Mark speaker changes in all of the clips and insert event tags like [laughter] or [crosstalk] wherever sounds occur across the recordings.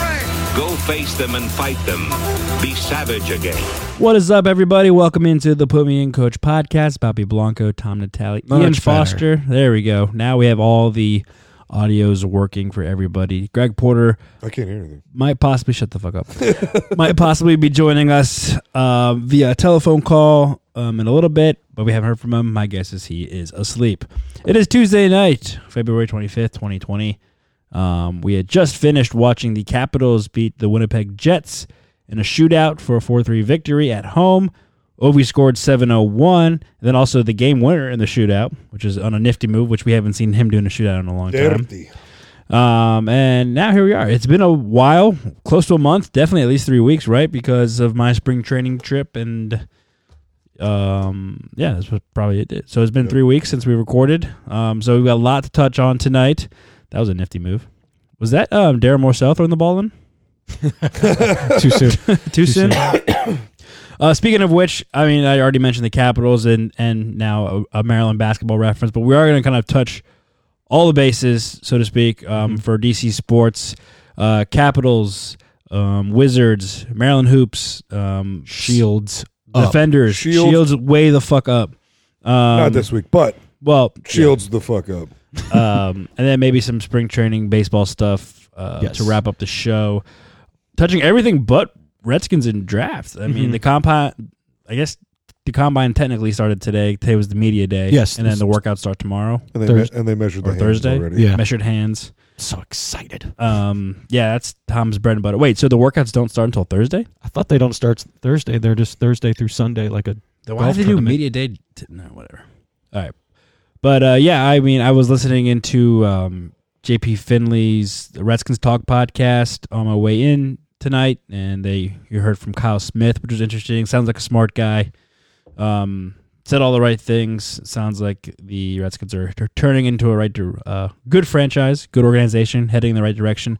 Speaker 1: rain.
Speaker 2: Go face them and fight them. Be savage again.
Speaker 3: What is up, everybody? Welcome into the Put Me In Coach podcast. Bobby Blanco, Tom Natale,
Speaker 4: Much
Speaker 3: Ian
Speaker 4: better.
Speaker 3: Foster. There we go. Now we have all the audios working for everybody. Greg Porter
Speaker 4: I can't hear anything.
Speaker 3: might possibly shut the
Speaker 4: [laughs]
Speaker 3: fuck up. might possibly be joining us uh, via telephone call um, in a little bit, but we haven't heard from him. My guess is he is asleep. It is Tuesday night, February twenty fifth, twenty twenty. Um, we had just finished watching the Capitals beat the Winnipeg Jets in a shootout for a 4 3 victory at home. Ovi scored 701, and then also the game winner in the shootout, which is on a nifty move, which we haven't seen him doing a shootout in a long time.
Speaker 4: Dirty.
Speaker 3: Um, and now here we are. It's been a while, close to a month, definitely at least three weeks, right? Because of my spring training trip, and um, yeah, that's what probably it did. So it's been three weeks since we recorded. Um, so we've got a lot to touch on tonight. That was a nifty move. Was that um Darren Morcel throwing the ball in
Speaker 4: [laughs] Too soon.
Speaker 3: [laughs] too soon? [coughs] Uh, speaking of which, I mean, I already mentioned the Capitals and and now a, a Maryland basketball reference, but we are going to kind of touch all the bases, so to speak, um,
Speaker 4: Mm-hmm.
Speaker 3: for DC sports, uh, Capitals, um, Wizards, Maryland Hoops, um,
Speaker 4: Shields. up.
Speaker 3: Defenders,
Speaker 4: Shields-
Speaker 3: Shields, way the fuck up. Um,
Speaker 4: Not this week, but
Speaker 3: well,
Speaker 4: Shields the fuck up.
Speaker 3: um, and then maybe some spring training baseball stuff uh,
Speaker 4: Yes.
Speaker 3: to wrap up the show, touching everything but Redskins and draft. I
Speaker 4: Mm-hmm.
Speaker 3: mean, the combine, I guess the combine technically started today. Today was the media day.
Speaker 4: Yes.
Speaker 3: and then the workouts start tomorrow.
Speaker 4: And they,
Speaker 3: Thurs-
Speaker 4: me- and they measured the
Speaker 3: or
Speaker 4: hands
Speaker 3: Thursday?
Speaker 4: already.
Speaker 5: Yeah.
Speaker 3: Measured hands.
Speaker 5: So excited. Uh,
Speaker 3: Um, yeah, that's Tom's bread and butter. Wait, so the workouts don't start until Thursday?
Speaker 5: I thought they don't start Thursday. They're just Thursday through Sunday, like a
Speaker 3: Why
Speaker 5: golf
Speaker 3: do they do
Speaker 5: tournament.
Speaker 3: media day? T- no, whatever. All right, but uh, yeah, I mean, I was listening into um, JP Finley's Redskins Talk podcast on my way in tonight, and they you heard from Kyle Smith, which was interesting. Sounds like a smart guy. Um, said all the right things. Sounds like the Redskins are, are turning into a right to uh, good franchise, good organization, heading in the right direction.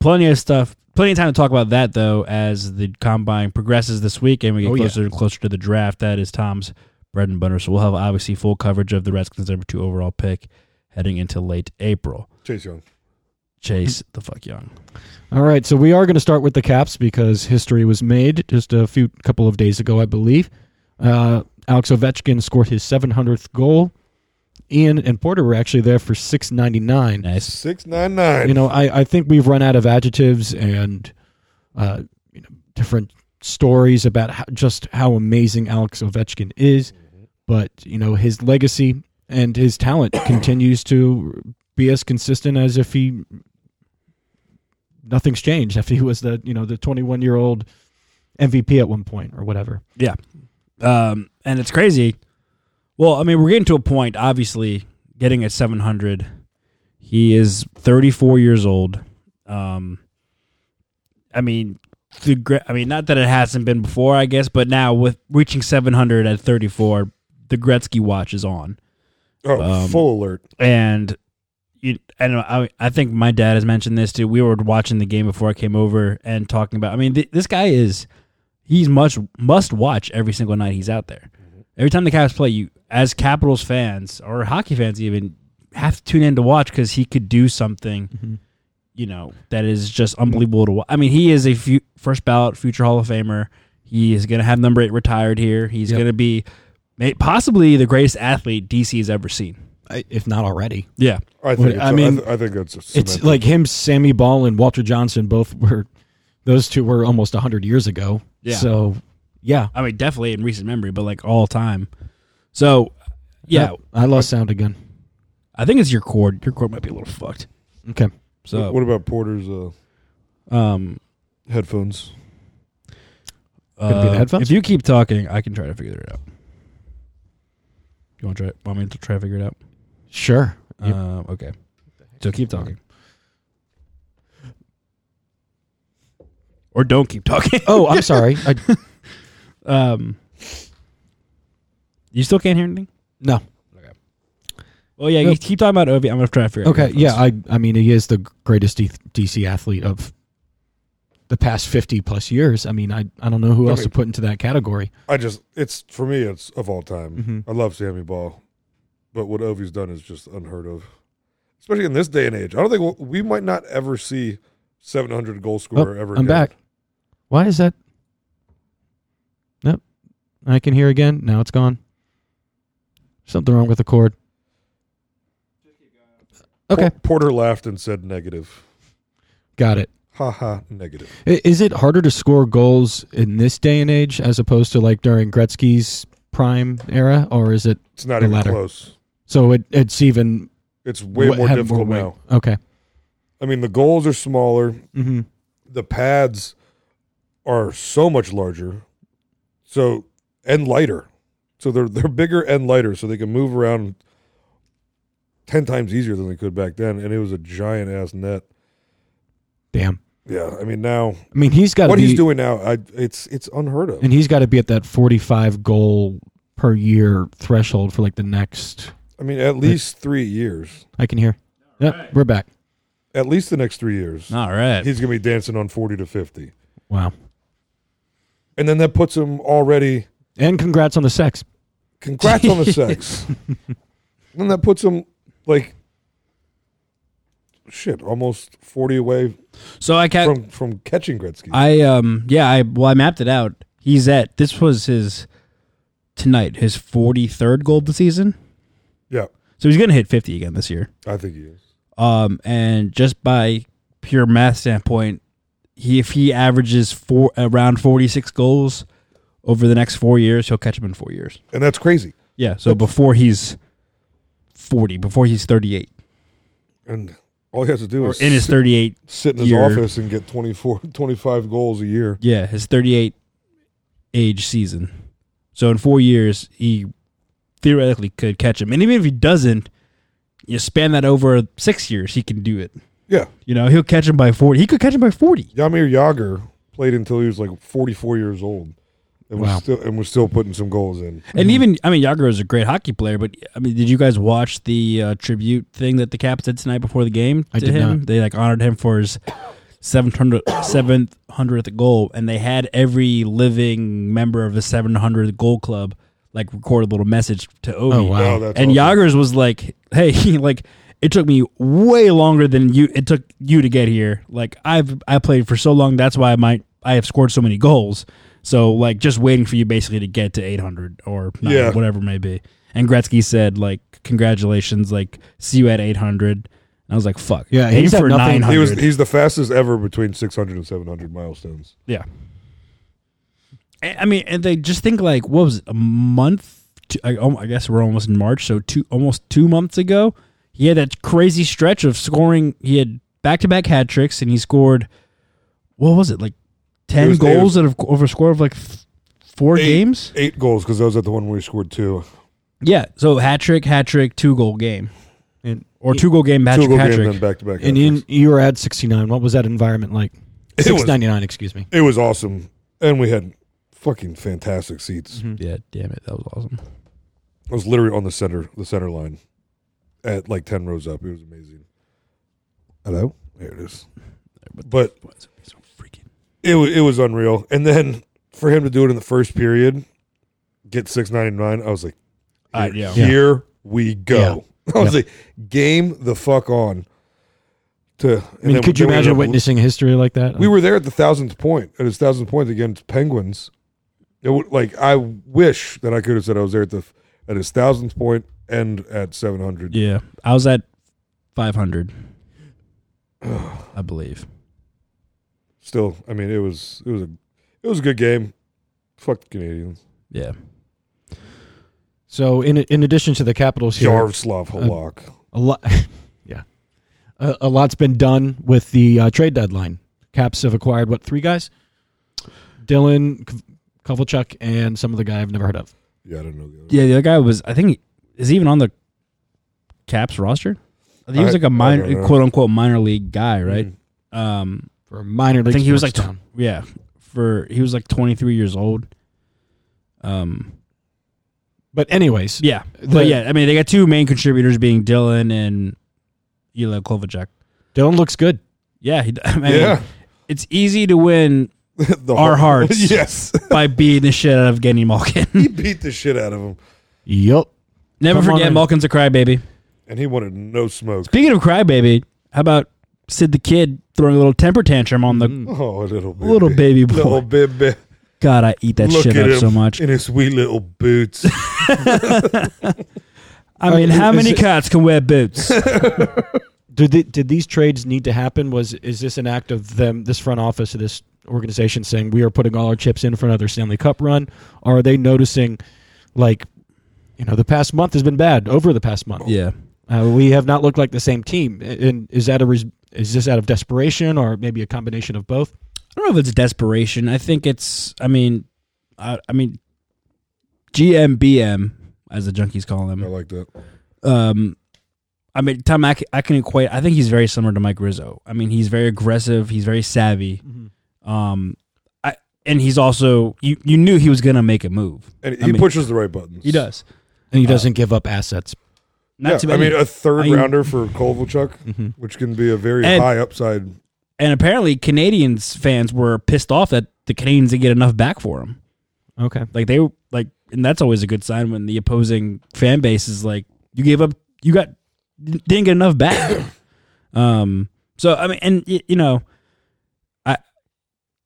Speaker 3: Plenty of stuff. Plenty of time to talk about that though, as the combine progresses this week and we get
Speaker 4: Oh, yeah.
Speaker 3: closer and closer to the draft. That is Tom's bread and butter. So we'll have obviously full coverage of the Redskins' number two overall pick heading into late April.
Speaker 4: Chase Young.
Speaker 3: Chase the fuck young.
Speaker 5: All right, so we are going to start with the Caps because history was made just a few couple of days ago, I believe. Uh, Alex Ovechkin scored his 700th goal. Ian and Porter were actually there for 699.
Speaker 3: Nice.
Speaker 4: 699.
Speaker 5: You know, I, I think we've run out of adjectives and uh, you know different stories about how, just how amazing Alex Ovechkin is, but you know his legacy and his talent [coughs] continues to be as consistent as if he nothing's changed after he was the you know the 21 year old MVP at one point or whatever.
Speaker 3: Yeah. Um, and it's crazy. Well, I mean, we're getting to a point, obviously, getting at 700. He is 34 years old. Um, I mean, the, gra- I mean, not that it hasn't been before, I guess, but now with reaching 700 at 34, the Gretzky watch is on.
Speaker 4: oh,
Speaker 3: um,
Speaker 4: full alert.
Speaker 3: and you and I, I think my dad has mentioned this too. We were watching the game before I came over and talking about. I mean, th- this guy is he's much must watch every single night he's out there. Every time the Caps play, you as Capitals fans or hockey fans even have to tune in to watch because he could do something. You know that is just unbelievable to watch. I mean, he is a fu- first ballot future Hall of Famer. He is going to have number eight retired here. He's
Speaker 5: Yep.
Speaker 3: going to be may- possibly the greatest athlete DC has ever seen.
Speaker 5: I- If not already,
Speaker 3: Yeah.
Speaker 4: I think,
Speaker 5: What-
Speaker 4: it's,
Speaker 5: I mean,
Speaker 4: I, th- I think it's,
Speaker 5: it's
Speaker 4: cemented.
Speaker 5: like him, Sammy Ball, and Walter Johnson both were. Those two were almost 100 years ago.
Speaker 3: Yeah.
Speaker 5: So, yeah.
Speaker 3: I mean, definitely in recent memory, but like all time. So, yeah,
Speaker 5: Oh, I lost sound again.
Speaker 3: I think it's your cord. Your cord might be a little fucked.
Speaker 5: Okay.
Speaker 3: So,
Speaker 4: what about Porter's uh,
Speaker 3: um,
Speaker 4: headphones?
Speaker 5: Gonna be the
Speaker 3: uh,
Speaker 5: headphones?
Speaker 3: if you keep talking, I can try to figure it out. You want to try? Want me to try to figure it out?
Speaker 5: Sure. Yep.
Speaker 3: Uh, okay. So keep talking, or don't keep talking. [laughs]
Speaker 5: [laughs] oh, I'm sorry. I,
Speaker 3: Um, you still can't hear anything.
Speaker 5: No.
Speaker 3: Well, yeah, you
Speaker 5: Nope.
Speaker 3: keep talking about Ovi. I'm gonna try to figure. out
Speaker 5: Oh, Okay.
Speaker 3: what it
Speaker 5: Yeah.
Speaker 3: was.
Speaker 5: I. I mean, he is the greatest D- DC athlete of the past fifty plus years. I mean, I. I don't know who
Speaker 4: I
Speaker 5: else
Speaker 4: mean-
Speaker 5: to put into that category.
Speaker 4: I just it's for me it's of all time.
Speaker 5: Mm-hmm.
Speaker 4: I love Sammy Ball, but what Ovi's done is just unheard of, especially in this day and age. I don't think we'll- we might not ever see 700 goal scorer
Speaker 5: Oh,
Speaker 4: ever.
Speaker 5: I'm
Speaker 4: again.
Speaker 5: back. Why is that? Nope. I can hear again. Now it's gone. Something wrong with the cord.
Speaker 4: Por-
Speaker 5: Okay.
Speaker 4: Porter laughed and said negative.
Speaker 5: Got it.
Speaker 4: Ha ha. Negative.
Speaker 5: I- Is it harder to score goals in this day and age as opposed to like during Gretzky's prime era, or is it
Speaker 4: It's not
Speaker 5: The
Speaker 4: even
Speaker 5: latter.
Speaker 4: close.
Speaker 5: so? It, it's even
Speaker 4: It's way
Speaker 5: what-
Speaker 4: more
Speaker 5: have
Speaker 4: difficult
Speaker 5: weight?
Speaker 4: now.
Speaker 5: Okay.
Speaker 4: I mean, the goals are smaller.
Speaker 5: Mm-hmm.
Speaker 4: The pads are so much larger. So and lighter. So they're they're bigger and lighter, so they can move around ten times easier than they could back then. And it was a giant ass net.
Speaker 5: Damn.
Speaker 4: Yeah, I mean now
Speaker 5: I mean, he's got to
Speaker 4: what
Speaker 5: be,
Speaker 4: he's doing now, I it's it's unheard of.
Speaker 5: Uh, and he's got to be at that forty-five goal per year threshold for like the next.
Speaker 4: I mean, at least three years,
Speaker 5: I can hear. Yep, we're back.
Speaker 4: at least the next three years,
Speaker 3: All
Speaker 4: [laughs]
Speaker 3: right.
Speaker 4: he's gonna be dancing on forty to fifty,
Speaker 5: Wow.
Speaker 4: and then that puts him already.
Speaker 5: And congrats on the sex.
Speaker 4: Congrats
Speaker 3: [laughs]
Speaker 4: on the sex. Then that puts him like shit, almost forty away
Speaker 3: so I ca-
Speaker 4: from from catching Gretzky.
Speaker 3: I um yeah I well I mapped it out. He's at this was his tonight his 43rd goal of the season.
Speaker 4: yeah,
Speaker 3: So he's gonna hit 50 again this year.
Speaker 4: I think he is.
Speaker 3: Um, and just by pure math standpoint, he if he averages four around 46 goals over the next four years, he'll catch him in four years.
Speaker 4: And that's crazy.
Speaker 3: Yeah. So before he's 40, before he's 38,
Speaker 4: And all he has to do
Speaker 3: or
Speaker 4: is
Speaker 3: in his
Speaker 4: sit,
Speaker 3: 38,
Speaker 4: sit in his
Speaker 3: year.
Speaker 4: office and get [laughs] 24, 25 goals a year.
Speaker 3: yeah, his 38 age season. So in four years, he theoretically could catch him, and even if he doesn't, you span that over six years, he can do it.
Speaker 4: Yeah.
Speaker 3: You know, he'll catch him by 40. He could catch him by 40.
Speaker 4: Yamir Yager played until he was like forty four years old. And was
Speaker 5: Wow.
Speaker 4: still and was still putting some goals in.
Speaker 3: And even I mean, Yager is a great hockey player, but I mean, did you guys watch the uh, tribute thing that the Caps did tonight before the game to
Speaker 5: I did
Speaker 3: him?
Speaker 5: not.
Speaker 3: They like honored him for his seven hundred seventh hundredth goal, and they had every living member of the seven hundred goal club like record a little message to Ovi.
Speaker 5: Oh, wow.
Speaker 4: Wow, that's
Speaker 3: and
Speaker 4: awesome.
Speaker 3: Yager's was like, "Hey, [laughs] like." It took me way longer than you. It took you to get here. Like I've I played for so long. That's why I might I have scored so many goals. So like just waiting for you basically to get to 800 or nine,
Speaker 4: Yeah.
Speaker 3: whatever it may be. And Gretzky said like congratulations, like see you at 800. And I was like fuck.
Speaker 5: Yeah,
Speaker 3: aim
Speaker 5: he's had
Speaker 3: for
Speaker 5: nothing-
Speaker 3: 900.
Speaker 4: He was he's the fastest ever between 600 and 700 milestones.
Speaker 3: yeah. I I mean, and they just think like what was it, a month? Two, I, oh, I guess we're almost in March, so two almost two months ago, he had that crazy stretch of scoring. He had back to back hat tricks, and he scored. What was it like? Ten
Speaker 4: It was- it
Speaker 3: goals
Speaker 4: was-
Speaker 3: out of over a score of like th- four
Speaker 4: Eight-
Speaker 3: games.
Speaker 4: Eight goals because those at the one where he scored two.
Speaker 3: Yeah. So hat trick, hat trick, two goal game,
Speaker 5: And
Speaker 3: or two goal game, hat
Speaker 4: two
Speaker 3: trick,
Speaker 4: goal
Speaker 3: hat
Speaker 4: game,
Speaker 3: trick.
Speaker 4: then back to back.
Speaker 5: and in, you were at sixty nine. What was that environment like?
Speaker 4: It was-
Speaker 5: Six ninety nine. Excuse me.
Speaker 4: It was awesome, and we had fucking fantastic seats.
Speaker 5: Mm-hmm.
Speaker 3: Yeah, damn it, that was awesome.
Speaker 4: I was literally on the center, the center line, at like ten rows up. It was amazing. Hello, there it is. But
Speaker 3: So freaking.
Speaker 4: it wa- it was unreal. And then for him to do it in the first period, get six ninety nine. I was like,
Speaker 3: Uh,
Speaker 4: here,
Speaker 3: yeah.
Speaker 4: here we go. [laughs] I was like, game the fuck on. To
Speaker 5: I mean, could you imagine
Speaker 4: witnessing?
Speaker 5: witnessing a history like that?
Speaker 4: We were there at the thousandth point, at his thousandth point against Penguins. It would, like I wish that I could have said I was there at the at his thousandth point and at seven hundred.
Speaker 3: Yeah, I was at five hundred, I believe.
Speaker 4: Still, I mean, it was it was a it was a good game. Fuck the Canadians.
Speaker 3: Yeah,
Speaker 5: So, in in addition to the Capitals here,
Speaker 4: Jaroslav
Speaker 3: Uh,
Speaker 4: Halak.
Speaker 5: a lot, [laughs] yeah, a, a lot's been done with the uh, trade deadline. Caps have acquired what three guys? Dylan Kv- Kovalchuk and some other guy I've never heard of.
Speaker 4: yeah, I don't know. The other.
Speaker 3: yeah. The other guy was, I think, is he even on the Caps roster? I think he was
Speaker 4: I-
Speaker 3: like a
Speaker 4: I don't
Speaker 3: minor,
Speaker 4: know. Mm-hmm.
Speaker 3: quote unquote, minor league guy, right? Um,
Speaker 5: For a minor
Speaker 3: I
Speaker 5: league,
Speaker 3: think he was like,
Speaker 5: sports
Speaker 3: tw-
Speaker 5: town.
Speaker 3: yeah, for he was like twenty three years old, Um,
Speaker 5: But anyways,
Speaker 3: yeah,
Speaker 5: The-
Speaker 3: but yeah, I mean they got two main contributors being Dylan and Ila Kovacic.
Speaker 5: Dylan looks good.
Speaker 3: Yeah, he, [laughs] I mean,
Speaker 4: Yeah.
Speaker 3: it's easy to win [laughs]
Speaker 4: the
Speaker 3: Our
Speaker 4: [laughs]
Speaker 3: hearts.
Speaker 4: yes,
Speaker 3: by beating the shit out of Genny
Speaker 4: he [laughs]
Speaker 3: Malkin.
Speaker 4: beat the shit out of him,
Speaker 5: Yup.
Speaker 3: Never
Speaker 5: Come on
Speaker 3: forget
Speaker 5: in.
Speaker 3: Malkin's a crybaby.
Speaker 4: and he wanted no smoke.
Speaker 3: Speaking of crybaby, how about Sid the Kid throwing a little temper tantrum on the
Speaker 4: Oh, little baby.
Speaker 3: little baby boy?
Speaker 4: Little baby.
Speaker 3: God, I eat that
Speaker 4: Look
Speaker 3: shit
Speaker 4: at
Speaker 3: up
Speaker 4: him
Speaker 3: so much.
Speaker 4: in his sweet little boots.
Speaker 3: I mean,
Speaker 5: Uh,
Speaker 3: how
Speaker 5: is
Speaker 3: many
Speaker 5: it-
Speaker 3: cats can
Speaker 4: [laughs]
Speaker 3: wear boots?
Speaker 5: Did the, did these trades need to happen? Was is this an act of them, this front office of this organization saying we are putting all our chips in for another Stanley Cup run? Or are they noticing, like, you know, the past month has been bad. Over the past month,
Speaker 3: yeah.
Speaker 5: uh, we have not looked like the same team. And is that a res- is this out of desperation or maybe a combination of both?
Speaker 3: I don't know if it's desperation. I think it's. I mean, I, I mean, GMBM as the junkies call
Speaker 4: I
Speaker 3: him.
Speaker 4: like that.
Speaker 3: Um, I mean, Tom, I, c- I can equate. I think he's very similar to Mike Rizzo. I mean, he's very aggressive. He's very savvy.
Speaker 4: Mm-hmm.
Speaker 3: Um, I and he's also you. You knew he was gonna make a move.
Speaker 4: And he
Speaker 3: I mean,
Speaker 4: pushes the right buttons.
Speaker 3: He does.
Speaker 5: And he doesn't give up assets.
Speaker 3: Not
Speaker 4: yeah,
Speaker 3: too
Speaker 4: I
Speaker 3: bad.
Speaker 4: mean, a third
Speaker 3: I- mm-hmm.
Speaker 4: rounder for Kovalchuk, which can be a very
Speaker 3: And-
Speaker 4: high upside.
Speaker 3: and apparently, Canadians fans were pissed off that the Canadians didn't get enough back for him.
Speaker 5: Okay.
Speaker 3: Like they like, and that's always a good sign when the opposing fan base is like, you gave up, you got didn't get enough back. [coughs] um. So I mean, and y- you know, I,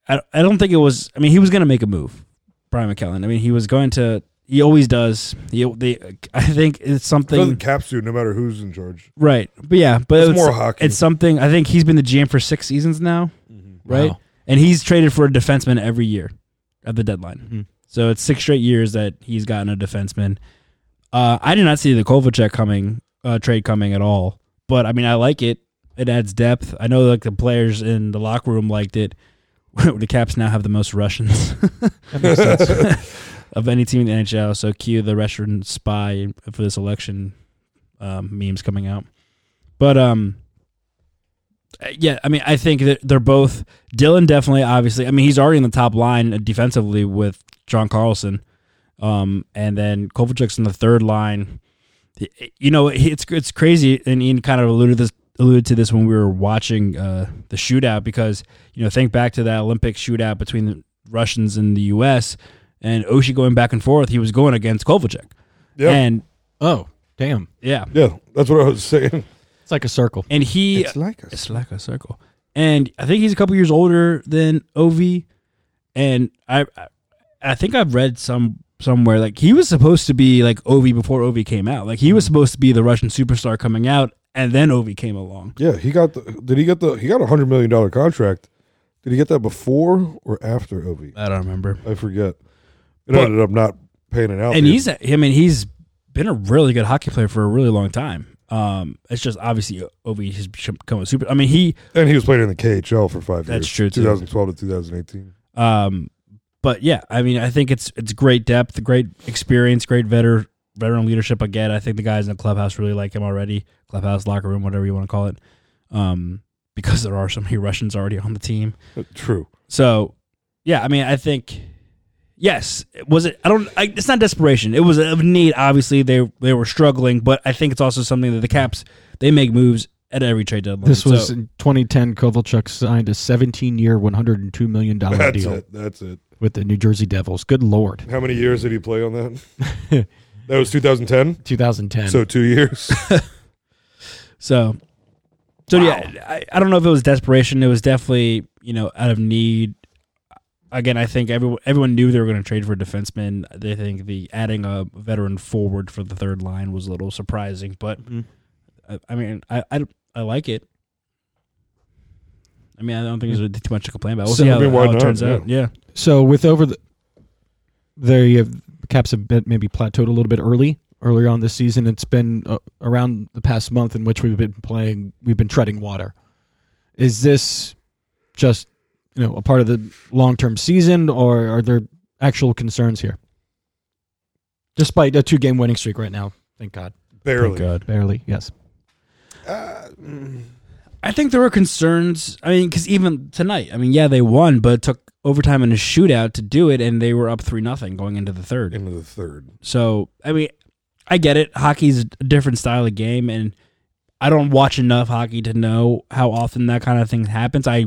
Speaker 3: I, I don't think it was. I mean, he was going to make a move, Brian McKellen. I mean, he was going to. He always does. He, they, I think it's
Speaker 4: Doesn't
Speaker 3: something
Speaker 4: caps do no matter who's in charge.
Speaker 3: right, but yeah, but
Speaker 4: It's
Speaker 3: it's
Speaker 4: more hockey.
Speaker 3: It's something. I think he's been the GM for six seasons now, right?
Speaker 5: Wow.
Speaker 3: And he's traded for a defenseman every year at the deadline. So it's six straight years that he's gotten a defenseman. Uh, I did not see the Kovalchuk coming uh, trade coming at all, but I mean I like it. It adds depth. I know like the players in the locker room liked it. [laughs] the Caps now have the most Russians [laughs] of any team in the NHL. So cue the Russian spy for this election um, memes coming out. But um, Uh, yeah, I mean, I think that they're both Dylan definitely, obviously. I mean, he's already in the top line defensively with John Carlson, um, and then Kovalchuk's in the third line. You know, it's it's crazy, and Ian kind of alluded this alluded to this when we were watching uh, the shootout because you know think back to that Olympic shootout between the Russians and the U.S. and Oshie going back and forth. He was going against Kovalchuk,
Speaker 4: Yeah,
Speaker 3: and
Speaker 5: Oh, damn.
Speaker 3: yeah,
Speaker 4: yeah, that's what I was saying.
Speaker 5: It's like a circle.
Speaker 3: and he
Speaker 4: like
Speaker 3: It's like a circle. And I think he's a couple years older than Ovi. And I, I- I think I've read some somewhere like he was supposed to be like Ovi before Ovi came out. Like he was supposed to be the Russian superstar coming out, and then Ovi came along.
Speaker 4: Yeah, he got the. Did he get the? He got a hundred million dollar contract. Did he get that before or after Ovi?
Speaker 3: I don't remember.
Speaker 4: I forget. It
Speaker 3: But-
Speaker 4: ended up not panning out.
Speaker 3: And
Speaker 4: there.
Speaker 3: he's, I mean, he's been a really good hockey player for a really long time. Um, it's just obviously Ovi has become a super. I mean, he
Speaker 4: and he was playing in the KHL for five
Speaker 3: That's true,
Speaker 4: years.
Speaker 3: too.
Speaker 4: 2012 to 2018.
Speaker 3: Um, but yeah, I mean, I think it's it's great depth, great experience, great veteran veteran leadership. Again, I think the guys in the clubhouse really like him already. Clubhouse, locker room, whatever you want to call it. Um, because there are so many [laughs] Russians already on the team.
Speaker 4: True.
Speaker 3: So, yeah, I mean, I think yes, was it? I don't. I, it's not desperation. It was of need. Obviously, they they were struggling, but I think it's also something that the Caps they make moves at every trade deadline.
Speaker 5: This was
Speaker 3: So-
Speaker 5: in 2010. Kovalchuk signed a 17-year, 102 million dollar
Speaker 4: That's
Speaker 5: deal
Speaker 4: it. That's it.
Speaker 5: with the New Jersey Devils. Good lord,
Speaker 4: How many years did he play on that?
Speaker 3: [laughs]
Speaker 4: that was 2010.
Speaker 5: 2010.
Speaker 4: So two years.
Speaker 3: So, so yeah, I, I don't know if it was desperation. It was definitely you know out of need. Again, I think everyone everyone knew they were going to trade for a defenseman. They think the adding a veteran forward for the third line was a little surprising, but
Speaker 4: Mm-hmm.
Speaker 3: I, I mean, I, I I like it. I mean, I don't think there's too much to complain about. We'll
Speaker 5: So-
Speaker 3: see how,
Speaker 4: I mean, why
Speaker 3: how it
Speaker 4: not?
Speaker 3: turns out. Yeah,
Speaker 5: So with over the there, you have, the Caps have been maybe plateaued a little bit early earlier on this season. It's been uh, around the past month in which we've been playing, we've been treading water. Is this just you know a part of the long term season, or are there actual concerns here? Despite a two game winning streak right now, thank God,
Speaker 4: Barely.
Speaker 3: God.
Speaker 5: barely. Yes,
Speaker 3: I think there were concerns. I mean, because even tonight, I mean, yeah, they won, but it took overtime and a shootout to do it, and they were up three nothing going into the third.
Speaker 4: into the third.
Speaker 3: So I mean, I get it. Hockey's a different style of game, and I don't watch enough hockey to know how often that kind of thing happens. I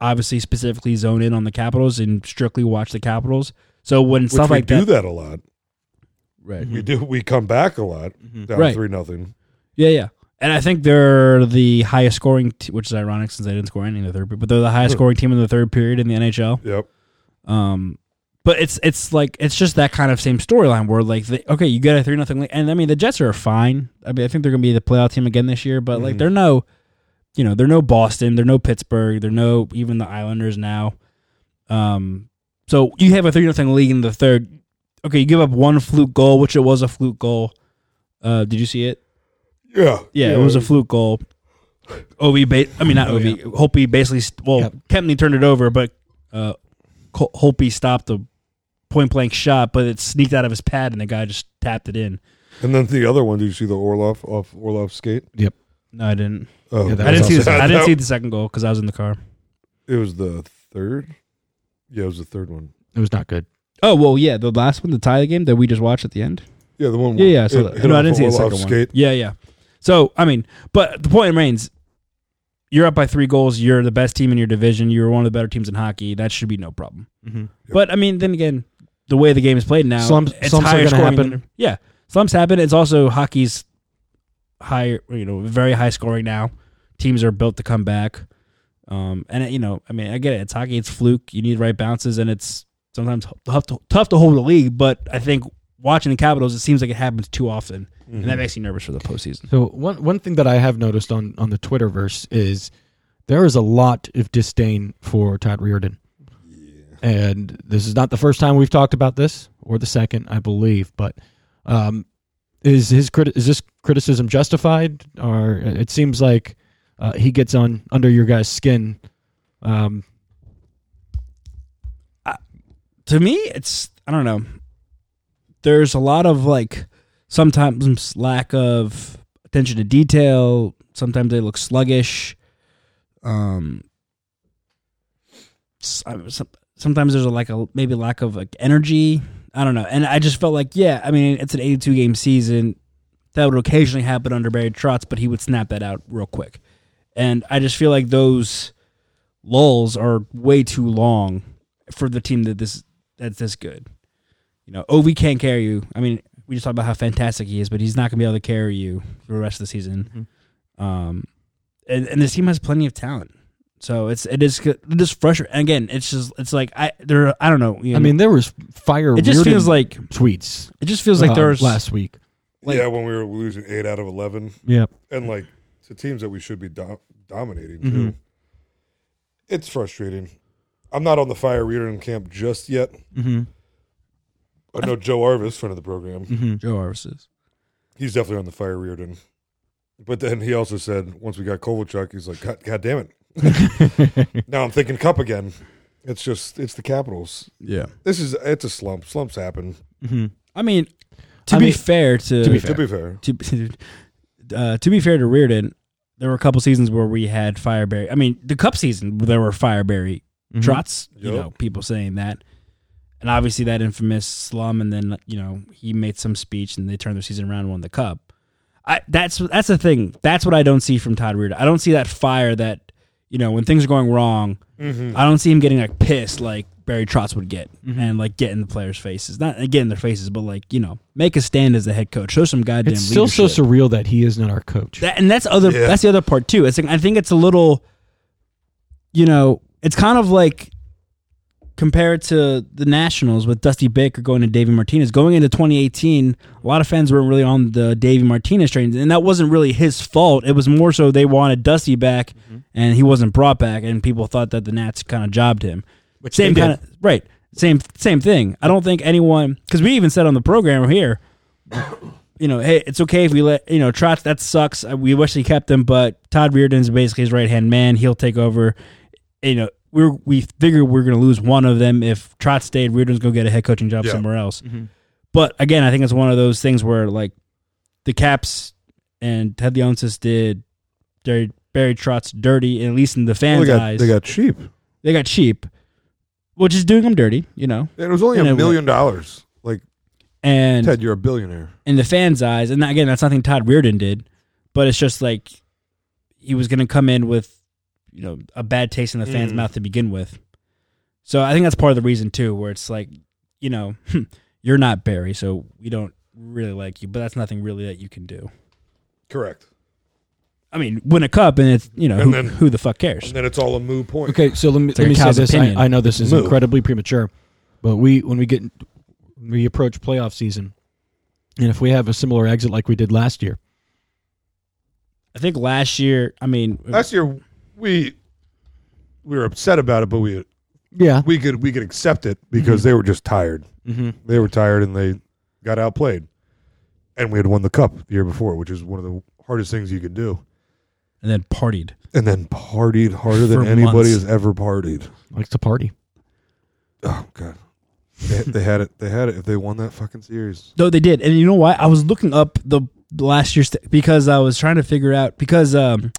Speaker 3: obviously specifically zone in on the Capitals and strictly watch the Capitals. So when
Speaker 4: Which
Speaker 3: stuff
Speaker 4: we
Speaker 3: like
Speaker 4: do Mhm.
Speaker 3: that,
Speaker 4: that. a lot.
Speaker 3: right?
Speaker 4: We do. We come back a lot down
Speaker 3: Mm-hmm. Right.
Speaker 4: three nothing.
Speaker 3: Yeah, yeah. And I think they're the highest scoring, te- which is ironic since they didn't score any in the third period, but they're the highest scoring team in the third period in the NHL.
Speaker 4: Yep.
Speaker 3: Um, but it's it's like it's just that kind of same storyline where like they, okay, you get a three nothing lead, and I mean the Jets are fine. I mean I think they're gonna be the playoff team again this year, but like they're no, you know, they're no Boston, they're no Pittsburgh, they're no even the Islanders now. Um, so you have a three nothing lead in the third. Okay, you give up one fluke goal, which it was a fluke goal. Uh, did you see it?
Speaker 4: Yeah. Oh,
Speaker 3: Yeah, it was a fluke goal. Ovi, ba- I mean not Ovi. Holpe basically. St- well,
Speaker 5: Yep.
Speaker 3: Kempney turned it over, but uh, Col- Holpe stopped the point blank shot, but it sneaked out of his pad, and the guy just tapped it in.
Speaker 4: And then the other one. Did you see the Orlov off Orlov skate?
Speaker 5: Yep.
Speaker 3: No, I didn't.
Speaker 4: Oh,
Speaker 5: Yeah, that
Speaker 3: I didn't
Speaker 5: was
Speaker 3: see.
Speaker 5: awesome.
Speaker 3: The, I
Speaker 4: [laughs]
Speaker 3: didn't
Speaker 4: That-
Speaker 3: see the second goal because I was in the car.
Speaker 4: It was the third. Yeah, it was the third one.
Speaker 5: It was not good.
Speaker 3: Oh well, yeah, the last one, the tie the game that we just watched at the end.
Speaker 4: Yeah, the one.
Speaker 3: Yeah,
Speaker 4: where
Speaker 3: yeah. So
Speaker 4: it
Speaker 3: that-
Speaker 4: hit
Speaker 3: no, I
Speaker 4: off
Speaker 3: didn't see a
Speaker 4: Orlov's
Speaker 3: second
Speaker 4: skate.
Speaker 3: one. Yeah, yeah. So I mean, but the point remains. You're up by three goals. You're the best team in your division. You're one of the better teams in hockey. That should be no problem.
Speaker 5: Mm-hmm.
Speaker 3: But I mean, then again, the way the game is played now,
Speaker 5: Slumps-
Speaker 3: it's
Speaker 5: slumps are
Speaker 3: higher
Speaker 5: gonna
Speaker 3: scoring
Speaker 5: happen.
Speaker 3: than- yeah, slumps happen. It's also hockey's higher, you know, very high scoring now. Teams are built to come back, um, and it, you know, I mean, I get it. It's hockey. It's fluke. You need right bounces, and it's sometimes tough to, tough to hold the league. But I think watching the Capitals, it seems like it happens too often, and
Speaker 5: Mm-hmm.
Speaker 3: that makes me nervous for the postseason.
Speaker 5: So one one thing that I have noticed on on the Twitterverse is there is a lot of disdain for Todd Reardon. And this is not the first time we've talked about this, or the second, I believe. But um, is his criti- is this criticism justified, or it seems like uh, he gets on under your guys' skin? Um,
Speaker 3: to me, it's I don't know. There's a lot of like sometimes lack of attention to detail. Sometimes they look sluggish. Um, s- I- some- sometimes there's a like a maybe lack of like energy. I don't know. And I just felt like yeah. I mean, it's an 82 game season. That would occasionally happen under Barry Trotz, but he would snap that out real quick. And I just feel like those lulls are way too long for the team that this that's this good. You know, Ovi can't carry you. I mean, we just talked about how fantastic he is, but he's not going to be able to carry you for the rest of the season.
Speaker 5: Mm-hmm.
Speaker 3: Um, and, and this team has plenty of talent, so it's it is it is frustrating. And again, it's just it's like I there I don't know. You know
Speaker 5: I mean, there was fire.
Speaker 3: it just
Speaker 5: Reardon
Speaker 3: feels like
Speaker 5: tweets.
Speaker 3: it just feels like
Speaker 5: uh,
Speaker 3: there's
Speaker 5: last week.
Speaker 4: yeah, when we were losing eight out of eleven,
Speaker 5: Yeah,
Speaker 4: and like to teams that we should be dom- dominating
Speaker 3: Mm-hmm.
Speaker 4: too. It's frustrating. I'm not on the fire reader in camp just yet. I know Joe Arvis, friend of the program.
Speaker 3: Joe Arvises.
Speaker 4: He's definitely on the fire Reardon. But then he also said once we got Kovalchuk, he's like, God, God damn
Speaker 3: [laughs]
Speaker 4: it. now I'm thinking cup again. It's just it's the Capitals.
Speaker 3: Yeah,
Speaker 4: This is it's a slump. Slumps happen.
Speaker 3: I mean, to
Speaker 5: I
Speaker 3: be
Speaker 5: mean,
Speaker 3: fair to
Speaker 5: be
Speaker 4: To be fair.
Speaker 3: to [laughs] uh, to be fair to Reardon, there were a couple seasons where we had Fireberry. I mean, the Cup season there were Fireberry trots. You
Speaker 4: Yup.
Speaker 3: know, people saying that, and obviously that infamous slum. And then you know he made some speech, and they turned their season around, and won the Cup. I that's that's the thing. That's what I don't see from Todd Reardon. I don't see that fire that you know when things are going wrong.
Speaker 5: Mm-hmm.
Speaker 3: I don't see him getting like pissed like Barry Trotz would get and like get in the players' faces. Not get in their faces, but like you know make a stand as the head coach. Show some goddamn.
Speaker 5: it's still so
Speaker 3: leadership.
Speaker 5: surreal that he is not our coach.
Speaker 3: That, and that's other.
Speaker 4: Yeah.
Speaker 3: That's the other part too. It's like, I think it's a little, you know, it's kind of like compared to the Nationals with Dusty Baker going to Davey Martinez. Going into 2018, a lot of fans weren't really on the Davey Martinez train, and that wasn't really his fault. It was more so they wanted Dusty back, and he wasn't brought back, and people thought that the Nats kind of jobbed him. same
Speaker 5: they
Speaker 3: kind of right. Same same thing. I don't think anyone because we even said on the program here you know, hey, it's okay if we let you know Trotz. That sucks. Uh, We wish he kept him, but Todd Reardon's basically his right hand man. He'll take over. You know, we are we figure we're going to lose one of them if Trotz stayed. Reardon's going to get a head coaching job
Speaker 4: Yeah.
Speaker 3: somewhere else. But again, I think it's one of those things where like the Caps and Ted Leonsis did Barry, Barry Trotz dirty, at least in the
Speaker 4: Well,
Speaker 3: fans'
Speaker 4: they, got,
Speaker 3: eyes.
Speaker 4: they got cheap.
Speaker 3: they got cheap. which is doing him dirty, you know.
Speaker 4: And it was only
Speaker 3: And it
Speaker 4: a
Speaker 3: went-
Speaker 4: million dollars. Like
Speaker 3: And
Speaker 4: Ted, you're a billionaire.
Speaker 3: in the fans' eyes, and again, that's nothing Todd Reardon did, but it's just like he was going to come in with, you know, a bad taste in the
Speaker 4: Mm.
Speaker 3: fans' mouth to begin with. So I think that's part of the reason too, where it's like, you know, [laughs] you're not Barry, so we don't really like you, but that's nothing really that you can do.
Speaker 4: Correct.
Speaker 3: I mean, win a cup, and it's you know who,
Speaker 4: And then-
Speaker 3: who the fuck cares?
Speaker 4: And then it's all a moo point.
Speaker 5: Okay, so let me
Speaker 3: like
Speaker 5: let
Speaker 3: a
Speaker 5: me say
Speaker 3: cow's
Speaker 5: this.
Speaker 3: opinion.
Speaker 5: I, I know this is
Speaker 4: Moo.
Speaker 5: incredibly premature, but we when we get when we approach playoff season, and if we have a similar exit like we did last year,
Speaker 3: I think last year, I mean,
Speaker 4: Last year we we were upset about it, but we
Speaker 5: yeah,
Speaker 4: we could we could accept it because they were just tired.
Speaker 5: mm-hmm.
Speaker 4: They were tired and they got outplayed. And we had won the cup the year before, which is one of the hardest things you could do.
Speaker 3: and then partied.
Speaker 4: And then partied harder
Speaker 3: For
Speaker 4: than anybody
Speaker 3: months.
Speaker 4: has ever partied.
Speaker 5: likes to party.
Speaker 4: Oh god, they, they had it. They had it. If they won that fucking series,
Speaker 3: No, they did. And you know why? I was looking up the the last year's st- because I was trying to figure out because um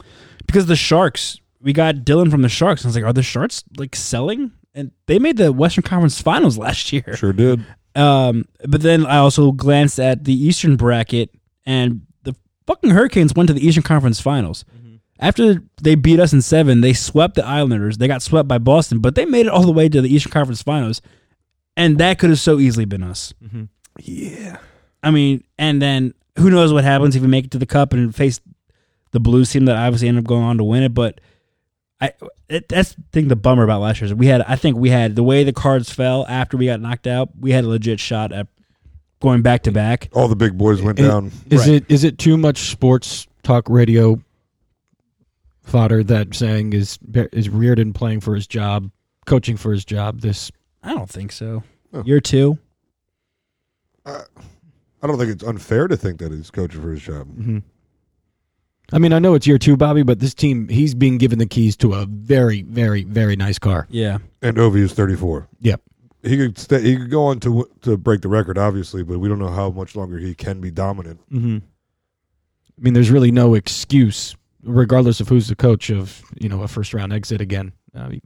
Speaker 3: because the Sharks we got Dylan from the Sharks. And I was like, are the Sharks like selling? And they made the Western Conference Finals last year.
Speaker 4: sure did.
Speaker 3: Um, but then I also glanced at the Eastern bracket, and the fucking Hurricanes went to the Eastern Conference Finals. After they beat us in seven, they swept the Islanders. They got swept by Boston, but they made it all the way to the Eastern Conference Finals, and that could have so easily been us.
Speaker 4: Yeah,
Speaker 3: I mean, and then who knows what happens if we make it to the cup and face the Blues team that obviously ended up going on to win it. But I it, that's the thing the bummer about last year is we had I think we had the way the cards fell after we got knocked out, we had a legit shot at going back to back.
Speaker 4: all the big boys went
Speaker 5: And
Speaker 4: down.
Speaker 5: Is
Speaker 3: Right.
Speaker 5: it is it too much sports talk radio fodder that saying is is Reardon playing for his job, coaching for his job? This
Speaker 3: I don't think so.
Speaker 4: Oh.
Speaker 3: Year two.
Speaker 4: I don't think it's unfair to think that he's coaching for his job.
Speaker 5: I mean, I know it's year two, Bobby, but this team, he's being given the keys to a very, very, very nice car.
Speaker 3: Yeah.
Speaker 4: And Ovi is thirty four.
Speaker 5: Yep.
Speaker 4: He could stay, he could go on to w- to break the record, obviously, but we don't know how much longer he can be dominant.
Speaker 5: Mm-hmm. I mean, there's really no excuse, regardless of who's the coach, of you know a first round exit again, Uh, I mean,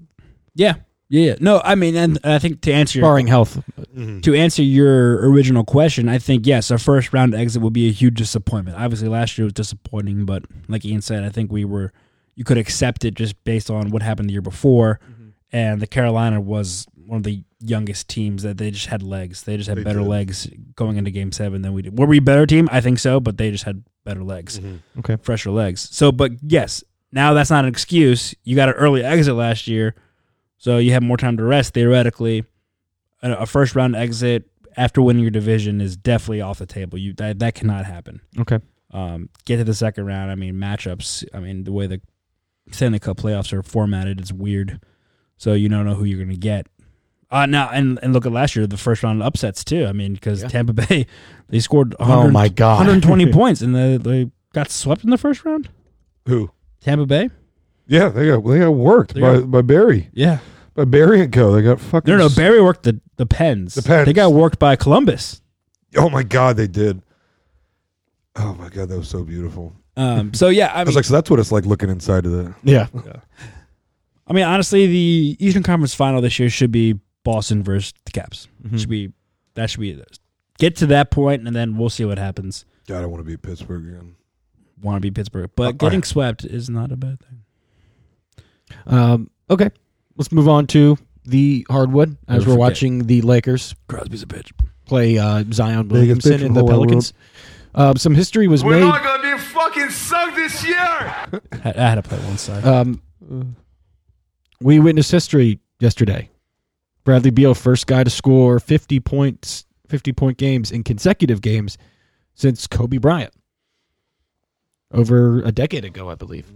Speaker 3: Yeah. Yeah. yeah. No, I mean, and I think to answer your,
Speaker 5: barring health.
Speaker 4: Mm.
Speaker 3: to answer your original question, I think yes, a first round exit would be a huge disappointment. Obviously, last year was disappointing, but like Ian said, I think we were you could accept it just based on what happened the year before,
Speaker 4: Mm-hmm.
Speaker 3: and the Carolina was one of the youngest teams that they just had legs. They just had
Speaker 4: They
Speaker 3: better
Speaker 4: did.
Speaker 3: legs going into Game Seven than we did. Were we a better team? I think so, but they just had better legs,
Speaker 4: Mm-hmm.
Speaker 5: Okay.
Speaker 3: fresher legs. So, but yes, now that's not an excuse. You got an early exit last year, so you have more time to rest theoretically a, a first round exit after winning your division is definitely off the table. You that that cannot happen.
Speaker 5: Okay.
Speaker 3: Um, get to the second round. I mean, matchups. I mean, the way the Stanley Cup playoffs are formatted is weird. So you don't know who you're going to get. Uh, now and and look at last year, the first round upsets too. I mean, because Tampa Bay [laughs] they scored 100
Speaker 5: my God.
Speaker 3: 120 points and they, they got swept in the first round.
Speaker 4: Who?
Speaker 3: Tampa Bay,
Speaker 4: Yeah, they got they got worked
Speaker 3: They
Speaker 4: by,
Speaker 3: got-
Speaker 4: by Barry
Speaker 3: yeah.
Speaker 4: by Barry and Co. They got fucking
Speaker 3: No, no,
Speaker 4: s-
Speaker 3: Barry worked the the Pens.
Speaker 4: The Pens.
Speaker 3: They got worked by Columbus.
Speaker 4: Oh my god, they did. Oh my god, that was so beautiful.
Speaker 3: Um, so yeah, I
Speaker 4: I was
Speaker 3: mean,
Speaker 4: like, so that's what it's like looking inside of the.
Speaker 5: Yeah.
Speaker 3: I mean, honestly, the Eastern Conference Final this year should be Boston versus the Caps. Should be that should be it. Get to that point, and then we'll see what happens.
Speaker 4: God, I want to be Pittsburgh again.
Speaker 3: Want to be Pittsburgh, but
Speaker 4: Uh,
Speaker 3: getting
Speaker 4: alright.
Speaker 3: swept is not a bad thing.
Speaker 5: Um, okay. Let's move on to the hardwood
Speaker 3: Never
Speaker 5: as we're
Speaker 3: forget.
Speaker 5: watching the Lakers
Speaker 3: Crosby's a bitch.
Speaker 5: play uh, Zion
Speaker 4: Biggest
Speaker 5: Williamson
Speaker 4: bitch
Speaker 5: and the
Speaker 4: in the whole
Speaker 5: Pelicans. Um, some history was
Speaker 1: We're
Speaker 5: made.
Speaker 1: not gonna be fucking sucked this year.
Speaker 3: I, I had to play one side.
Speaker 5: Um, we witnessed history yesterday. Bradley Beal, first guy to score 50 points, 50 point games in consecutive games since Kobe Bryant over a decade ago, I believe.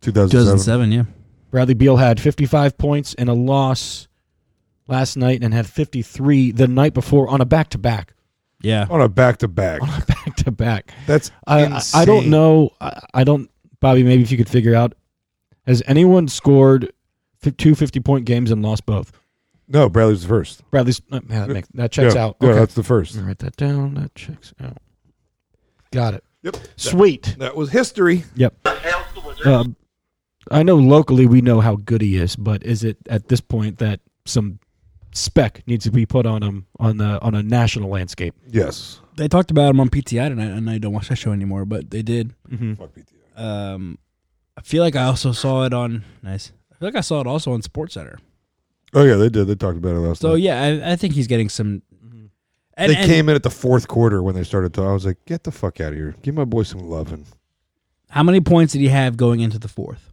Speaker 4: 2007.
Speaker 3: 2007, yeah.
Speaker 5: Bradley Beal had 55 points and a loss last night and had 53 the night before on a back to [laughs] back.
Speaker 3: Yeah.
Speaker 4: On a back to back.
Speaker 5: Back to back.
Speaker 4: That's
Speaker 5: I, I- I don't
Speaker 4: insane.
Speaker 5: know. I, I don't, Bobby. Maybe if you could figure out, has anyone scored fi- two 50 point games and lost both?
Speaker 4: No, Bradley's the first.
Speaker 5: Bradley's uh, man, that, makes, that checks
Speaker 4: yeah,
Speaker 5: out.
Speaker 4: Yeah,
Speaker 5: Okay, Mm-hmm.
Speaker 4: that's the first.
Speaker 5: Let me write that down. That checks out. Got it.
Speaker 4: Yep.
Speaker 5: Sweet.
Speaker 4: That was history.
Speaker 5: Yep. Um, I know locally we know how good he is, but is it at this point that some spec needs to be put on him on the on a national landscape.
Speaker 4: Yes.
Speaker 3: They talked about him on PTI tonight, and I don't watch that show anymore, but they did.
Speaker 4: Fuck PTI.
Speaker 3: Um, I feel like I also saw it on nice. I feel like I saw it also on Sports Center.
Speaker 4: Oh yeah, they did. They talked about it last
Speaker 3: So
Speaker 4: night.
Speaker 3: yeah, Mm-hmm. I, I think he's getting some. And,
Speaker 4: They
Speaker 3: and
Speaker 4: came in at the fourth quarter when they started talking. I was like, "Get the fuck out of here! Give my boy some loving."
Speaker 3: How many points did he have going into the fourth?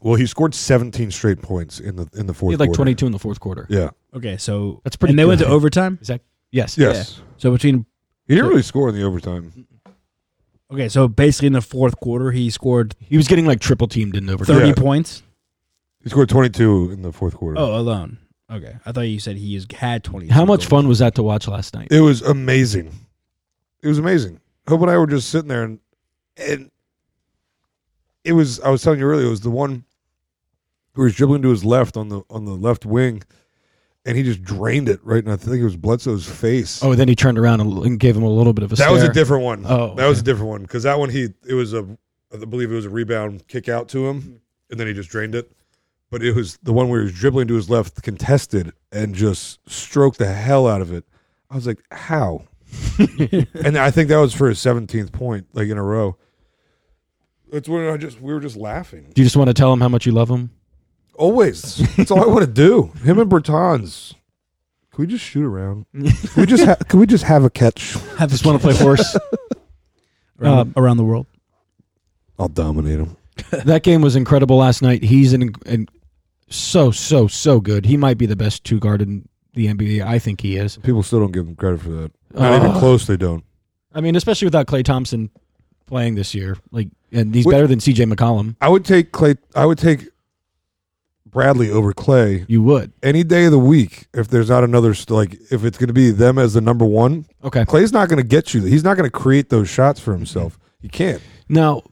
Speaker 4: Well, he scored 17 straight points in the in the fourth.
Speaker 5: He had like
Speaker 4: quarter.
Speaker 5: 22 in the fourth quarter.
Speaker 4: Yeah.
Speaker 3: Okay, so
Speaker 5: That's pretty
Speaker 3: And they went to
Speaker 5: good.
Speaker 3: overtime.
Speaker 5: Is that yes?
Speaker 4: Yes.
Speaker 3: So between
Speaker 4: He didn't really score in the overtime.
Speaker 3: okay, so basically in the fourth quarter he scored
Speaker 5: He was getting like triple teamed in overtime.
Speaker 3: thirty
Speaker 4: Yeah.
Speaker 3: points.
Speaker 4: He scored 22 in the fourth quarter.
Speaker 3: Oh, alone. Okay, I thought you said he has had twenty.
Speaker 5: How much
Speaker 3: goals.
Speaker 5: fun was that to watch last night?
Speaker 4: It was amazing. It was amazing. Hope and I were just sitting there, and and it was. I was telling you earlier, it was the one who was dribbling to his left on the on the left wing, and he just drained it right. And I think it was Bledsoe's face.
Speaker 5: Oh, then he turned around and, and gave him a little bit of a
Speaker 4: that was a
Speaker 5: stare.
Speaker 4: different one.
Speaker 5: Oh,
Speaker 4: that was a
Speaker 5: okay.
Speaker 4: different one because that one he it was a I believe it was a rebound kick out to
Speaker 5: Mm-hmm.
Speaker 4: him, and then he just drained it. But it was the one where he was dribbling to his left, contested, and just stroked the hell out of it. I was like,
Speaker 5: [laughs]
Speaker 4: how? and I think that was for his seventeenth point, like in a row. That's when I just we were just laughing.
Speaker 5: Do you just want to tell him how much you love him?
Speaker 4: Always, that's all I want to do. Him and Bertans. Can we just shoot around? Can we just ha- can we just have a catch?
Speaker 5: I just want to play horse.
Speaker 3: [laughs] around, the- around the world?
Speaker 4: I'll dominate him.
Speaker 5: that game was incredible last night. He's in, in so so so good. He might be the best two guard in the NBA. I think he is.
Speaker 4: People still don't give him credit for that. Not even
Speaker 5: Ugh.
Speaker 4: close. They don't.
Speaker 5: I mean, especially without Clay Thompson playing this year, like, and he's
Speaker 4: Wh-
Speaker 5: better than C.J. McCollum.
Speaker 4: I would take Clay. I would take Bradley over Clay
Speaker 5: You would
Speaker 4: any day of the week if there's not another st- like if it's going to be them as the number one.
Speaker 5: okay.
Speaker 4: Clay's not going to get you. He's not going to create those shots for himself. He can't.
Speaker 5: Now,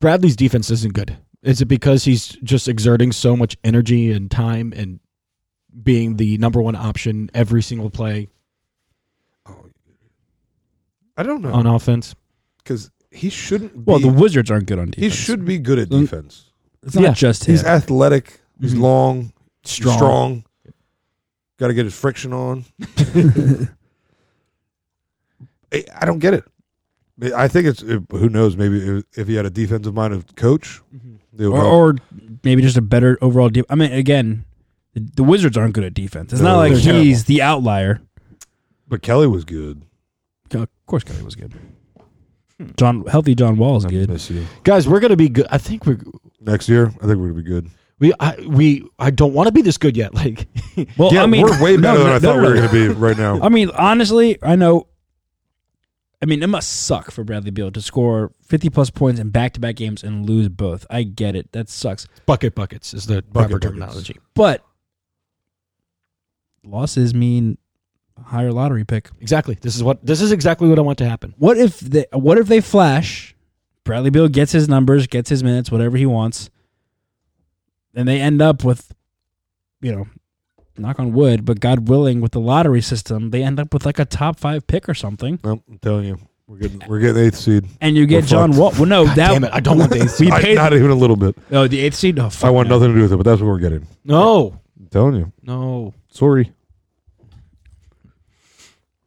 Speaker 5: Bradley's defense isn't good. Is it because he's just exerting so much energy and time and being the number one option every single play
Speaker 4: I don't know
Speaker 5: on offense?
Speaker 4: because he shouldn't. Be,
Speaker 3: Oh, Well, the Wizards aren't good on
Speaker 4: he
Speaker 3: defense.
Speaker 4: should be good at
Speaker 3: Mm.
Speaker 4: defense.
Speaker 3: It's not
Speaker 5: Yeah.
Speaker 3: just him.
Speaker 4: He's athletic. He's
Speaker 5: Mhm.
Speaker 3: Mm-hmm.
Speaker 4: long. Strong.
Speaker 5: Strong.
Speaker 4: strong. Got to get his friction
Speaker 3: [laughs]
Speaker 4: on. I I don't get it. I think it's who knows. Maybe if- if he had a defensive minded coach, they would
Speaker 3: Mm-hmm. or,
Speaker 4: help.
Speaker 3: or maybe just a better overall. De- I mean, again, the, the Wizards aren't good at defense. It's not
Speaker 4: No,
Speaker 3: like
Speaker 4: they're
Speaker 3: he's
Speaker 4: terrible.
Speaker 3: the outlier.
Speaker 4: but Kelly was good.
Speaker 3: Of course, Kelly was good. John, healthy John Wall is good.
Speaker 4: Miss you.
Speaker 5: Guys, we're gonna be good. I think we're
Speaker 4: Next year, I think we're gonna be good.
Speaker 5: we I, we I don't want to be this good yet. [laughs] Like,
Speaker 3: Well,
Speaker 4: yeah,
Speaker 3: I mean,
Speaker 4: we're way
Speaker 3: no,
Speaker 4: better
Speaker 3: no,
Speaker 4: than I
Speaker 3: no,
Speaker 4: thought we
Speaker 3: no,
Speaker 4: were
Speaker 3: no.
Speaker 4: gonna be right now.
Speaker 3: [laughs] I mean, honestly, I know. I mean, it must suck for Bradley Beal to score fifty plus points in back to back games and lose both. I get it. That sucks.
Speaker 5: bucket buckets is the proper
Speaker 4: buckets.
Speaker 5: terminology.
Speaker 3: But losses mean a higher lottery pick.
Speaker 5: Exactly. This is what this is exactly what I want to happen.
Speaker 3: What if they what if they flash? Bradley Beal gets his numbers, gets his minutes, whatever he wants, and they end up with, you know, knock on wood, but God willing, with the lottery system, they end up with like a top five pick or something,
Speaker 4: No, I'm telling you, we're getting we're getting eighth seed.
Speaker 3: and you get
Speaker 4: We're
Speaker 3: John
Speaker 4: fucked.
Speaker 3: Wall. Well,
Speaker 5: [laughs]
Speaker 3: no, that
Speaker 5: Damn it! I don't want these.
Speaker 3: we
Speaker 4: I-
Speaker 3: paid.
Speaker 4: not even a little bit.
Speaker 3: no, the eighth seed. No, fuck
Speaker 4: I want
Speaker 3: no.
Speaker 4: nothing to do with it, but that's what we're getting.
Speaker 5: No,
Speaker 4: I'm telling you.
Speaker 5: no.
Speaker 4: Sorry.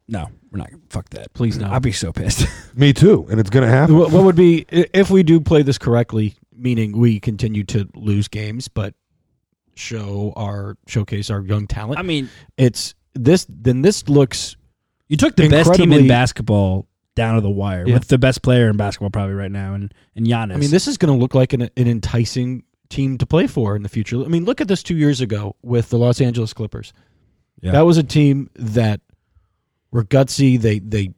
Speaker 3: No, we're not. Fuck that.
Speaker 5: Please no.
Speaker 3: I'd be so [laughs] pissed.
Speaker 4: Me too. And it's gonna happen.
Speaker 5: What, what would be i- if we do play this correctly? Meaning we continue to lose games, but show our showcase our young talent.
Speaker 3: I mean,
Speaker 5: it's this. Then this looks
Speaker 3: you took the [laughs] best team in
Speaker 5: Incredibly-
Speaker 3: basketball down to the wire
Speaker 5: Yeah.
Speaker 3: with the best player in basketball probably right now, and and Giannis.
Speaker 5: I mean, this is going to look like an, an enticing team to play for in the future. I mean, look at this two years ago with the Los Angeles Clippers.
Speaker 3: Yeah.
Speaker 5: That was a team that were gutsy. They they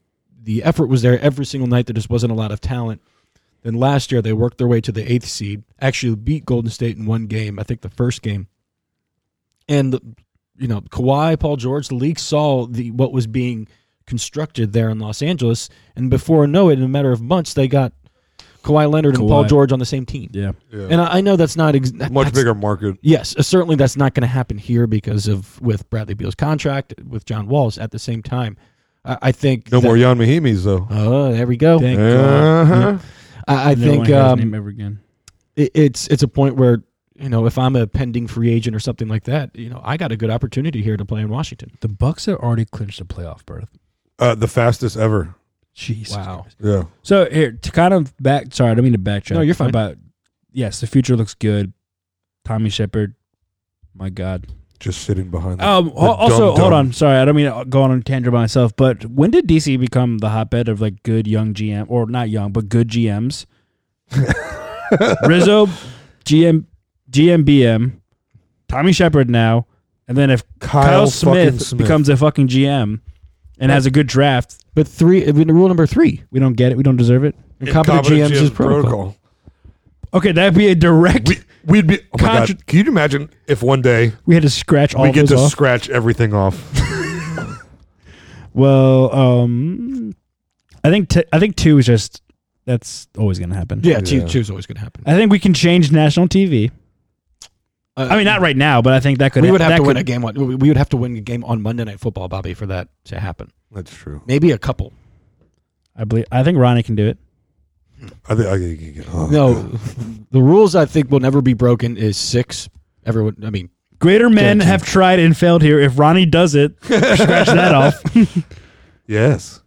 Speaker 5: the effort was there every single night. There just wasn't a lot of talent. Then last year they worked their way to the eighth seed. Actually beat Golden State in one game. I think the first game. And the, you know Kawhi, Paul George, the league saw the what was being constructed there in Los Angeles, and before I know it, in a matter of months, they got Kawhi Leonard and Paul
Speaker 3: Kawhi.
Speaker 5: George on the same team.
Speaker 3: yeah.
Speaker 5: And I, I know that's not ex- that-
Speaker 4: Much
Speaker 5: that's-
Speaker 4: bigger market.
Speaker 5: Yes, uh, certainly that's not going to happen here because of with Bradley Beal's contract with John Walls. At the same time, I, I think
Speaker 4: No
Speaker 5: that-
Speaker 4: more Yan Mahimis though.
Speaker 5: Oh, there we go.
Speaker 3: Thank God.
Speaker 4: Uh-huh.
Speaker 5: I, I
Speaker 3: No one
Speaker 5: think
Speaker 3: hears his
Speaker 5: um,
Speaker 3: name ever again.
Speaker 5: it, it's it's a point where you know, if I'm a pending free agent or something like that, you know, I got a good opportunity here to play in Washington.
Speaker 3: The Bucks have already clinched a playoff berth.
Speaker 4: Uh, the fastest ever.
Speaker 3: Jesus.
Speaker 5: Wow.
Speaker 4: Yeah.
Speaker 3: So here to kind of back. Sorry, I don't mean to backtrack.
Speaker 5: No, you're fine.
Speaker 3: About yes, the future looks good. Tommy Shepard. My God.
Speaker 4: Just sitting behind. the-
Speaker 3: Um.
Speaker 4: the
Speaker 3: al- also,
Speaker 4: dumb
Speaker 3: hold
Speaker 4: dumb.
Speaker 3: on. Sorry, I don't mean to go on a tangent by myself. But when did DC become the hotbed of like good young GM or not young but
Speaker 4: [laughs]
Speaker 3: good GMs? Rizzo, GM, GMBM, Tommy Shepard now, and then if Kyle,
Speaker 4: Kyle fucking
Speaker 3: Smith,
Speaker 4: Smith.
Speaker 3: becomes a fucking GM and has a good draft,
Speaker 5: But three, I mean, rule number three,
Speaker 3: we don't get it. We don't deserve it.
Speaker 5: incompetent, GMs, is protocol.
Speaker 3: Okay, that'd be a direct.
Speaker 4: We, we'd be. Oh my
Speaker 3: Contra-
Speaker 4: God. Can you imagine if one day
Speaker 3: We had to scratch all
Speaker 4: we get
Speaker 3: those
Speaker 4: to
Speaker 3: off.
Speaker 4: scratch everything off?
Speaker 3: well, um, I think t- I think two is just that's always going to happen.
Speaker 5: Yeah, two
Speaker 4: Yeah.
Speaker 5: two's always going to happen.
Speaker 3: I think we can change national TV.
Speaker 5: Uh,
Speaker 3: I mean, not right now, but I think that could.
Speaker 5: we would have
Speaker 3: that
Speaker 5: to win
Speaker 3: could-
Speaker 5: a game on. We we would have to win a game on Monday Night Football, Bobby, for that to happen.
Speaker 4: That's true.
Speaker 5: Maybe a couple.
Speaker 3: I believe. I think Ronnie can do it.
Speaker 4: I think. I think you can. oh,
Speaker 5: No,
Speaker 4: God.
Speaker 5: the rules I think will never be broken is six. Everyone, I mean,
Speaker 3: Greater men
Speaker 5: Guaranteed.
Speaker 3: have tried and failed here. If Ronnie does
Speaker 5: [laughs]
Speaker 3: it, scratch that off.
Speaker 4: Yes.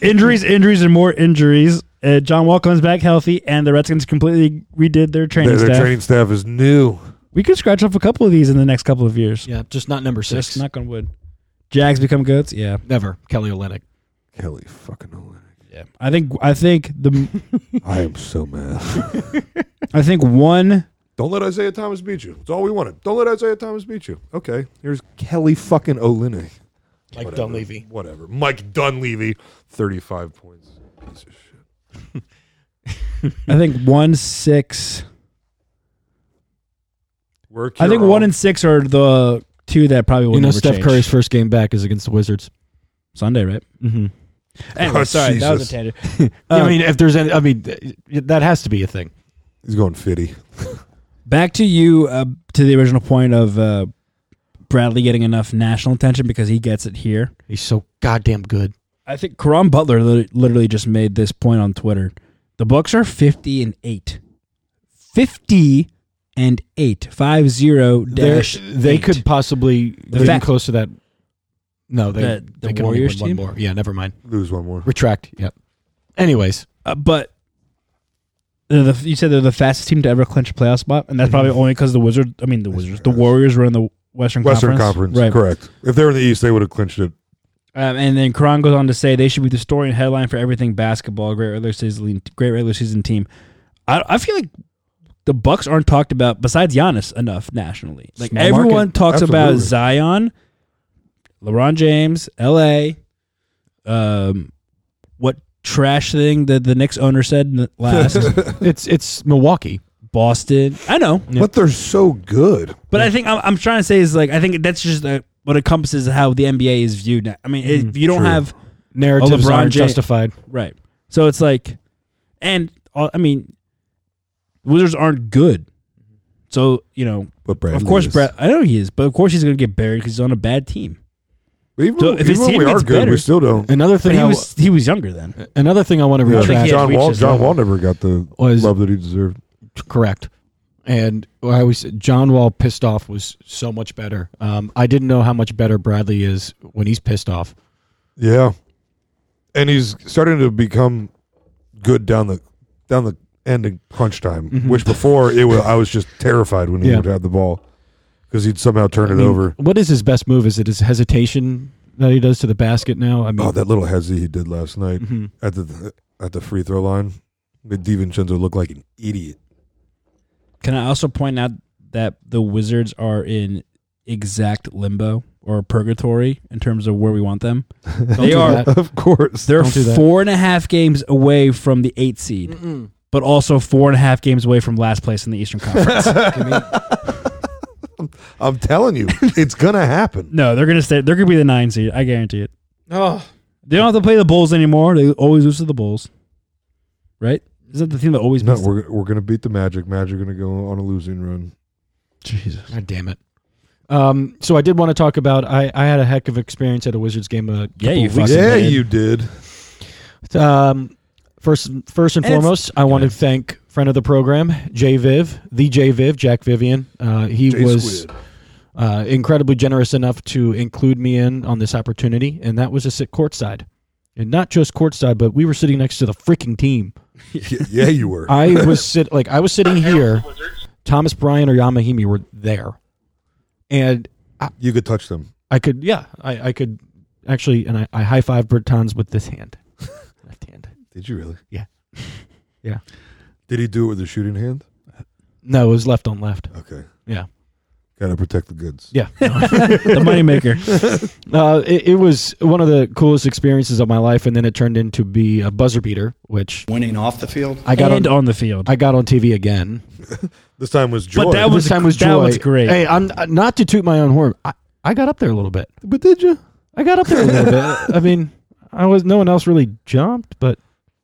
Speaker 3: injuries, injuries, and more injuries. Uh, John Wall comes back healthy, and the Redskins completely redid their training
Speaker 4: Their, their
Speaker 3: staff.
Speaker 4: training staff is new.
Speaker 3: We could scratch off a couple of these in the next couple of years.
Speaker 5: yeah, just not number six.
Speaker 3: Just knock on wood. Jags become goats. Yeah.
Speaker 5: never Kelly Olynyk.
Speaker 4: Kelly fucking Olynyk.
Speaker 3: Yeah. I think I think the
Speaker 4: I am so mad.
Speaker 3: [laughs] I think one
Speaker 4: Don't let Isaiah Thomas beat you. It's all we wanted. Don't let Isaiah Thomas beat you. Okay. Here's Kelly fucking Olynyk.
Speaker 5: Like
Speaker 4: Whatever. Whatever. Mike Dunleavy, 35 points. Piece of shit.
Speaker 3: I think one six
Speaker 4: Work
Speaker 3: I think
Speaker 4: your
Speaker 3: one
Speaker 4: own-
Speaker 3: and six are the two that probably will
Speaker 5: You know,
Speaker 3: never
Speaker 5: Steph
Speaker 3: change.
Speaker 5: Curry's first game back is against the Wizards.
Speaker 3: [laughs] Sunday, right?
Speaker 5: Mm-hmm.
Speaker 3: [laughs] Anyway,
Speaker 4: Oh,
Speaker 3: sorry, that was a
Speaker 4: Jesus.
Speaker 5: [laughs]
Speaker 3: tangent.
Speaker 5: I
Speaker 3: Um,
Speaker 5: mean, if there's any, I mean, th- that has to be a thing.
Speaker 4: He's going fitty.
Speaker 3: Back to you uh, to the original point of uh, Bradley getting enough national attention because he gets it here.
Speaker 5: He's so goddamn good.
Speaker 3: I think Karam Butler li- literally just made this point on Twitter. The Bucks are fifty and eight. Fifty and eight. Five zero
Speaker 5: They're-
Speaker 3: dash.
Speaker 5: They
Speaker 3: eight.
Speaker 5: could possibly
Speaker 3: The
Speaker 5: get
Speaker 3: fact-
Speaker 5: close to that. No, they,
Speaker 3: The- the
Speaker 5: they can only win
Speaker 3: Warriors
Speaker 5: one
Speaker 3: team?
Speaker 5: more. Yeah, never mind.
Speaker 4: Lose one more.
Speaker 5: Retract. Yep. Anyways,
Speaker 3: Uh, but they're the, you said they're the fastest team to ever clinch a playoff spot, and that's
Speaker 4: Mhm.
Speaker 3: probably only because the Wizards. I mean, the Wizards, the Warriors were in the Western,
Speaker 4: Western
Speaker 3: Conference,
Speaker 4: Conference. Correct. If they were in the East, they would have clinched it.
Speaker 3: Um, and then Karan goes on to say they should be the story and headline for everything basketball. Great regular season, great regular season team. I, I feel like the Bucks aren't talked about besides Giannis enough nationally. Like
Speaker 5: Small
Speaker 3: everyone
Speaker 5: market.
Speaker 3: talks about
Speaker 4: Absolutely.
Speaker 3: Zion, LeBron James, L.A. Um, what trash thing that the Knicks owner said n-
Speaker 4: [laughs]
Speaker 3: last?
Speaker 5: [laughs] it's it's Milwaukee.
Speaker 3: Boston. I know,
Speaker 4: But they're so good.
Speaker 3: but I think I'm, I'm trying to say is like I think that's just uh what encompasses how the NBA is viewed. Now. I mean, if you don't
Speaker 4: True.
Speaker 3: have
Speaker 5: Narratives
Speaker 3: LeBron
Speaker 5: aren't
Speaker 3: James-
Speaker 5: justified.
Speaker 3: Mm-hmm. Right. So it's like, and uh, I mean, Wizards aren't good. So you know,
Speaker 4: But Bradley
Speaker 3: of course,
Speaker 4: is.
Speaker 3: Brad. I know he is, but of course he's going to get buried because he's on a bad team.
Speaker 4: But even,
Speaker 3: So if his
Speaker 4: even when
Speaker 3: team
Speaker 4: we are
Speaker 3: gets
Speaker 4: good,
Speaker 3: better-
Speaker 4: we still don't.
Speaker 5: Another
Speaker 3: But Uh,
Speaker 5: thing,
Speaker 3: he
Speaker 5: I,
Speaker 3: was
Speaker 5: was,
Speaker 3: he was younger then.
Speaker 5: another thing I want to
Speaker 3: don't
Speaker 5: retract.
Speaker 3: think he had
Speaker 4: John
Speaker 3: reached
Speaker 4: Wall.
Speaker 3: his
Speaker 4: John
Speaker 3: level.
Speaker 4: Wall never got the
Speaker 5: Was-
Speaker 4: love that he deserved.
Speaker 5: Correct. And I was John Wall pissed off was so much better. Um, I didn't know how much better Bradley is when he's pissed off.
Speaker 4: Yeah, and he's starting to become good down the down the end in crunch time, which before it was I was just terrified when he
Speaker 5: Mm-hmm. Yeah.
Speaker 4: would have the ball because he'd somehow turn it
Speaker 5: I mean,
Speaker 4: over.
Speaker 5: What is his best move? Is it his hesitation that he does to the basket now? I mean,
Speaker 4: Oh, that little hezzy he did last night
Speaker 5: Mhm.
Speaker 4: at the at the free throw line made Divincenzo look like an idiot.
Speaker 5: [laughs]
Speaker 3: Can I also point out that the Wizards are in exact limbo or purgatory in terms of where we want [laughs] them? they
Speaker 5: do
Speaker 3: are.
Speaker 5: that.
Speaker 4: Of course,
Speaker 3: They're
Speaker 5: Don't do that.
Speaker 3: four and a half games away from the eight seed, but also four and a half games away from last place in the Eastern Conference.
Speaker 4: I'm telling
Speaker 5: [laughs]
Speaker 4: you, it's gonna happen.
Speaker 3: No, they're gonna stay. They're gonna be the nine seed. I guarantee it. They don't have to play the Bulls anymore. They always lose to the Bulls, right? Isn't that the team that always?
Speaker 4: No,
Speaker 3: beats-
Speaker 4: we're we're gonna beat the Magic. Magic are gonna go on a losing run.
Speaker 3: Jesus.
Speaker 5: God damn it. Um, so I did want to talk about. I, I had a heck of experience at a Wizards game. A
Speaker 3: Yeah,
Speaker 5: couple
Speaker 3: you
Speaker 5: of weeks
Speaker 3: fucking
Speaker 4: Yeah,
Speaker 3: did.
Speaker 4: you did.
Speaker 5: Um, First, first and,
Speaker 3: And it's-
Speaker 5: foremost, I want to thank friend of the program, Jay Viv, the Jay Viv, Jack Vivian. Uh, he
Speaker 4: Jay
Speaker 5: was
Speaker 4: Squid.
Speaker 5: uh, incredibly generous enough to include me in on this opportunity, and that was to sit courtside, and not just courtside, but we were sitting next to the freaking team. [laughs]
Speaker 4: Yeah, yeah, you were.
Speaker 5: I was sit like I was sitting here. Thomas Bryan or Yamahimi were there, and
Speaker 4: you could touch them.
Speaker 5: I could, yeah, I, I could actually, and I, I high five Bertans with this hand, [laughs] left hand.
Speaker 4: Did you really? [laughs]
Speaker 5: Yeah. Yeah.
Speaker 4: Did he do it with the shooting hand?
Speaker 5: No, it was left on left.
Speaker 4: Okay.
Speaker 5: Yeah,
Speaker 4: Gotta protect the goods.
Speaker 3: [laughs]
Speaker 5: yeah.
Speaker 3: the moneymaker.
Speaker 5: Uh, it, it was one of the coolest experiences of my life, and then it turned into be a buzzer beater, which
Speaker 6: Winning off the field?
Speaker 5: I got
Speaker 3: and
Speaker 5: on.
Speaker 3: on the field.
Speaker 5: I got on TV again.
Speaker 4: This time was joy.
Speaker 3: that was-
Speaker 5: this time was
Speaker 3: that
Speaker 5: joy.
Speaker 3: was great.
Speaker 5: Hey, I'm uh, not to toot my own horn. I, I got up there a little bit.
Speaker 4: but did you?
Speaker 5: I got up there a little bit. I mean, I was no one else really jumped, but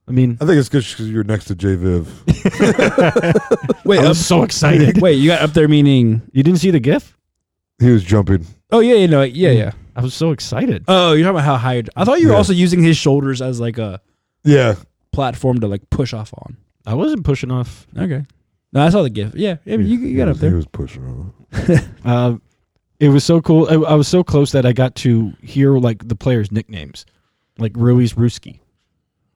Speaker 5: I mean,
Speaker 4: I think it's good because you're next to J Viv.
Speaker 3: [laughs]
Speaker 6: Uh,
Speaker 3: wait,
Speaker 5: I was
Speaker 3: [laughs]
Speaker 5: so excited.
Speaker 3: wait, you got up there meaning?
Speaker 5: You didn't see the GIF?
Speaker 4: he was jumping.
Speaker 3: Oh yeah, you know, yeah, yeah.
Speaker 5: I was so excited.
Speaker 3: Oh, you're talking about how high? I thought you were
Speaker 4: Yeah.
Speaker 3: also using his shoulders as like a
Speaker 4: Yeah.
Speaker 3: platform to like push off on.
Speaker 5: I wasn't pushing off.
Speaker 3: Okay. No, I saw the gif. Yeah, yeah, you, you got
Speaker 4: He
Speaker 3: up
Speaker 4: was- He
Speaker 3: there.
Speaker 4: was pushing. on.
Speaker 5: Uh, it was so cool. I, I was so close that I got to hear like the players' nicknames, like Ruiz Ruski.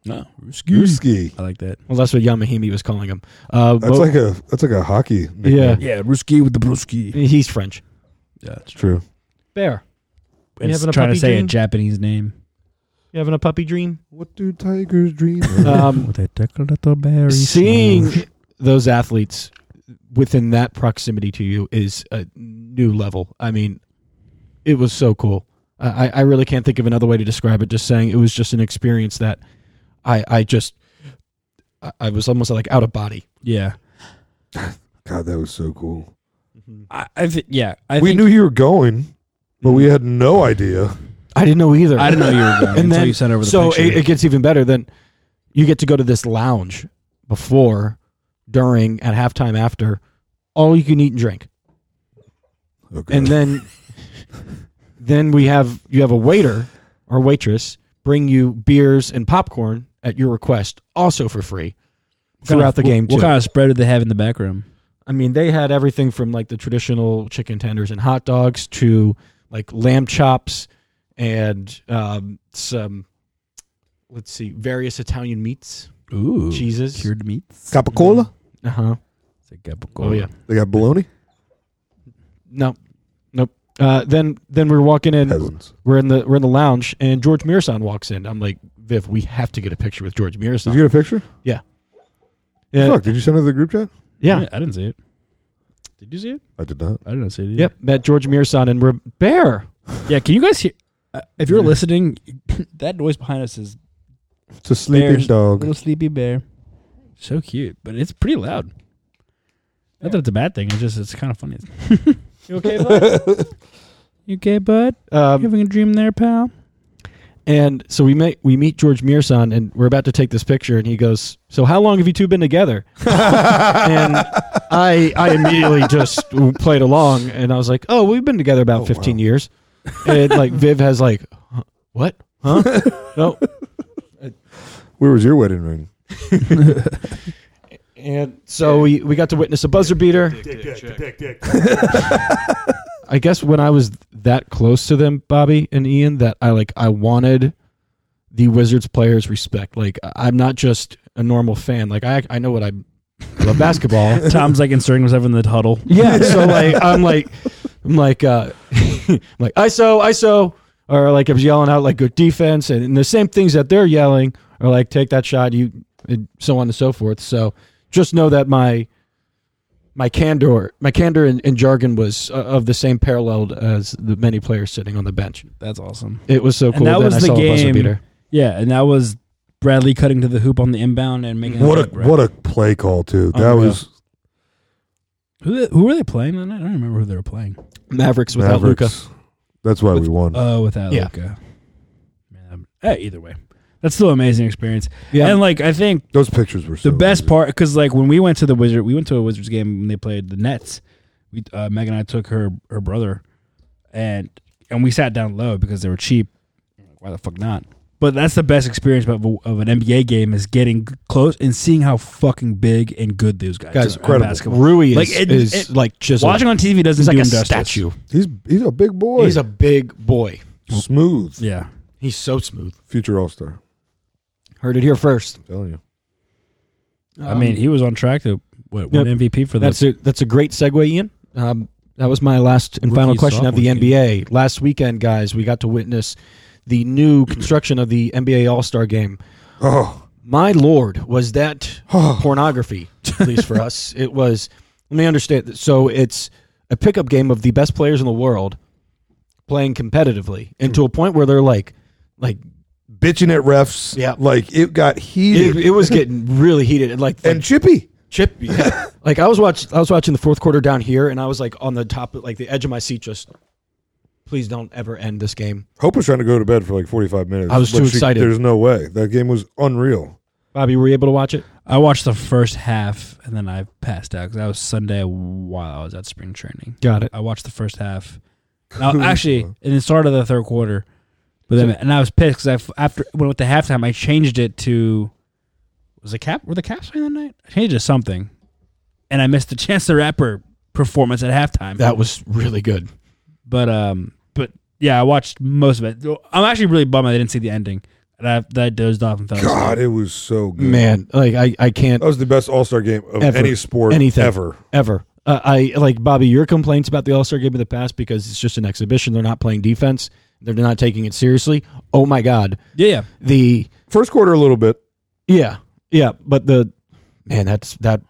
Speaker 3: No, excuse.
Speaker 4: Ruski.
Speaker 3: I like that.
Speaker 5: Well, that's what Yamahimi was calling him. Uh,
Speaker 4: That's
Speaker 5: but-
Speaker 4: like a that's like a hockey. Nickname.
Speaker 5: yeah,
Speaker 3: Yeah, Ruski with the Bruski.
Speaker 5: he's French.
Speaker 3: Yeah,
Speaker 4: It's true.
Speaker 5: Bear, You
Speaker 3: it's
Speaker 5: having a
Speaker 3: trying to
Speaker 5: puppy
Speaker 3: say a
Speaker 5: dream?
Speaker 3: Japanese name.
Speaker 5: you having a puppy dream?
Speaker 4: What do tigers dream?
Speaker 3: [laughs]
Speaker 4: of?
Speaker 5: Um,
Speaker 3: a little berry.
Speaker 5: seeing those athletes within that proximity to you is a new level. I mean, it was so cool. I, I- I really can't think of another way to describe it. Just saying it was just an experience that I, I just, I, I was almost like out of body.
Speaker 3: Yeah,
Speaker 4: God, that was so cool.
Speaker 3: I, I thi- yeah, I
Speaker 4: we
Speaker 3: think, Mm.
Speaker 4: knew you were going, but we had no idea.
Speaker 5: I didn't know either.
Speaker 3: I didn't know you were going
Speaker 5: and
Speaker 3: until
Speaker 5: then
Speaker 3: you sent over the
Speaker 5: so
Speaker 3: picture.
Speaker 5: It, it gets even better. Then you get to go to this lounge before, during, at halftime, after, all you can eat and drink,
Speaker 4: Okay.
Speaker 5: and then then we have you have a waiter or waitress bring you beers and popcorn at your request, also for free
Speaker 3: Kind of-
Speaker 5: throughout the game
Speaker 3: What,
Speaker 5: too.
Speaker 3: what kind of spread did they have in the back room?
Speaker 5: I mean, they had everything from like the traditional chicken tenders and hot dogs to like lamb chops and um, some, let's see, various Italian meats,
Speaker 3: Ooh,
Speaker 5: cheeses.
Speaker 3: cured meats.
Speaker 4: Capicola.
Speaker 3: Mm.
Speaker 5: Uh huh.
Speaker 3: It's like a-
Speaker 5: Oh yeah.
Speaker 4: They got bologna.
Speaker 5: No. Nope. Uh, then then we we're walking in.
Speaker 4: Peasants.
Speaker 5: We're in the we're in the lounge, and George Mirasan walks in. I'm like, Viv, we have to get a picture with George
Speaker 4: Did
Speaker 5: Mirasan.
Speaker 4: you get a picture?
Speaker 5: yeah.
Speaker 3: Uh,
Speaker 5: Yeah.
Speaker 4: Fuck. Did you send it to the group chat?
Speaker 5: Yeah.
Speaker 3: I didn't see it. Did you see it?
Speaker 4: I did not.
Speaker 3: I didn't see it. Either.
Speaker 5: Yep. Met George Mirasan, and we're bear.
Speaker 3: Yeah. Can you guys hear? Uh, if you're listening, [laughs] that noise behind us is
Speaker 4: It's a sleeping
Speaker 3: Bears.
Speaker 4: dog.
Speaker 3: little sleepy bear. So cute, but it's pretty loud. Not that it's a bad thing. It's just it's kind of funny. you okay, bud? you okay, bud?
Speaker 5: [laughs] Um,
Speaker 3: having a dream there, pal?
Speaker 5: And so we meet we meet George Mierson, and we're about to take this picture, and he goes, "So how long have you two been [laughs] together?" and I I immediately just played along, and I was like, "Oh, we've been together about fifteen years." And like Viv has like, "Huh? "What? [laughs] Huh? no."
Speaker 4: Where was your wedding ring?
Speaker 5: And so we we got to witness a buzzer beater. [laughs] I guess when I was that close to them, Bobby and Ian, that I like I wanted the Wizards players respect. Like I- I'm not just a normal fan. Like I I know what I love basketball.
Speaker 3: Tom's like inserting himself in the huddle.
Speaker 5: yeah. So like I'm like I'm like uh [laughs] I'm like ISO ISO or like I was yelling out like good defense and, and the same things that they're yelling are like take that shot you and so on and so forth. So just know that my my candor, my candor and, and jargon was uh, of the same parallel as the many players sitting on the bench.
Speaker 3: That's awesome.
Speaker 5: It was so
Speaker 3: And
Speaker 5: cool.
Speaker 3: that
Speaker 5: Then
Speaker 3: was
Speaker 5: I
Speaker 3: the
Speaker 5: saw a buzzer
Speaker 3: game.
Speaker 5: beater.
Speaker 3: Yeah, and that was Bradley cutting to the hoop on the inbound and making
Speaker 4: What
Speaker 3: a
Speaker 4: a what a play call too.
Speaker 5: Oh,
Speaker 4: That
Speaker 3: Unreal.
Speaker 4: was
Speaker 3: who who were they playing? that night? I don't remember who they were playing.
Speaker 5: Mavericks without uh, Luca.
Speaker 4: Mavericks. That's why we won.
Speaker 3: Oh, without
Speaker 5: Yeah.
Speaker 3: Luca. Man, I'm- eh, either way, that's still an amazing experience.
Speaker 5: Yeah.
Speaker 3: and like I think
Speaker 4: Those pictures were so
Speaker 3: the best
Speaker 4: amazing.
Speaker 3: part because like when we went to the wizard we went to a wizards game when they played the nets we uh, megan and i took her her brother and and we sat down low because they were cheap why the fuck not But that's the best experience of, a- of an NBA game is getting g- close and seeing how fucking big and good those guys,
Speaker 5: Guys,
Speaker 3: are. in
Speaker 4: incredible.
Speaker 3: basketball.
Speaker 5: Rui is
Speaker 3: Like,
Speaker 5: like,
Speaker 3: it-
Speaker 5: is
Speaker 3: it-
Speaker 5: like chiseled.
Speaker 3: Watching on TV doesn't
Speaker 5: He's
Speaker 3: do
Speaker 5: like a
Speaker 3: him justice.
Speaker 5: statue.
Speaker 4: He's he's a big boy.
Speaker 5: He's a big boy.
Speaker 4: smooth
Speaker 3: Yeah.
Speaker 5: He's so smooth.
Speaker 4: future all star.
Speaker 5: Heard it here first.
Speaker 4: I'm telling you.
Speaker 3: I mean, he was on track to what, win
Speaker 5: Yep.
Speaker 3: MVP for
Speaker 5: That's
Speaker 3: this.
Speaker 5: a that's a great segue, Ian. Um, that was my last and
Speaker 3: Rookie
Speaker 5: final question of the
Speaker 3: sophomore game.
Speaker 5: NBA. Last weekend, guys, we got to witness
Speaker 3: [clears throat]
Speaker 5: the new construction of the NBA All Star Game.
Speaker 4: Oh,
Speaker 5: My lord,
Speaker 3: [sighs]
Speaker 5: was that
Speaker 3: Oh.
Speaker 5: pornography? At least
Speaker 3: [laughs]
Speaker 5: for us, it was. Let me understand. that. So it's a pickup game of the best players in the world playing competitively, and to a point where they're like, like
Speaker 4: bitching at refs.
Speaker 5: Yeah.
Speaker 4: like it got
Speaker 5: it,
Speaker 4: heated
Speaker 3: [laughs]
Speaker 5: it was getting really heated. and, Like, like
Speaker 4: and chippy.
Speaker 5: Chip, yeah. [laughs] like I was watch, I was watching the fourth quarter down here, and I was like on the top, like the edge of my seat, just please don't ever end this game.
Speaker 4: Hope was trying to go to bed for like 45 minutes.
Speaker 5: I was
Speaker 4: but
Speaker 5: too
Speaker 4: she-
Speaker 5: excited.
Speaker 4: There's no way. That game was unreal.
Speaker 5: Bobby, were you able to watch it?
Speaker 3: I watched the first half and then I passed out because that was Sunday while I was at spring training.
Speaker 5: Got it.
Speaker 3: I watched the first half.
Speaker 5: [laughs]
Speaker 3: Now, actually, in the start of the third quarter, but then and I was pissed because after when with the halftime, I changed it to was the cap were the Caps playing that night? I changed it to something, and I missed the [laughs] Chance the Rapper performance at halftime.
Speaker 5: That was really good.
Speaker 3: but um, but yeah, I watched most of it. I'm actually really bummed I didn't see the ending. And I, that I dozed off and fell asleep.
Speaker 4: God, it was so good.
Speaker 5: Man, like I, I can't
Speaker 4: That was the best All Star game of
Speaker 5: Ever.
Speaker 4: Oh, any sport
Speaker 5: Anything.
Speaker 4: ever.
Speaker 5: ever. Uh, I like Bobby. Your complaints about the All Star Game in the past because it's just an exhibition. They're not playing defense. They're not taking it seriously. Oh my God.
Speaker 3: Yeah, yeah.
Speaker 5: The
Speaker 4: First quarter, a little bit.
Speaker 5: Yeah, yeah, but the man that's that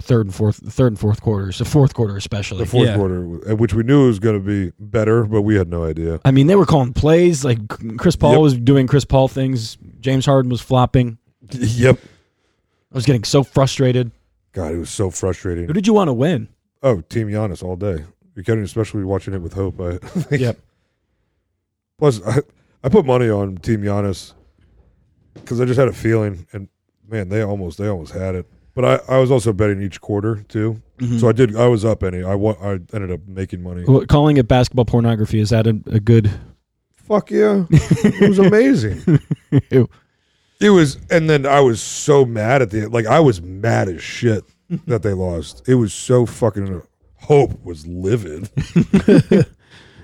Speaker 5: third and fourth, third and fourth quarters, the fourth quarter especially.
Speaker 4: The fourth
Speaker 3: Yeah.
Speaker 4: quarter, uh, which we knew was going to be better, but we had no
Speaker 5: [laughs]
Speaker 4: idea.
Speaker 5: I mean, they were calling plays like Chris Paul
Speaker 4: Yep.
Speaker 5: was doing Chris Paul things. James Harden was flopping.
Speaker 4: yep.
Speaker 5: I was getting so frustrated.
Speaker 4: God, it was so frustrating.
Speaker 5: Who did you want to win?
Speaker 4: Oh, Team Giannis all day. You kidding? Especially watching it with Hope. I, [laughs] like-
Speaker 5: [laughs] Yep.
Speaker 4: Plus, I, I put money on Team Giannis because I just had a feeling, and man, they almost they almost had it. But I, I was also betting each quarter too, so I did. I was up any. I wa- I ended up making money.
Speaker 5: Well, calling it basketball pornography is that a, a good?
Speaker 4: Fuck yeah, it was amazing.
Speaker 5: Ew.
Speaker 4: It was, and then I was so mad at the like I was mad as shit that they lost. It was so fucking. uh, Hope was livid. [laughs]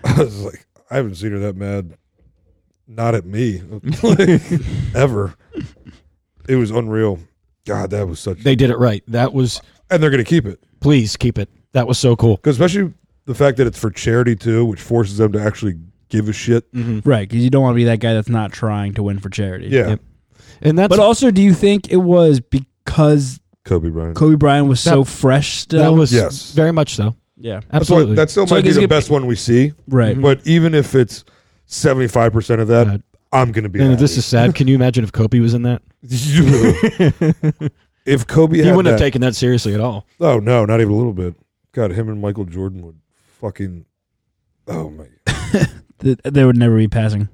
Speaker 4: I was like, I haven't seen her that mad. Not at me, [laughs] like, ever. It was unreal. God, that was such.
Speaker 5: They did it right. That was
Speaker 4: and they're gonna keep it
Speaker 5: please keep it. That was so cool.
Speaker 4: because especially the fact that it's for charity too, which forces them to actually give a shit.
Speaker 3: right. Because you don't want to be that guy that's not trying to win for charity.
Speaker 4: Yeah,
Speaker 5: Yep. And that's
Speaker 3: But also, do you think it was because
Speaker 4: Kobe Bryant.
Speaker 3: Kobe Bryant was so
Speaker 5: That-
Speaker 3: fresh still?
Speaker 5: that was
Speaker 4: Yes.
Speaker 5: very much so.
Speaker 3: yeah,
Speaker 4: That's why
Speaker 5: Absolutely.
Speaker 4: that still
Speaker 3: So
Speaker 4: might be
Speaker 3: he's
Speaker 4: the
Speaker 3: gonna-
Speaker 4: best one we see.
Speaker 3: right.
Speaker 5: Mm-hmm.
Speaker 4: But even if it's seventy five percent of that,
Speaker 5: Right.
Speaker 4: I'm gonna be.
Speaker 5: and
Speaker 4: happy.
Speaker 5: this is sad. Can you imagine if Kobe was in [laughs] that?
Speaker 4: [laughs] if Kobe
Speaker 5: He
Speaker 4: had
Speaker 5: wouldn't
Speaker 4: that,
Speaker 5: have taken that seriously at all.
Speaker 4: Oh no, not even a little bit. God, him and Michael Jordan would fucking. Oh my.
Speaker 3: Th- they would never be passing.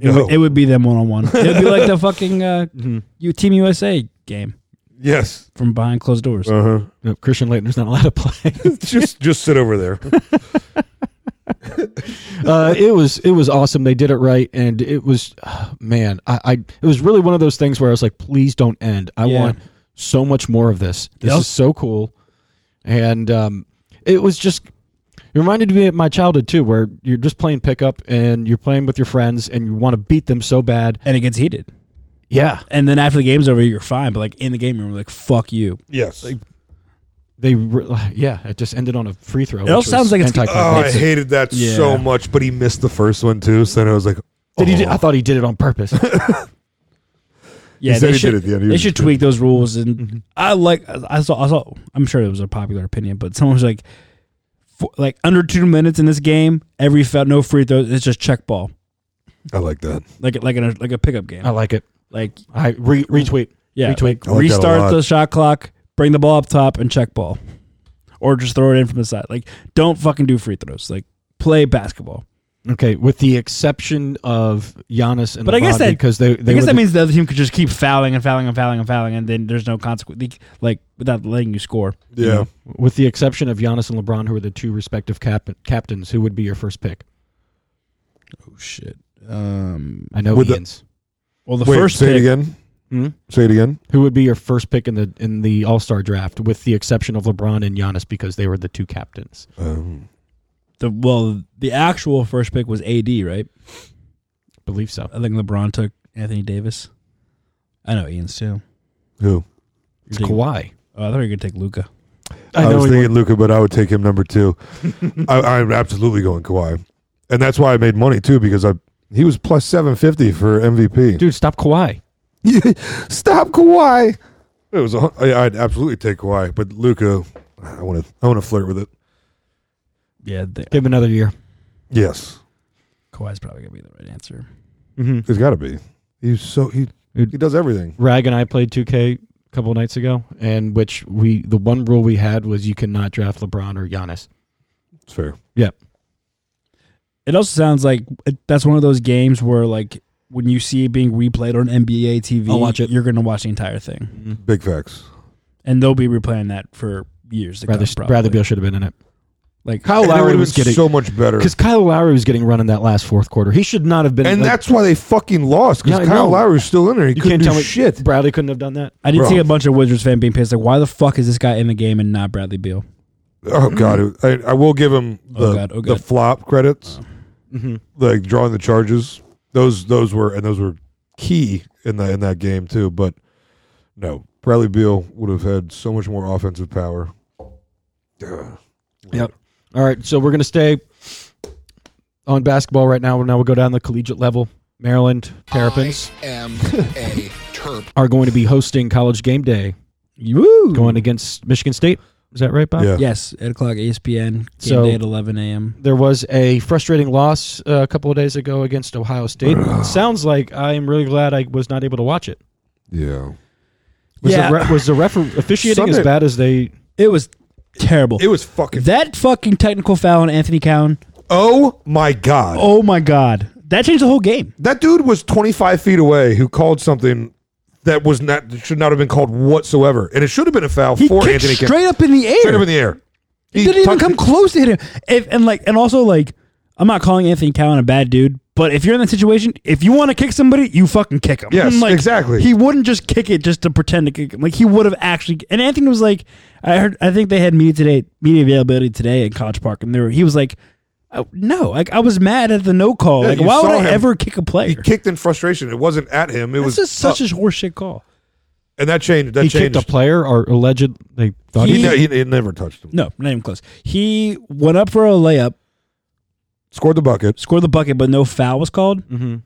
Speaker 3: It,
Speaker 4: No.
Speaker 3: would, it would be them one on one. It would be like the
Speaker 4: [laughs]
Speaker 3: fucking uh,
Speaker 4: Mm-hmm.
Speaker 3: U- Team USA game
Speaker 4: yes.
Speaker 3: from behind closed doors.
Speaker 4: Uh huh.
Speaker 5: No, Christian Leitner's not allowed to play.
Speaker 4: just just sit over
Speaker 5: [laughs]
Speaker 4: there.
Speaker 5: uh, it was it was awesome. They did it right, and it was [sighs] ah, man. I, I it was really one of those things where I was like, please don't end. I
Speaker 3: Yeah.
Speaker 5: want so much more of this. This
Speaker 3: Yep.
Speaker 5: is so cool, and um, it was just it reminded me of my childhood too, where you're just playing pickup and you're playing with your friends and you want to beat them so bad.
Speaker 3: And it gets heated.
Speaker 5: Yeah,
Speaker 3: And then after the game's over, you're fine. But like in the game room, like fuck you.
Speaker 4: Yes.
Speaker 5: they re- [sighs] yeah. It just ended on a free throw.
Speaker 3: It all
Speaker 5: which was
Speaker 3: sounds like it's-
Speaker 4: oh, I
Speaker 5: anticlimactic.
Speaker 4: hated that
Speaker 3: Yeah.
Speaker 4: so much. But he missed the first one too. So then I was like,
Speaker 5: Did he do-
Speaker 4: oh.
Speaker 5: I thought he did it on purpose.
Speaker 3: Yeah,
Speaker 4: said
Speaker 3: they
Speaker 4: he did
Speaker 3: should,
Speaker 4: at the end. He
Speaker 3: they
Speaker 4: was Mm-hmm.
Speaker 3: should
Speaker 4: good.
Speaker 3: tweak those rules. And I like. I saw. I saw. I'm sure it was a popular opinion, but someone was like, for, like under two minutes in this game, every foul, no free throws. It's just check ball,
Speaker 4: I like that.
Speaker 3: like like in a, like a pickup game.
Speaker 4: Oh.
Speaker 5: I like it.
Speaker 3: like
Speaker 5: I re- retweet.
Speaker 3: Yeah,
Speaker 5: Retweet.
Speaker 4: I like that a lot.
Speaker 3: restart the shot clock, bring the ball up top, and check ball, or just throw it in from the side. Like, don't fucking do free throws. Like, play basketball.
Speaker 5: Okay, with the exception of Giannis and
Speaker 3: But I guess
Speaker 5: LeBron,
Speaker 3: that-
Speaker 5: because they, they
Speaker 3: I
Speaker 5: were
Speaker 3: guess that
Speaker 5: the-
Speaker 3: means the other team could just keep fouling and fouling and fouling and fouling, and then there's no consequence. Like without letting you score.
Speaker 4: Yeah.
Speaker 5: with the exception of Giannis and LeBron, who are the two respective cap- captains, who would be your first pick?
Speaker 3: Oh shit. Um,
Speaker 5: I know
Speaker 4: Would the-
Speaker 5: Ian's.
Speaker 3: Well, the
Speaker 4: Wait,
Speaker 3: first
Speaker 4: say
Speaker 3: pick,
Speaker 4: it again.
Speaker 5: Hmm?
Speaker 4: Say it again.
Speaker 5: Who would be your first pick in the in the All Star draft, with the exception of LeBron and Giannis because they were the two captains?
Speaker 4: Um,
Speaker 3: the well, the actual first pick was AD, right?
Speaker 5: I believe so.
Speaker 3: I think LeBron took Anthony Davis. I know Ian's too.
Speaker 4: who?
Speaker 5: It's
Speaker 3: Dig-
Speaker 5: Kawhi.
Speaker 3: Oh, I thought you were gonna take Luca.
Speaker 4: I, was
Speaker 5: he
Speaker 4: thinking Luca, but I would take him number [laughs] two. I, I'm absolutely going Kawhi, and that's why I made money too because I he was plus seven fifty for MVP.
Speaker 5: dude, stop Kawhi.
Speaker 4: [laughs] Stop Kawhi. It was. A, I, I'd absolutely take Kawhi, but Luca, I want to. I want to flirt with it.
Speaker 3: Yeah, the,
Speaker 5: Give him another year.
Speaker 4: Yes,
Speaker 3: Kawhi's probably gonna be the right answer.
Speaker 5: Mm-hmm.
Speaker 4: it's got to be. He's so he he does everything.
Speaker 5: Rag and I played 2K a couple nights ago, and which we the one rule we had was you cannot draft LeBron or Giannis.
Speaker 4: It's fair.
Speaker 5: Yep.
Speaker 3: It also sounds like it, that's one of those games where like when you see it being replayed on NBA TV,
Speaker 5: I'll watch it. Mm-hmm.
Speaker 3: you're gonna watch the entire thing,
Speaker 4: Big facts.
Speaker 3: and they'll be replaying that for years. To
Speaker 5: Rather,
Speaker 3: come, Uh, probably.
Speaker 5: Rather Beal should have been in it
Speaker 3: like
Speaker 5: Kyle
Speaker 4: And it
Speaker 5: Lowry
Speaker 4: would've
Speaker 5: was
Speaker 4: been
Speaker 5: getting-
Speaker 4: so much better.
Speaker 5: because Kyle Lowry was getting run in that last fourth quarter. He should not have been.
Speaker 4: And
Speaker 5: like,
Speaker 4: that's why they fucking lost because
Speaker 5: Yeah, I
Speaker 4: Kyle
Speaker 5: know.
Speaker 4: Lowry's still in there. He
Speaker 5: you
Speaker 4: couldn't
Speaker 5: can't
Speaker 4: do
Speaker 5: tell me
Speaker 4: shit.
Speaker 5: Bradley couldn't have done that.
Speaker 3: [laughs] I did
Speaker 4: Bro.
Speaker 3: see a bunch of Wizards fan being pissed. Like, why the fuck is this guy in the game and not Bradley Beal?
Speaker 4: Oh god, it- I, I will give him the,
Speaker 3: Mm-hmm. Oh, God. Oh,
Speaker 4: the
Speaker 3: God. Oh.
Speaker 4: flop credits, like drawing the charges. Those those were and those were key in that in that game too. But no, Bradley Beal would have had so much more offensive power. Ugh.
Speaker 5: Yep. All right, so we're gonna stay on basketball right now. Now we'll go down the collegiate level. Maryland Terrapins
Speaker 6: am a terp.
Speaker 5: [laughs] are going to be hosting College Game Day,
Speaker 3: Woo!
Speaker 5: going against Michigan State. Is that
Speaker 3: Oh,
Speaker 5: right, Bob?
Speaker 4: Yeah.
Speaker 3: Yes, eight o'clock E ESPN. Game
Speaker 5: So-
Speaker 3: day at eleven a.m.
Speaker 5: There was a frustrating loss uh, a couple of days ago against
Speaker 4: [sighs]
Speaker 5: Ohio State. It sounds like I am really glad I was not able to watch it.
Speaker 4: Yeah.
Speaker 5: Was
Speaker 3: Yeah.
Speaker 5: the re- was
Speaker 4: [sighs]
Speaker 5: the refer- officiating as
Speaker 4: Sunday-
Speaker 5: bad as they?
Speaker 3: It was terrible.
Speaker 4: It was fucking
Speaker 3: that fucking technical foul on Anthony Cowan.
Speaker 4: Oh my god.
Speaker 3: Oh my god, that changed the whole game.
Speaker 4: That dude was 25 feet away who called something that was not that should not have been called whatsoever. And it should have been a foul
Speaker 3: He
Speaker 4: for
Speaker 3: kicked
Speaker 4: Anthony Kim-
Speaker 3: straight up in the air.
Speaker 4: straight up in the air. He
Speaker 3: didn't even
Speaker 4: tucked
Speaker 3: come
Speaker 4: it-
Speaker 3: close to hit him. If, and like, and also like, I'm not calling Anthony Cowan a bad dude, but if you're in that situation, if you want to kick somebody, you fucking kick him.
Speaker 4: Yes,
Speaker 3: [laughs] like,
Speaker 4: exactly.
Speaker 3: He wouldn't just kick it just to pretend to kick him. Like he would have actually. And Anthony was like, I heard, I think they had media today, media availability today at College Park, and there he was like, oh, no, like I was mad at the no call.
Speaker 4: Yeah,
Speaker 3: like
Speaker 4: you
Speaker 3: why would
Speaker 4: saw
Speaker 3: I
Speaker 4: him.
Speaker 3: ever kick a player?
Speaker 4: He kicked in frustration. It wasn't at him. It
Speaker 3: That's
Speaker 4: was
Speaker 3: just such
Speaker 4: up.
Speaker 3: a horseshit call.
Speaker 4: and that changed. That
Speaker 5: he
Speaker 4: changed.
Speaker 5: kicked a player or alleged they thought
Speaker 4: he,
Speaker 5: he,
Speaker 4: ne- he- he never touched him.
Speaker 3: No, not even close. He went up for a layup,
Speaker 4: Scored the bucket.
Speaker 3: scored the bucket, but no foul was called.
Speaker 4: Mm-hmm.
Speaker 5: Mhm.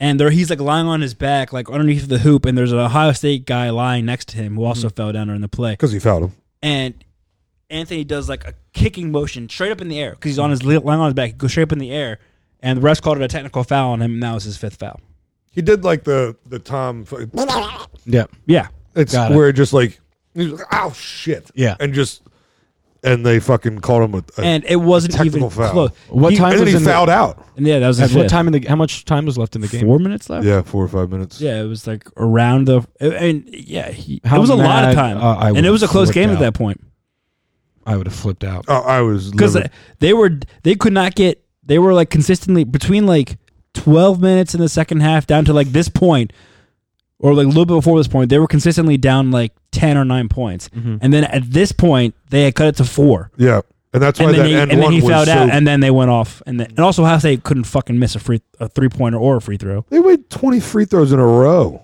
Speaker 3: and there he's like lying on his back, like underneath the hoop, and there's an Ohio State guy lying next to him who
Speaker 4: Mm-hmm.
Speaker 3: also fell down during the play.
Speaker 4: Because he fouled him.
Speaker 3: And Anthony does like a kicking motion straight up in the air because he's on his lying on his back, he goes straight up in the air, and the refs called it a technical foul on him. And that was his fifth foul.
Speaker 4: He did like the the Tom. fu-
Speaker 5: Yeah.
Speaker 3: Yeah,
Speaker 4: It's
Speaker 5: Got it.
Speaker 4: where it just like he was like, oh shit.
Speaker 5: Yeah.
Speaker 4: and just and they fucking called him a, a
Speaker 3: and it wasn't
Speaker 4: technical
Speaker 3: even
Speaker 4: foul.
Speaker 3: close.
Speaker 5: What
Speaker 3: He-
Speaker 5: time
Speaker 4: and then
Speaker 5: was
Speaker 4: he
Speaker 5: in the-
Speaker 4: fouled out.
Speaker 3: And yeah, that was
Speaker 5: At
Speaker 3: his
Speaker 5: what
Speaker 3: fifth.
Speaker 5: time in the? How much time was left in the game?
Speaker 3: Four minutes left.
Speaker 4: Yeah, four or five minutes.
Speaker 3: Yeah, it was like around the and yeah, he,
Speaker 5: How
Speaker 3: it was a lot of
Speaker 5: mad
Speaker 3: time,
Speaker 5: I- I
Speaker 3: and it was a close
Speaker 5: flipped
Speaker 3: game at
Speaker 5: out.
Speaker 3: that point.
Speaker 5: I would have flipped out.
Speaker 4: Oh, I was
Speaker 3: because
Speaker 4: livid.
Speaker 3: they were they could not get they were like consistently between like 12 minutes in the second half down to like this point or like a little bit before this point they were consistently down like 10 or 9 points
Speaker 4: Mm-hmm.
Speaker 3: and then at this point they had cut it to 4
Speaker 4: yeah, and that's why
Speaker 3: and
Speaker 4: that
Speaker 3: then, he,
Speaker 4: end
Speaker 3: and then
Speaker 4: one
Speaker 3: he
Speaker 4: was
Speaker 3: fouled
Speaker 4: so.
Speaker 3: out and then they went off and then, and also Ohio State couldn't fucking miss a free a three pointer or a free throw it
Speaker 4: they made twenty free throws in a row.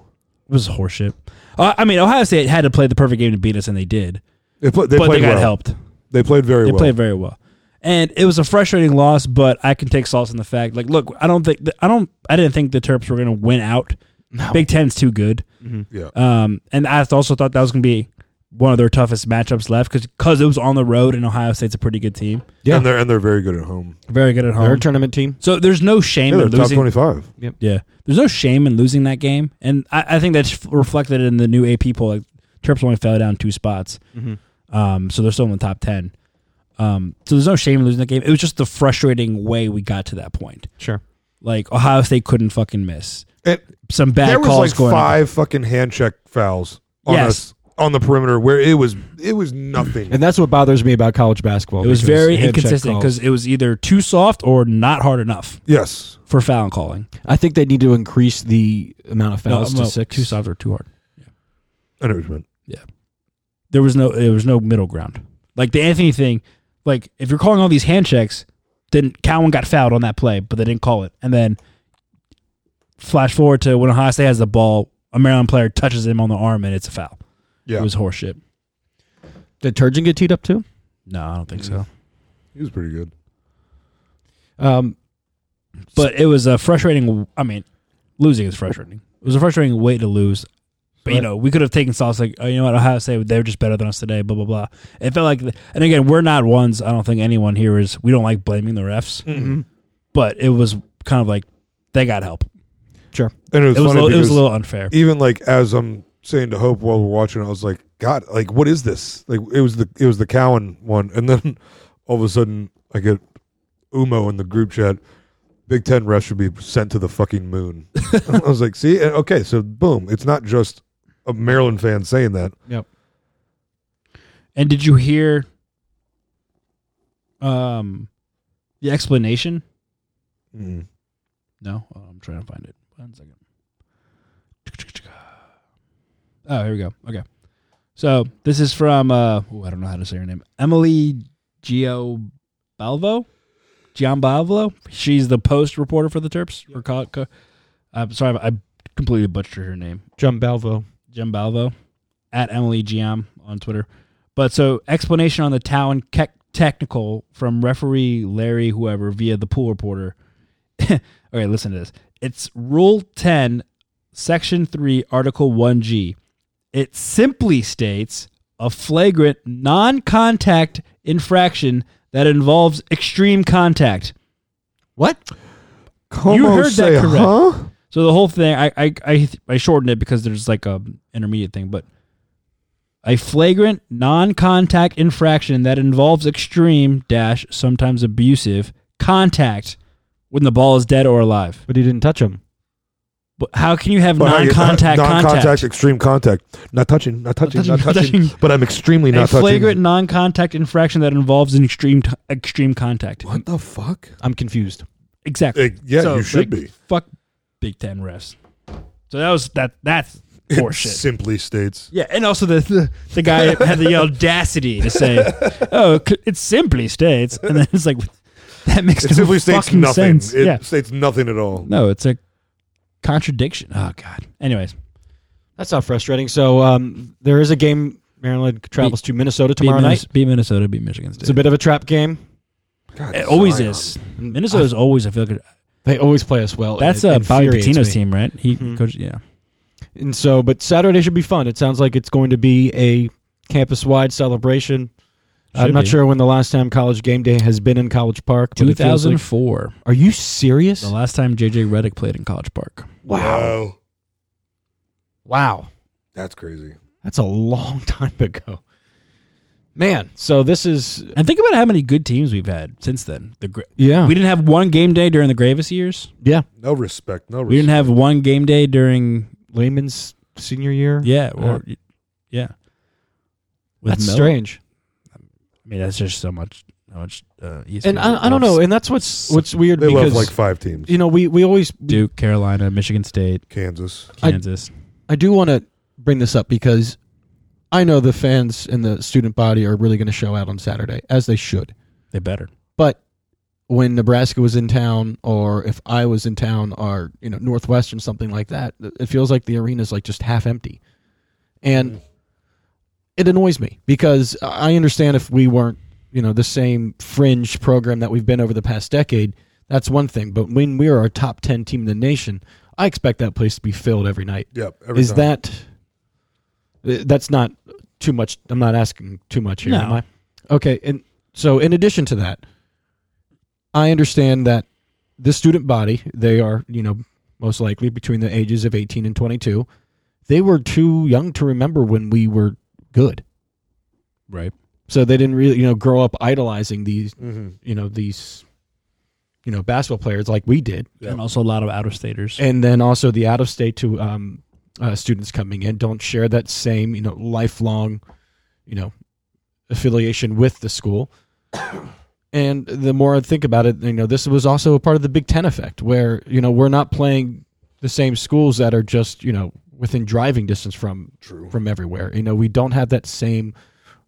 Speaker 3: was horseshit uh, I mean Ohio State had to play the perfect game to beat us and they did
Speaker 4: They, pla- they
Speaker 3: but
Speaker 4: played
Speaker 3: they got
Speaker 4: well.
Speaker 3: helped
Speaker 4: They played very
Speaker 3: They
Speaker 4: well.
Speaker 3: played very well, and it was a frustrating loss. But I can take solace in the fact, like, look, I don't think I don't I didn't think the Terps were going to win out. Big Ten's too good,
Speaker 4: yeah,
Speaker 3: um, and I also thought that was going to be one of their toughest matchups left because it was on the road and Ohio State's a pretty good team,
Speaker 5: Yeah.
Speaker 4: and they're and they're very good at home.
Speaker 3: very good at
Speaker 5: They're a
Speaker 3: home.
Speaker 5: tournament team.
Speaker 3: So there's no shame
Speaker 4: Yeah, they're
Speaker 3: in
Speaker 4: top
Speaker 3: losing.
Speaker 4: twenty five.
Speaker 3: Yeah, there's no shame in losing that game, and I, I think that's reflected in the new AP poll. Like, Terps only fell down two spots,
Speaker 5: Mm-hmm.
Speaker 3: um, so they're still in the top ten. Um, so there's no shame in losing that game. It was just the frustrating way we got to that point.
Speaker 5: Sure.
Speaker 3: Like Ohio State couldn't fucking miss.
Speaker 4: And
Speaker 3: Some bad
Speaker 4: there was
Speaker 3: calls
Speaker 4: like
Speaker 3: going. on.
Speaker 4: five fucking hand check fouls on
Speaker 3: Yes.
Speaker 4: us on the perimeter where it was it was nothing.
Speaker 5: And that's what bothers me about college basketball.
Speaker 3: It was
Speaker 5: because
Speaker 3: very
Speaker 5: hand check
Speaker 3: inconsistent
Speaker 5: calls-
Speaker 3: because it was either too soft or not hard enough
Speaker 4: yes,
Speaker 3: for foul calling.
Speaker 5: I think they need to increase the amount of fouls
Speaker 3: No,
Speaker 5: to
Speaker 3: no,
Speaker 5: six.
Speaker 3: Too soft or too hard.
Speaker 4: I know what you meant.
Speaker 3: There was no there was no middle ground. Like the Anthony thing, like if you're calling all these hand checks, then Cowan got fouled on that play, but they didn't call it. And then flash forward to when Ohio State has the ball, a Maryland player touches him on the arm and it's a foul.
Speaker 4: Yeah,
Speaker 3: It was horseshit.
Speaker 5: Did Turgeon get teed up too?
Speaker 3: No, I don't think so.
Speaker 4: he was pretty good.
Speaker 5: Um,
Speaker 3: But it was a frustrating. I mean, losing is frustrating. It was a frustrating way to lose. But you know, we could have taken sauce like, oh, you know what, Ohio State, they were just better than us today. Blah blah blah. It felt like, and again, we're not ones. I don't think anyone here is. We don't like blaming the refs.
Speaker 4: Mm-hmm.
Speaker 3: But it was kind of like they got help.
Speaker 5: sure.
Speaker 4: And it was,
Speaker 3: It was a
Speaker 4: funny
Speaker 3: little, it was
Speaker 4: because
Speaker 3: a little unfair.
Speaker 4: even like as I'm saying to Hope while we're watching, I was like, God, like what is this? Like it was the it was the Cowan one, and then [laughs] all of a sudden I get Umo in the group chat. Big Ten refs should be sent to the fucking moon. [laughs] I was like, see, And- okay, so boom, it's not just a Maryland fan saying that.
Speaker 5: Yep.
Speaker 3: And did you hear, um, the explanation?
Speaker 4: Mm.
Speaker 3: No, oh, I'm trying to find it. One second. Oh, here we go. Okay. So this is from uh, ooh, I don't know how to say her name. Emily Gio Balvo, Giambalvo. She's the post reporter for the Terps. Or co- co- I'm sorry, I completely butchered her name.
Speaker 5: John Balvo.
Speaker 3: Jim Balvo at Emily Giam on Twitter. But so explanation on the Town ke- technical from referee Larry whoever via the pool reporter. [laughs] okay, listen to this. It's Rule 10, Section 3, Article 1G. It simply states a flagrant non-contact infraction that involves extreme contact.
Speaker 5: What?
Speaker 3: You
Speaker 4: Como
Speaker 3: heard that
Speaker 4: say,
Speaker 3: correct.
Speaker 4: Huh?
Speaker 3: So the whole thing, I I I, I shortened it because there's like a intermediate thing, but a flagrant non-contact infraction that involves extreme dash sometimes abusive contact when the ball is dead or alive.
Speaker 5: But he didn't touch him.
Speaker 3: But how can you have
Speaker 4: But how you-
Speaker 3: non-contact
Speaker 4: non-contact,
Speaker 3: contact?
Speaker 4: extreme contact, not touching, not touching,
Speaker 3: touching,
Speaker 4: not
Speaker 3: not
Speaker 4: touching,
Speaker 3: touching.
Speaker 4: but I'm extremely
Speaker 3: A
Speaker 4: not touching.
Speaker 3: flagrant non-contact infraction that involves an extreme t- extreme contact.
Speaker 4: what the fuck?
Speaker 5: I'm confused.
Speaker 3: Exactly.
Speaker 4: Eh, yeah, you should be.
Speaker 3: Fuck Big Ten refs. So that was that.
Speaker 4: [laughs]
Speaker 3: That's
Speaker 4: It
Speaker 3: horseshit.
Speaker 4: simply states.
Speaker 3: Yeah, and also the the, the guy
Speaker 4: [laughs]
Speaker 3: had the audacity to say, "Oh, c- it simply states," and then it's like that makes
Speaker 4: It
Speaker 3: no
Speaker 4: simply states
Speaker 3: fucking
Speaker 4: nothing.
Speaker 3: sense.
Speaker 4: It
Speaker 3: yeah,
Speaker 4: states nothing at all.
Speaker 3: no, it's a contradiction. Oh God. Anyways,
Speaker 5: That's not frustrating. So um, there is a game. Maryland travels to Minnesota tomorrow
Speaker 3: beat,
Speaker 5: night.
Speaker 3: Minnes- beat Minnesota, beat Michigan State.
Speaker 5: It's a bit of a trap game.
Speaker 3: it always is. Minnesota's always. I feel like
Speaker 5: They always play us well. and
Speaker 3: that's
Speaker 5: it
Speaker 3: uh, Bobby
Speaker 5: infuriates
Speaker 3: Patino's
Speaker 5: me.
Speaker 3: team, right? He
Speaker 4: Mm-hmm.
Speaker 3: coach. Yeah,
Speaker 5: And so, but Saturday should be fun. It sounds like it's going to be a campus-wide celebration. I'm
Speaker 3: Should
Speaker 5: not
Speaker 3: be.
Speaker 5: sure when the last time college game day has been in College Park. but it feels like-
Speaker 3: 2004,
Speaker 5: are you serious?
Speaker 3: the last time JJ Redick played in College Park.
Speaker 4: Wow.
Speaker 5: Wow,
Speaker 4: That's crazy.
Speaker 5: that's a long [laughs] time ago. Man, so this is
Speaker 3: And think about how many good teams we've had since then. The gra-
Speaker 5: yeah,
Speaker 3: we didn't have one game day during the Gravis years.
Speaker 5: yeah,
Speaker 4: No respect. No respect.
Speaker 3: We didn't have one game day during
Speaker 5: Layman's senior year.
Speaker 3: Yeah,
Speaker 5: Uh,
Speaker 3: or yeah. With
Speaker 5: that's
Speaker 3: milk?
Speaker 5: strange.
Speaker 3: I mean, that's just so much, how much uh, easier.
Speaker 5: And I, I don't know, and that's what's what's weird
Speaker 4: They
Speaker 5: because
Speaker 4: love like five teams.
Speaker 5: you know we we always
Speaker 3: Duke, Carolina, Michigan State,
Speaker 4: Kansas.
Speaker 5: I-
Speaker 3: Kansas.
Speaker 5: I do want to bring this up because I know the fans and the student body are really going to show out on Saturday, as they should.
Speaker 3: they better.
Speaker 5: But when Nebraska was in town, or if I was in town, or you know Northwestern, something like that, th- it feels like the arena's like just half empty, and it annoys me because I understand if we weren't you know the same fringe program that we've been over the past decade, that's one thing. But when we are a top ten team in the nation, I expect that place to be filled every night
Speaker 4: Yep. Every
Speaker 5: is
Speaker 4: time.
Speaker 5: that uh, that's not too much i'm not asking too much here
Speaker 3: No.
Speaker 5: am i okay and so in addition to that i understand that the student body they are you know most likely between the ages of 18 and 22 they were too young to remember when we were good
Speaker 3: Right.
Speaker 5: so they didn't really you know grow up idolizing these you know these you know basketball players like we did
Speaker 3: And also a lot of out of staters.
Speaker 5: and then also the out of state to um, uh, students coming in don't share that same you know lifelong you know affiliation with the school. And the more I think about it, you know, this was also a part of the Big Ten effect, where you know we're not playing the same schools that are just you know within driving distance from from everywhere. You know, we don't have that same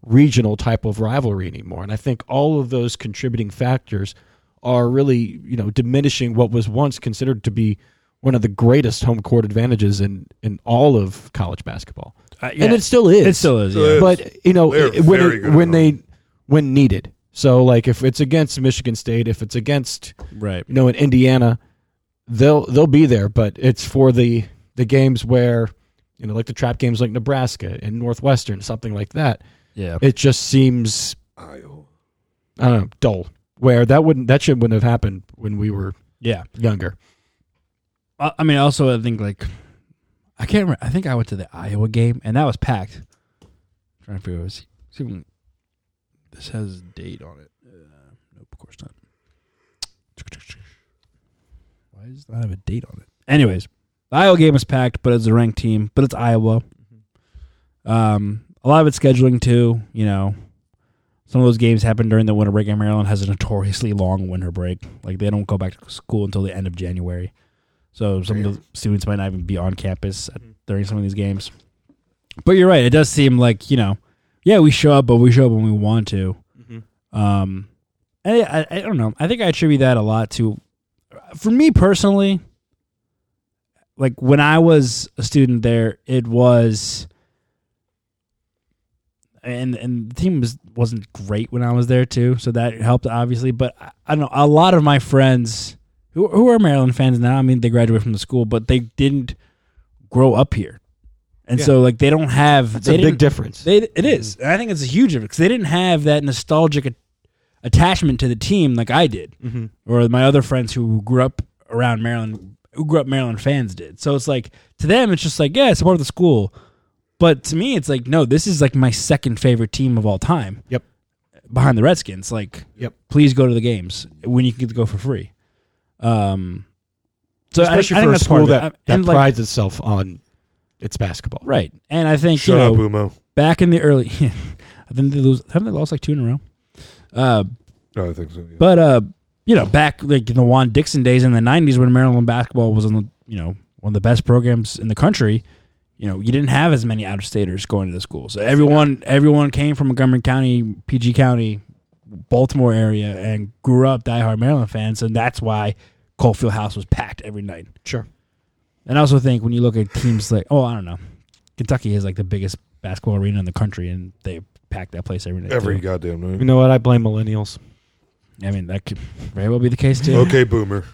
Speaker 5: regional type of rivalry anymore. And I think all of those contributing factors are really, you know, diminishing what was once considered to be one of the greatest home court advantages in in all of college basketball.
Speaker 3: Uh,
Speaker 5: And it still is.
Speaker 3: It still is.
Speaker 4: Still
Speaker 3: yeah.
Speaker 4: is.
Speaker 5: But you know,
Speaker 4: They're
Speaker 5: it- when
Speaker 4: very
Speaker 5: it-
Speaker 4: good
Speaker 5: when
Speaker 4: at
Speaker 5: they when needed. So like if it's against Michigan State, if it's against
Speaker 3: Right.
Speaker 5: you know in Indiana, they'll they'll be there, but it's for the the games where you know like the trap games like Nebraska and Northwestern, something like that.
Speaker 3: Yeah.
Speaker 5: It just seems
Speaker 4: Iowa.
Speaker 5: I don't know dull. Where that wouldn't that shit wouldn't have happened when we were
Speaker 3: yeah.
Speaker 5: younger.
Speaker 3: I I mean, also I think like I can't. Remember, I think I went to the Iowa game, and that was packed. trying to figure out. See, see if we can- this has a date on it. Uh, nope, of course not. Why does it not have a date on it? Anyways, the Iowa game is packed, but it's a ranked team. But it's Iowa. Um, a lot of it's scheduling too. You know, some of those games happen during the winter break, and Maryland has a notoriously long winter break. Like they don't go back to school until the end of January. So some of the students might not even be on campus at, during some of these games. But you're right. It does seem like you know, yeah, we show up, but we show up when we want to.
Speaker 5: Mm-hmm.
Speaker 3: Um, I, I I don't know. I think I attribute that a lot to, for me personally. Like when I was a student there, it was, and and the team was wasn't great when I was there too, so that helped obviously. But I, I don't know. A lot of my friends who who are Maryland fans now, I mean, they graduated from the school, but they didn't grow up here, and so like they don't have
Speaker 5: It's
Speaker 3: they
Speaker 5: a big
Speaker 3: didn't-
Speaker 5: difference.
Speaker 3: they, it
Speaker 5: Mm.
Speaker 3: is. And I think it's a huge difference. 'cause They didn't have that nostalgic a- attachment to the team like I did,
Speaker 5: Mm-hmm.
Speaker 3: or my other friends who grew up around Maryland, who grew up Maryland fans did. So it's like to them, it's just like yeah, it's a part of the school. But to me, it's like no, this is like my second favorite team of all time.
Speaker 5: Yep.
Speaker 3: behind the Redskins. Like
Speaker 5: Yep.
Speaker 3: please go to the games when you can get to go for free. Um, so I-
Speaker 5: especially
Speaker 3: I,
Speaker 5: for
Speaker 3: think
Speaker 5: a
Speaker 3: that's part
Speaker 5: school
Speaker 3: of it.
Speaker 5: that, that
Speaker 3: And, like,
Speaker 5: prides itself on its basketball.
Speaker 3: right, and I think
Speaker 4: Shut
Speaker 3: you know,
Speaker 4: up, Umo.
Speaker 3: back in the early. [laughs] I think they lose. Haven't they lost like two in a row? Uh,
Speaker 4: No, I think so. Yeah.
Speaker 3: but uh, you know, back like in the Juan Dixon days in the '90s when Maryland basketball was on the you know one of the best programs in the country. You know, you didn't have as many out-of-staters going to the school, so everyone everyone came from Montgomery County, PG County, Baltimore area, and grew up diehard Maryland fans, and that's why Coalfield House was packed every night.
Speaker 5: Sure.
Speaker 3: And I also think when you look at teams like, oh, I don't know, Kentucky is like the biggest basketball arena in the country, and they pack that place every night.
Speaker 4: Every
Speaker 3: too.
Speaker 4: goddamn
Speaker 5: You
Speaker 4: night.
Speaker 5: know what? I blame millennials.
Speaker 3: I mean, that could very well be the case too.
Speaker 4: Okay, boomer.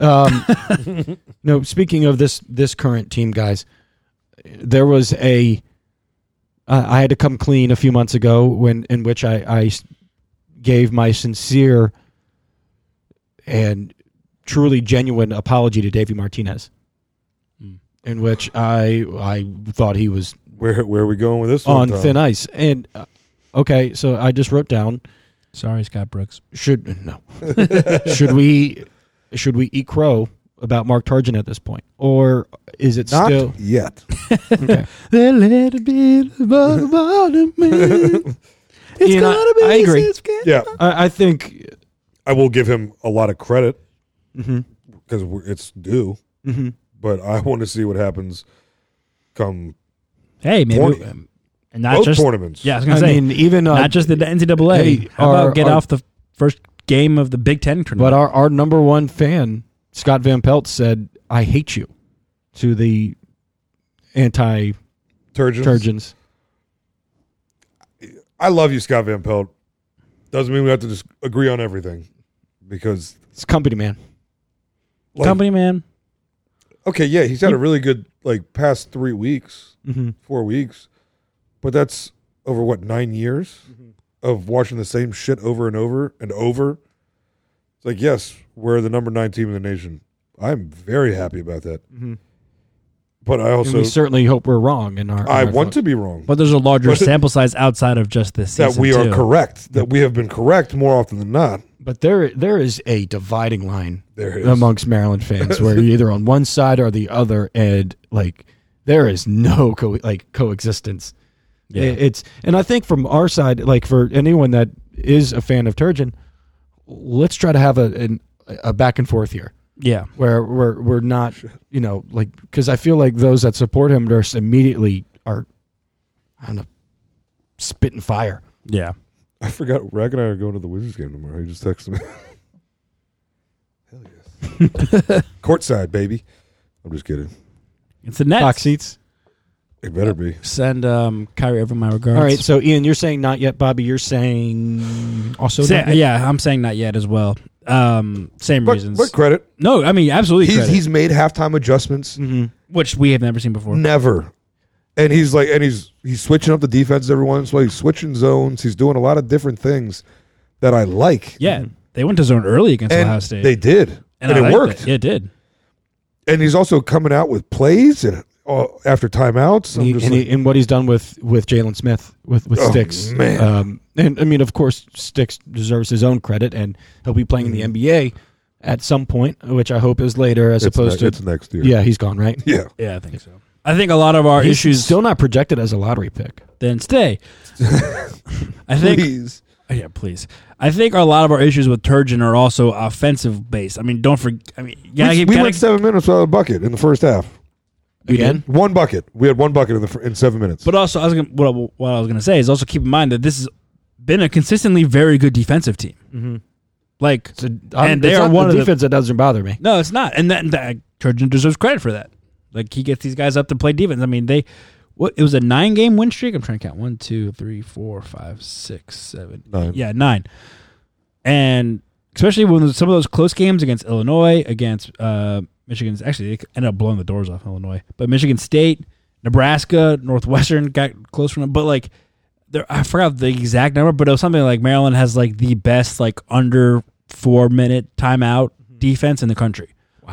Speaker 5: Um, no, speaking of this this current team, guys, there was a. I I had to come clean a few months ago when in which I, I s- gave my sincere and truly genuine apology to Davey Martinez, in which I I thought he was
Speaker 4: Where where are we going with this?
Speaker 5: on
Speaker 4: one, Tom?
Speaker 5: thin ice. And uh, okay, so I just wrote down
Speaker 3: Sorry, Scott Brooks.
Speaker 5: should no [laughs] should we should we eat crow about Mark Tarjan at this point, or is it
Speaker 4: Not
Speaker 5: still
Speaker 4: yet.
Speaker 3: The little bit above the [laughs] bottom, man. It's
Speaker 5: Ian, I-
Speaker 3: gotta be
Speaker 5: I agree.
Speaker 3: since-
Speaker 4: Yeah, [laughs]
Speaker 5: I, I think
Speaker 4: I will give him a lot of credit because it's due. But I [laughs] want to see what happens come
Speaker 3: Hey, maybe
Speaker 4: Tournament.
Speaker 3: um, and not
Speaker 4: both
Speaker 3: just
Speaker 4: tournaments.
Speaker 3: Yeah, I was gonna
Speaker 5: I
Speaker 3: say
Speaker 5: mean even uh,
Speaker 3: not just the NCAA.
Speaker 5: hey,
Speaker 3: How about
Speaker 5: our-
Speaker 3: get
Speaker 5: our-
Speaker 3: off the first game of the Big Ten tournament?
Speaker 5: but our our number one fan Scott Van Pelt said I hate you to the anti
Speaker 4: Turgeons.
Speaker 5: Turgeons.
Speaker 4: I love you, Scott Van Pelt. Doesn't mean we have to just agree on everything because
Speaker 5: It's company man.
Speaker 4: like,
Speaker 3: Company man.
Speaker 4: Okay, yeah, he's had
Speaker 5: Mm-hmm.
Speaker 4: a really good like past three weeks, four weeks, but that's over what nine years
Speaker 5: Mm-hmm.
Speaker 4: of watching the same shit over and over and over. It's like yes, we're the number nine team in the nation. I'm very happy about that, but I
Speaker 5: Mm-hmm. And
Speaker 4: also
Speaker 5: we certainly hope we're wrong in our. in
Speaker 4: I
Speaker 5: our
Speaker 4: want
Speaker 5: vote.
Speaker 4: to be wrong
Speaker 3: But there's a larger
Speaker 4: But-
Speaker 3: sample size outside of just this
Speaker 4: that
Speaker 3: season,
Speaker 4: we are
Speaker 3: too.
Speaker 4: correct, that we have been correct more often than not.
Speaker 5: But there there is a dividing line
Speaker 4: There is. [laughs]
Speaker 5: amongst Maryland fans where you're either on one side or the other, and like there is no co- like coexistence.
Speaker 3: Yeah.
Speaker 5: It- It's and I think from our side, like for anyone that is a fan of Turgeon, let's try to have a an, a back and forth here
Speaker 3: Yeah.
Speaker 5: where we're we're not you know like because I feel like those that support him are s- immediately are I don't know spitting fire.
Speaker 3: Yeah.
Speaker 4: I forgot. Rag and I are going to the Wizards game tomorrow. He just texted me. [laughs] Hell yes. [laughs] Courtside, baby. I'm just kidding.
Speaker 3: It's the Nets.
Speaker 5: Box seats.
Speaker 4: It better be.
Speaker 3: Send um, Kyrie Irving my regards.
Speaker 5: All right, so Ian, you're saying not yet. Bobby, you're saying also
Speaker 3: Sa-
Speaker 5: not yet?
Speaker 3: yeah, I'm saying not yet as well. Um, same
Speaker 4: But,
Speaker 3: reasons.
Speaker 4: but credit.
Speaker 3: no, I mean absolutely.
Speaker 4: He's
Speaker 3: credit,
Speaker 4: he's made halftime adjustments.
Speaker 3: which we have never seen before.
Speaker 4: Never. And he's like, and he's he's switching up the defense every once in a while. He's switching zones. He's doing a lot of different things that I like.
Speaker 3: Yeah, they went to zone early against
Speaker 4: Mm-hmm. and
Speaker 3: Ohio State.
Speaker 4: they did, and,
Speaker 3: I
Speaker 4: it
Speaker 3: liked
Speaker 4: worked.
Speaker 3: Yeah, it did.
Speaker 4: And he's also coming out with plays and uh, after timeouts. I'm
Speaker 5: He-
Speaker 4: just
Speaker 5: and,
Speaker 4: like,
Speaker 5: he- and what he's done with with Jalen Smith with with
Speaker 4: Oh,
Speaker 5: Sticks,
Speaker 4: man.
Speaker 5: Um, and I mean, of course, Sticks deserves his own credit, and he'll be playing
Speaker 4: Mm.
Speaker 5: in the NBA at some point, which I hope is later, as
Speaker 4: it's, ne-
Speaker 5: opposed to
Speaker 4: it's next year.
Speaker 5: yeah, he's
Speaker 4: [laughs]
Speaker 5: gone right.
Speaker 4: yeah.
Speaker 3: Yeah, I think so. I think a lot of our
Speaker 5: He's
Speaker 3: issues
Speaker 5: still not projected as a lottery pick.
Speaker 4: [laughs]
Speaker 3: then stay. I think
Speaker 4: Please.
Speaker 3: Oh, yeah, please. I think a lot of our issues with Turgeon are also offensive based. I mean, don't forget. I mean, yeah,
Speaker 4: we, we went seven minutes without a bucket in the first half.
Speaker 5: Again?
Speaker 4: one bucket. We had one bucket in the fir- in seven minutes.
Speaker 3: But also, I was gonna, what, I- what I was going to say is also keep in mind that this has been a consistently very good defensive team.
Speaker 4: Mm-hmm.
Speaker 3: Like,
Speaker 5: So,
Speaker 3: and they
Speaker 5: it's
Speaker 3: are
Speaker 5: not
Speaker 3: one
Speaker 5: the
Speaker 3: of the
Speaker 5: defense that doesn't bother me.
Speaker 3: No, it's not. And that, that Turgeon deserves credit for that. Like he gets these guys up to play defense. I mean, they what it was a nine game win streak. I'm trying to count one, two, three, four, five, six, seven,
Speaker 4: Nine.
Speaker 3: Yeah, nine. And especially when some of those close games against Illinois, against uh, Michigan's actually they ended up blowing the doors off Illinois, but Michigan State, Nebraska, Northwestern got close from them. But like, there I forgot the exact number, but it was something like Maryland has like the best like under four minute timeout
Speaker 5: Mm-hmm.
Speaker 3: defense in the country.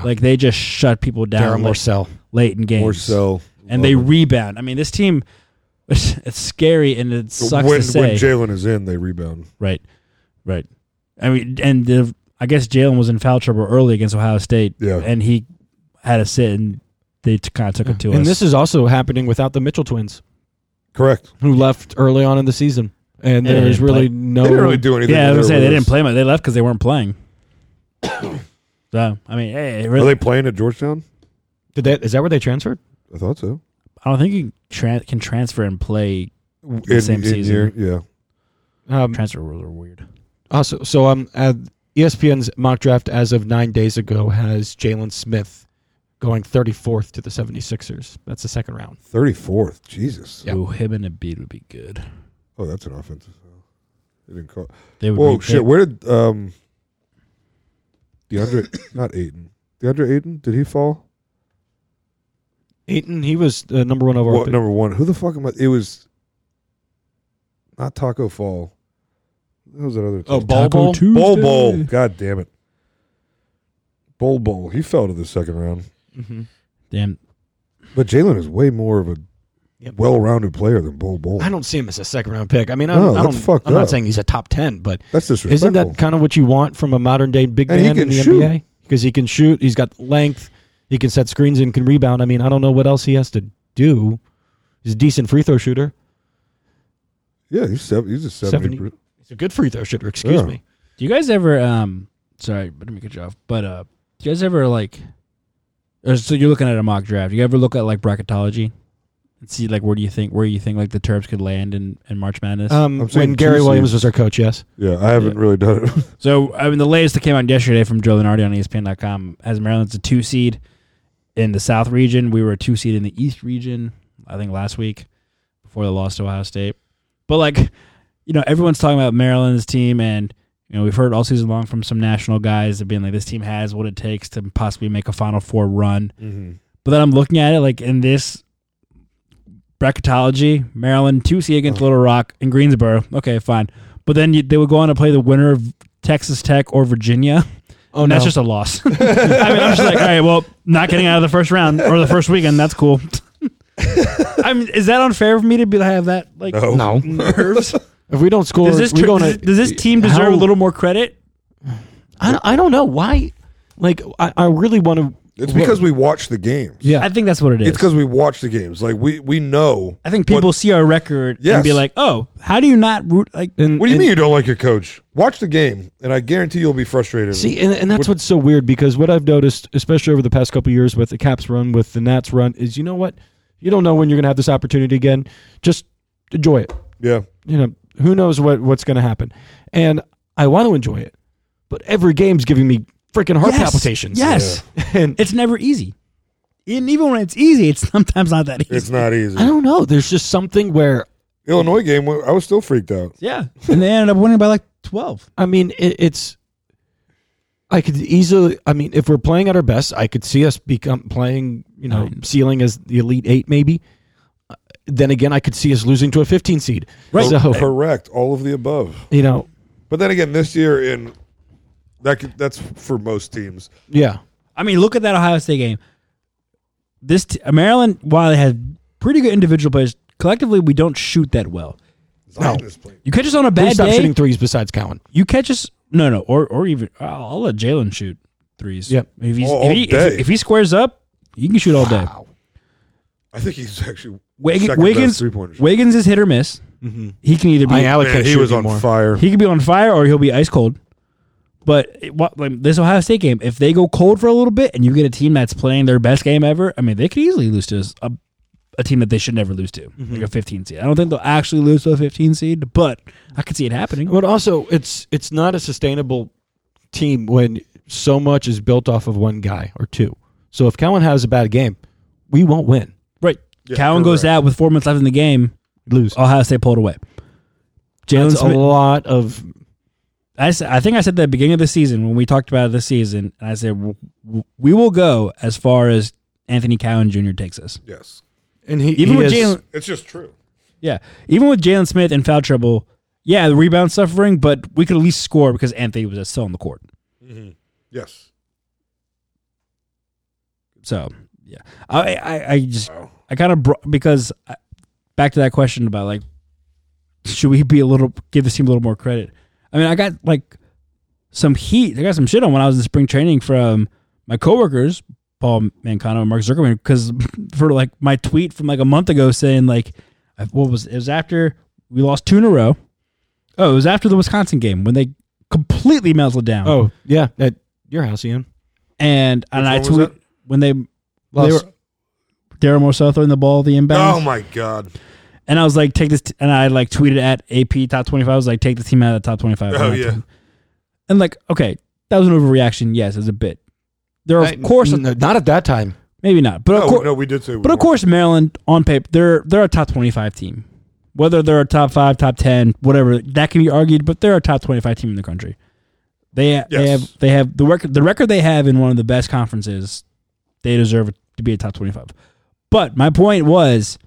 Speaker 3: Like they just shut people down
Speaker 5: Darren
Speaker 3: like,
Speaker 5: Morcel.
Speaker 3: late in games,
Speaker 4: More so,
Speaker 3: and they rebound. I mean, this team, [laughs] it's, it's scary and it sucks
Speaker 4: when,
Speaker 3: to say,
Speaker 4: when Jalen is in, they rebound.
Speaker 3: right? Right. I mean, and the, I guess Jalen was in foul trouble early against Ohio State,
Speaker 4: Yeah.
Speaker 3: and he had a sit, and they t- kind of took it to us.
Speaker 5: And this is also happening without the Mitchell twins,
Speaker 4: Correct.
Speaker 5: who left early on in the season, and
Speaker 3: Yeah, they
Speaker 5: there is
Speaker 3: didn't
Speaker 5: really
Speaker 3: play.
Speaker 5: no.
Speaker 4: They didn't really do anything.
Speaker 3: yeah, I was
Speaker 4: when
Speaker 3: gonna say
Speaker 4: were
Speaker 3: they
Speaker 4: with
Speaker 3: didn't
Speaker 4: us.
Speaker 3: play much. They left because they
Speaker 4: [coughs]
Speaker 3: weren't playing. so I mean, hey, it
Speaker 4: Are
Speaker 3: really,
Speaker 4: they playing at Georgetown?
Speaker 5: Did they, is that where they transferred?
Speaker 4: I thought so.
Speaker 3: I don't think you tran can transfer and play.
Speaker 4: In,
Speaker 3: same season.
Speaker 4: year- yeah.
Speaker 5: Um,
Speaker 3: Transfer rules are weird.
Speaker 5: Also, so um, uh, ESPN's mock draft as of nine days ago has Jalen Smith going 34th to the 76ers. That's the second round.
Speaker 4: 34th. Jesus.
Speaker 5: Yeah.
Speaker 3: Ooh, him and Embiid would be good.
Speaker 4: Oh, that's an offensive. foul. They didn't call.
Speaker 3: They would.
Speaker 4: Whoa,
Speaker 3: be-
Speaker 4: shit. Where did um, DeAndre, [coughs] not Aiden. DeAndre Aiden, did he fall?
Speaker 5: Ayton, he was uh, number one overall.
Speaker 4: Well,
Speaker 5: pick.
Speaker 4: number one. Who the fuck am I? It was not Taco Fall. Who was that other?
Speaker 5: Oh,
Speaker 4: team?
Speaker 5: Bol
Speaker 3: Taco
Speaker 5: Bol?
Speaker 3: Tuesday.
Speaker 4: Bowl Bowl. God damn it. Bowl Bowl. He fell to the second round.
Speaker 5: Mm-hmm.
Speaker 3: Damn.
Speaker 4: But Jalen is way more of a
Speaker 5: Yep.
Speaker 4: well rounded player than Bowl Bowl.
Speaker 5: I don't see him as a second round pick. I mean, I don't,
Speaker 4: No,
Speaker 5: I
Speaker 4: that's
Speaker 5: don't,
Speaker 4: fucked
Speaker 5: I'm not
Speaker 4: up.
Speaker 5: saying he's a top 10, but
Speaker 4: That's disrespectful.
Speaker 5: isn't that kind of what you want from a modern day big
Speaker 4: And he
Speaker 5: man
Speaker 4: can
Speaker 5: in the
Speaker 4: shoot.
Speaker 5: NBA? Because he can shoot, he's got length, he can set screens and can rebound. I mean, I don't know what else he has to do. He's a decent free throw shooter.
Speaker 4: yeah, he's, seven, he's a 70.
Speaker 5: 70 He's a good free throw shooter, excuse
Speaker 4: Yeah.
Speaker 5: me.
Speaker 3: Do you guys ever? Um, sorry, but let me cut you off. But uh, do you guys ever like? or So you're looking at a mock draft. You ever look at like bracketology and see like where do you think where you think like the Terps could land in in March Madness?
Speaker 5: Um,
Speaker 4: I'm saying
Speaker 5: when Gary
Speaker 4: two
Speaker 5: Williams
Speaker 4: seeds.
Speaker 5: was our coach, yes.
Speaker 4: Yeah, I haven't really done it. [laughs]
Speaker 3: So I mean, the latest that came out yesterday from Joe Lenardi on E ESPN.com has Maryland's a two seed in the South region. We were a two seed in the East region. I think last week before the loss to Ohio State. But like, you know, everyone's talking about Maryland's team, and you know, we've heard all season long from some national guys that being like, this team has what it takes to possibly make a Final Four run.
Speaker 5: Mm-hmm.
Speaker 3: But then I'm looking at it like in this bracketology, Maryland two seed
Speaker 5: Oh.
Speaker 3: against Little Rock and Greensboro. Okay, fine. But then you, they would go on to play the winner of Texas Tech or Virginia.
Speaker 5: Oh,
Speaker 3: And
Speaker 5: no.
Speaker 3: that's just a
Speaker 5: [laughs]
Speaker 3: loss. I mean, I'm just like, all right, well, not getting out of the first round or the first weekend. That's cool. [laughs] I mean, is that unfair for me to be to have that like
Speaker 4: No.
Speaker 3: [laughs] nerves?
Speaker 5: If we don't score,
Speaker 3: Does this,
Speaker 5: we're
Speaker 3: tr-
Speaker 5: going
Speaker 3: does,
Speaker 5: to,
Speaker 3: does this team deserve
Speaker 5: How-
Speaker 3: a little more credit?
Speaker 5: I, I don't know why. Like I, I really want to
Speaker 4: It's because we watch the games.
Speaker 5: Yeah.
Speaker 3: I think that's what it is.
Speaker 4: It's because we watch the games. Like we we know.
Speaker 3: I think
Speaker 4: what-
Speaker 3: people see our record and
Speaker 4: Yes.
Speaker 3: be like, "Oh, how do you not root like?"
Speaker 5: And-
Speaker 4: What do you
Speaker 5: and-
Speaker 4: mean you don't like your coach? Watch the game, and I guarantee you'll be frustrated.
Speaker 5: See, and, and that's what's so weird because what I've noticed, especially over the past couple of years with the Caps run, with the Nats run, is you know what? You don't know when you're going to have this opportunity again. Just enjoy it.
Speaker 4: yeah,
Speaker 5: You know, who knows what, what's going to happen. And I want to enjoy it, but every game's giving me freaking heart
Speaker 3: Yes.
Speaker 5: palpitations.
Speaker 3: Yes,
Speaker 5: [laughs] And
Speaker 3: it's never easy. And even when it's easy, it's [laughs] sometimes not that easy.
Speaker 4: it's not easy.
Speaker 5: I don't know. There's just something where,
Speaker 4: Illinois game, I was still freaked out.
Speaker 3: yeah, [laughs] and they ended up winning by like twelve.
Speaker 5: I mean, it, it's. I could easily. I mean, if we're playing at our best, I could see us become playing. You know,
Speaker 3: Nine.
Speaker 5: ceiling as the elite eight, maybe. Uh, Then again, I could see us losing to a 15 seed.
Speaker 3: Right.
Speaker 5: So
Speaker 4: Correct, all of the above.
Speaker 5: you know,
Speaker 4: But then again, this year in that could, that's for most teams.
Speaker 5: yeah,
Speaker 3: I mean, look at that Ohio State game. This t- Maryland, while they had pretty good individual players, collectively we don't shoot that well.
Speaker 4: Zion is playing.
Speaker 3: You catch us on a
Speaker 5: please
Speaker 3: bad
Speaker 5: stop
Speaker 3: day.
Speaker 5: shooting threes. Besides Cowan,
Speaker 3: you catch us no no or or even I'll, I'll let Jalen shoot threes.
Speaker 5: Yep.
Speaker 3: If, he's,
Speaker 4: All-
Speaker 3: if,
Speaker 4: all
Speaker 3: he, if,
Speaker 4: day.
Speaker 3: if he squares up, you can shoot all day.
Speaker 4: I think he's actually
Speaker 3: Wig-
Speaker 4: second
Speaker 3: Wiggins
Speaker 4: three pointers.
Speaker 3: Wiggins is hit or miss. He can either be
Speaker 5: I allocate.
Speaker 4: Man, he was on fire.
Speaker 3: he could be on fire or he'll be ice cold. But it, what, like this Ohio State game, if they go cold for a little bit and you get a team that's playing their best game ever, I mean, they could easily lose to us, a, a team that they should never lose to, like a 15 seed. I don't think they'll actually lose to a 15 seed, but I could see it happening.
Speaker 5: But also, it's it's not a sustainable team when so much is built off of one guy or two. So if Cowan has a bad game, we won't win.
Speaker 3: Right. Cowan goes out with four minutes left in the game.
Speaker 5: Lose.
Speaker 3: Ohio State pulled away. Jalen
Speaker 5: That's a
Speaker 3: Smith.
Speaker 5: lot of
Speaker 3: I, s- I think I said at the beginning of the season when we talked about it this season, and I said, w- w- we will go as far as Anthony Cowan Jr. takes us.
Speaker 4: Yes,
Speaker 5: and he
Speaker 3: Even
Speaker 5: he
Speaker 3: with
Speaker 5: is-
Speaker 3: Jalen.
Speaker 4: it's just true.
Speaker 3: Yeah. Even with Jalen Smith and foul trouble, yeah, the rebound suffering, but we could at least score because Anthony was still on the court.
Speaker 4: Yes,
Speaker 3: So, yeah. I I, I just, I kind of, bro- because I, back to that question about like, should we be a little, give this team a little more credit? I mean, I got like some heat. I got some shit on when I was in spring training from my coworkers, Paul Mancano and Mark Zuckerman, because [laughs] for like my tweet from like a month ago saying like, I- what was it? was after we lost two in a row. Oh, it was after the Wisconsin game when they completely melted down.
Speaker 5: Oh yeah, at your house, Ian.
Speaker 3: and and I
Speaker 4: one was
Speaker 3: tweet
Speaker 4: that?
Speaker 3: when they they
Speaker 5: Lost.
Speaker 3: were Daryl Morseau throwing the ball the inbound.
Speaker 4: Oh my God!
Speaker 3: And I was like, take this, t- and I like tweeted at AP top 25. I was like, take the team out of the top 25.
Speaker 4: Oh yeah,
Speaker 3: And like, okay, that was an overreaction. Yes, it was a bit. There are, of course,
Speaker 5: No, not at that time.
Speaker 3: maybe not, but of
Speaker 4: no,
Speaker 3: course,
Speaker 4: Oh, no, we did say. We
Speaker 3: but of
Speaker 4: weren't.
Speaker 3: course, Maryland on paper, they're, they're a top 25 team. Whether they're a top five, top 10, whatever, that can be argued, but they're a top 25 team in the country. They, they
Speaker 4: Yes.
Speaker 3: have, they have the record, the record they have in one of the best conferences, they deserve to be a top 25. But my point was,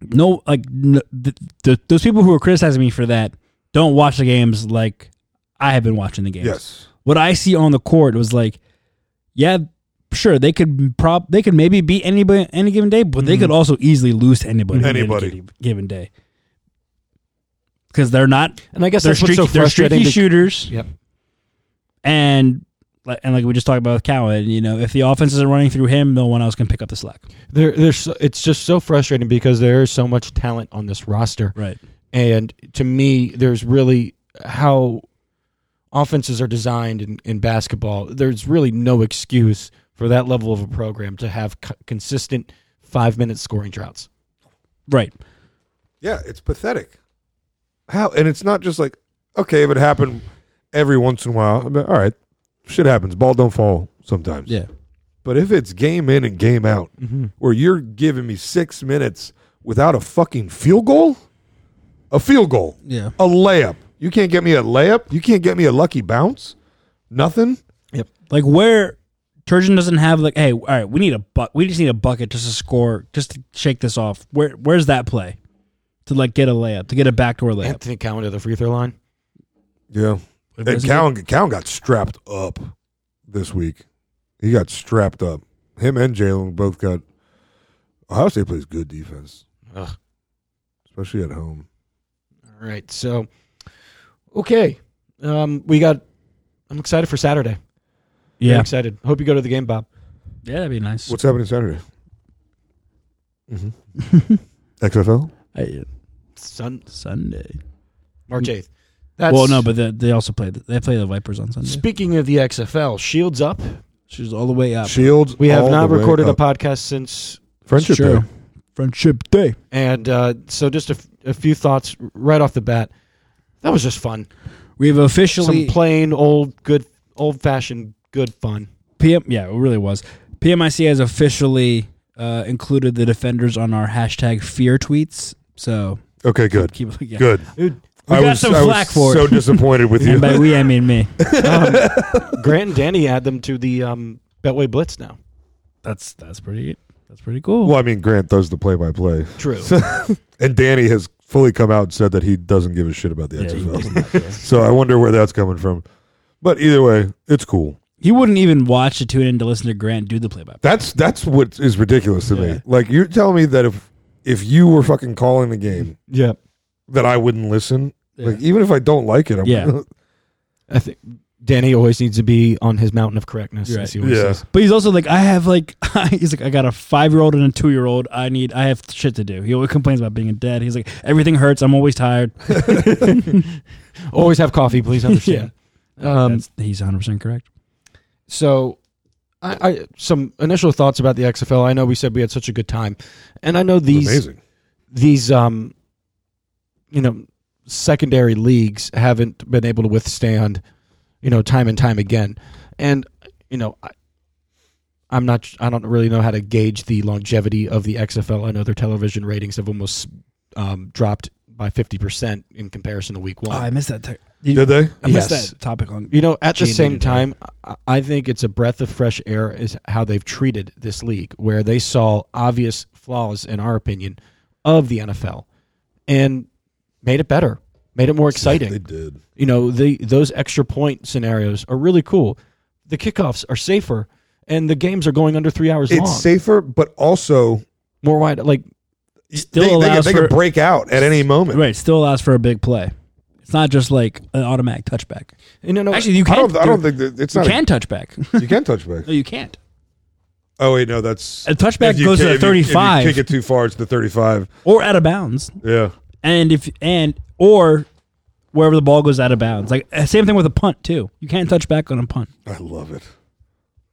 Speaker 3: no, like no, th- th- those people who are criticizing me for that don't watch the games like I have been watching the games.
Speaker 4: Yes,
Speaker 3: What I see on the court was like, yeah, sure they could prob they could maybe beat anybody any given day, but they could also easily lose to anybody on any
Speaker 4: Anybody.
Speaker 3: given- given day because they're not
Speaker 5: And I guess
Speaker 3: they're
Speaker 5: that's
Speaker 3: streaky,
Speaker 5: what's so
Speaker 3: they're
Speaker 5: frustrating.
Speaker 3: streaky
Speaker 5: to-
Speaker 3: shooters.
Speaker 5: Yep.
Speaker 3: And like- and like we just talked about with Cowan, you know, if the offense isn't running through him, no one else can pick up the slack.
Speaker 5: They're, they're so, it's just so frustrating because there is so much talent on this roster,
Speaker 3: Right.
Speaker 5: and to me, there's really how offenses are designed in, in basketball. There's really no excuse for that level of a program to have co- consistent five minute scoring droughts.
Speaker 3: Right.
Speaker 4: yeah, it's pathetic. How and it's not just like okay, if it happened every once in a while, I mean, all right, shit happens. Ball don't fall sometimes.
Speaker 3: Yeah.
Speaker 4: But if it's game in and game out, where you're giving me six minutes without a fucking field goal, a field goal,
Speaker 3: Yeah.
Speaker 4: a layup, you can't get me a layup, you can't get me a lucky bounce, nothing.
Speaker 3: Like where Turgeon doesn't have like, hey, all right, we need a buck. We just need a bucket just to score, just to shake this off. Where where's that play to like get a layup, to get a backdoor layup?
Speaker 5: Anthony Cowan to the free throw line.
Speaker 4: Yeah. And
Speaker 3: Wasn't
Speaker 4: Cowan, Cowan got strapped up this week. He got strapped up. Him and Jalen both got. Ohio State plays good defense,
Speaker 5: Ugh.
Speaker 4: especially at home.
Speaker 5: All right, so okay, um, we got. I'm excited for Saturday. Very
Speaker 3: yeah.
Speaker 5: excited. Hope you go to the game, Bob.
Speaker 3: Yeah, that'd be nice.
Speaker 4: What's happening Saturday? hmm [laughs] XFL.
Speaker 3: Hey,
Speaker 5: Sun,
Speaker 3: Sunday.
Speaker 5: March 8th. That's,
Speaker 3: well, no, but they, they also play. The, they play the Vipers on Sunday.
Speaker 5: speaking of the XFL, Shields up.
Speaker 3: She's all the way up.
Speaker 4: Shields.
Speaker 5: We have
Speaker 4: all
Speaker 5: not
Speaker 4: the way
Speaker 5: recorded a
Speaker 4: up.
Speaker 5: podcast since
Speaker 4: friendship
Speaker 3: Sure.
Speaker 4: day.
Speaker 3: Friendship Day.
Speaker 5: And uh, so, just a, f- a few thoughts right off the bat. That was just fun.
Speaker 3: We've officially
Speaker 5: Some plain old good, old fashioned good fun.
Speaker 3: PM. Yeah, it really was. PMIC has officially uh, included the defenders on our hashtag fear tweets. So
Speaker 4: Okay, good,
Speaker 3: keep [laughs] yeah.
Speaker 4: good.
Speaker 5: Dude,
Speaker 3: We
Speaker 4: I
Speaker 3: got
Speaker 4: was,
Speaker 3: some
Speaker 4: I was
Speaker 3: flack for
Speaker 4: so
Speaker 3: it.
Speaker 4: disappointed
Speaker 3: [laughs]
Speaker 4: with you. [laughs]
Speaker 3: And by we, I mean me.
Speaker 5: Grant and Danny add them to the um, Betway Blitz now.
Speaker 3: That's that's pretty. That's pretty cool.
Speaker 4: Well, I mean, Grant does the play-by-play,
Speaker 5: True.
Speaker 4: and Danny has fully come out and said that he doesn't give a shit about the
Speaker 3: Yeah, he
Speaker 4: XFL. [laughs] so I wonder where that's coming from. But either way, it's cool.
Speaker 3: He wouldn't even watch to tune in to listen to Grant do the play by play.
Speaker 4: That's that's what is ridiculous to
Speaker 3: Yeah.
Speaker 4: me. Like you're telling me that if if you were fucking calling the game,
Speaker 5: yeah.
Speaker 4: that I wouldn't listen. Like
Speaker 3: Yeah.
Speaker 4: even if I don't like it, I'm
Speaker 3: Yeah.
Speaker 5: I think Danny always needs to be on his mountain of correctness.
Speaker 3: You're
Speaker 5: as
Speaker 3: right.
Speaker 5: he always
Speaker 4: [laughs] Yeah.
Speaker 5: says.
Speaker 3: But he's also like, I have like, [laughs] he's like, I got a five year old and a two year old. I need, I have shit to do. He always complains about being a dad. He's like, everything hurts. I'm always tired.
Speaker 5: Always have coffee, please understand. um,
Speaker 3: That's- he's 100 percent correct.
Speaker 5: so, I, I some initial thoughts about the XFL. I know we said we had such a good time, and I know
Speaker 4: It's
Speaker 5: these
Speaker 4: amazing.
Speaker 5: these um you know secondary leagues haven't been able to withstand you know time and time again and you know I, i'm not i don't really know how to gauge the longevity of the xfl i know their television ratings have almost um, dropped by 50% in comparison to week one
Speaker 3: Oh, I missed that. T-
Speaker 4: Did they?
Speaker 3: I missed
Speaker 5: Yes.
Speaker 3: that topic on.
Speaker 5: you know, at the
Speaker 3: Gene
Speaker 5: same
Speaker 3: did that.
Speaker 5: time, I- I think it's a breath of fresh air is how they've treated this league, where they saw obvious flaws, in our opinion, of the NFL, and made it better, made it more
Speaker 4: They
Speaker 5: exciting.
Speaker 4: did.
Speaker 5: You know, the those extra point scenarios are really cool. The kickoffs are safer, and the games are going under three hours long.
Speaker 4: It's safer, but also
Speaker 5: more wide, like
Speaker 3: Still
Speaker 4: they, they, could,
Speaker 3: allows
Speaker 4: they could
Speaker 3: for-
Speaker 4: break out at any moment.
Speaker 3: Right, still allows for a big play. It's not just like an automatic touchback.
Speaker 5: you know,
Speaker 3: Actually, you
Speaker 4: I
Speaker 3: can.
Speaker 4: don't. I don't think that it's
Speaker 3: you
Speaker 4: not. a-
Speaker 3: can touchback. [laughs]
Speaker 4: you can touch back.
Speaker 3: no, you can't.
Speaker 4: Oh wait, no, that's
Speaker 3: A touchback
Speaker 4: if you
Speaker 3: goes to
Speaker 4: kick-
Speaker 3: the
Speaker 4: if you- if you
Speaker 3: 35.
Speaker 4: kick it too far, it's the thirty-five.
Speaker 3: Or out of bounds.
Speaker 4: Yeah,
Speaker 3: and if and or wherever the ball goes out of bounds. Like uh, same thing with a punt too. You can't touch back on a punt.
Speaker 4: I love it.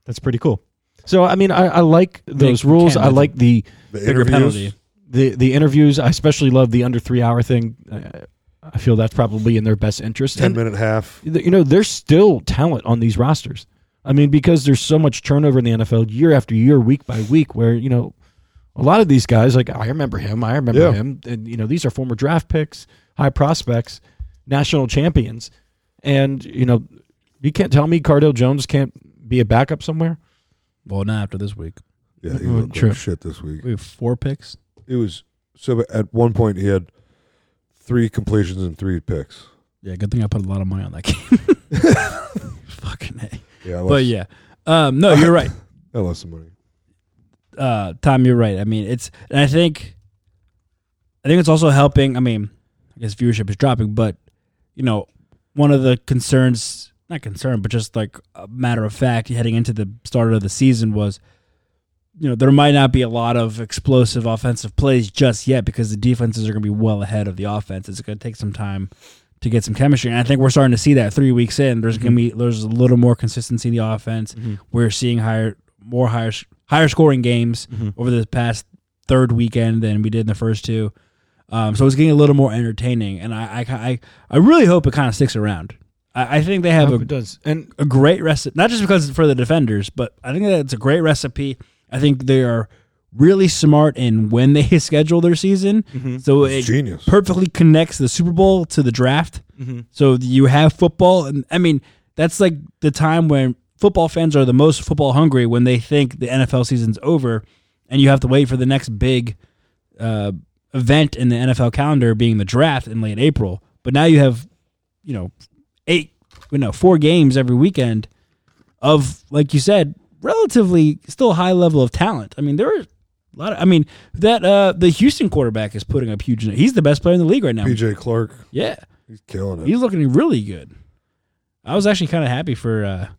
Speaker 5: that's pretty cool. So, I mean, I, I like those rules.
Speaker 3: can,
Speaker 5: I
Speaker 3: I
Speaker 5: like the
Speaker 4: The
Speaker 3: Bigger
Speaker 4: interviews,
Speaker 3: penalty.
Speaker 5: the the interviews. I especially love the under three hour thing. I, I feel that's probably in their best interest.
Speaker 4: ten
Speaker 5: And,
Speaker 4: minute half.
Speaker 5: th- you know, there's still talent on these rosters. I mean, because there's so much turnover in the NFL year after year, week by week, where you know a lot of these guys, like I remember him, I remember
Speaker 4: Yeah.
Speaker 5: him, and you know these are former draft picks, high prospects, national champions, and you know you can't tell me Cardell Jones can't be a backup somewhere.
Speaker 3: Well, not after this week.
Speaker 4: Yeah, he
Speaker 3: Oh,
Speaker 5: Mm,
Speaker 4: looked
Speaker 5: true.
Speaker 4: like shit this week.
Speaker 3: We have four picks.
Speaker 4: It was so. At one point, he had three completions and three picks.
Speaker 3: Yeah, good thing I put a lot of money on that game. [laughs] Fucking a.
Speaker 4: Yeah, I lost,
Speaker 3: But yeah, um, no, you're right,
Speaker 4: I lost some money.
Speaker 3: uh, Tom. You're right. I mean, it's and I think, I think it's also helping. I mean, I guess viewership is dropping, but you know, one of the concerns, not concern, but just like a matter of fact, heading into the start of the season was, you know, there might not be a lot of explosive offensive plays just yet because the defenses are going to be well ahead of the offense. It's going to take some time to get some chemistry, and I think we're starting to see that three weeks in. There's going to be there's a little more consistency in the offense. We're seeing higher, more higher, higher scoring games over this past third weekend than we did in the first two. Um, so it's getting a little more entertaining, and I I, I, I really hope it kind of sticks around. I, I think they have
Speaker 5: Hope
Speaker 3: a,
Speaker 5: it does, and
Speaker 3: a great recipe, not just because it's for the defenders, but I think that it's a great recipe. I think they are really smart in when they [laughs] schedule their season, so it
Speaker 4: It's genius.
Speaker 3: perfectly connects the Super Bowl to the draft. So you have football, and I mean that's like the time when football fans are the most football hungry when they think the NFL season's over, and you have to wait for the next big uh, event in the NFL calendar being the draft in late April. But now you have, you know, eight, well, no, four games every weekend of, like you said, relatively still high level of talent. I mean, there are a lot of, I mean, that, uh, the Houston quarterback is putting up huge, he's the best player in the league right now.
Speaker 4: PJ Clark,
Speaker 3: Yeah.
Speaker 4: he's killing it.
Speaker 3: He's looking really good. I was actually kind of happy for, uh,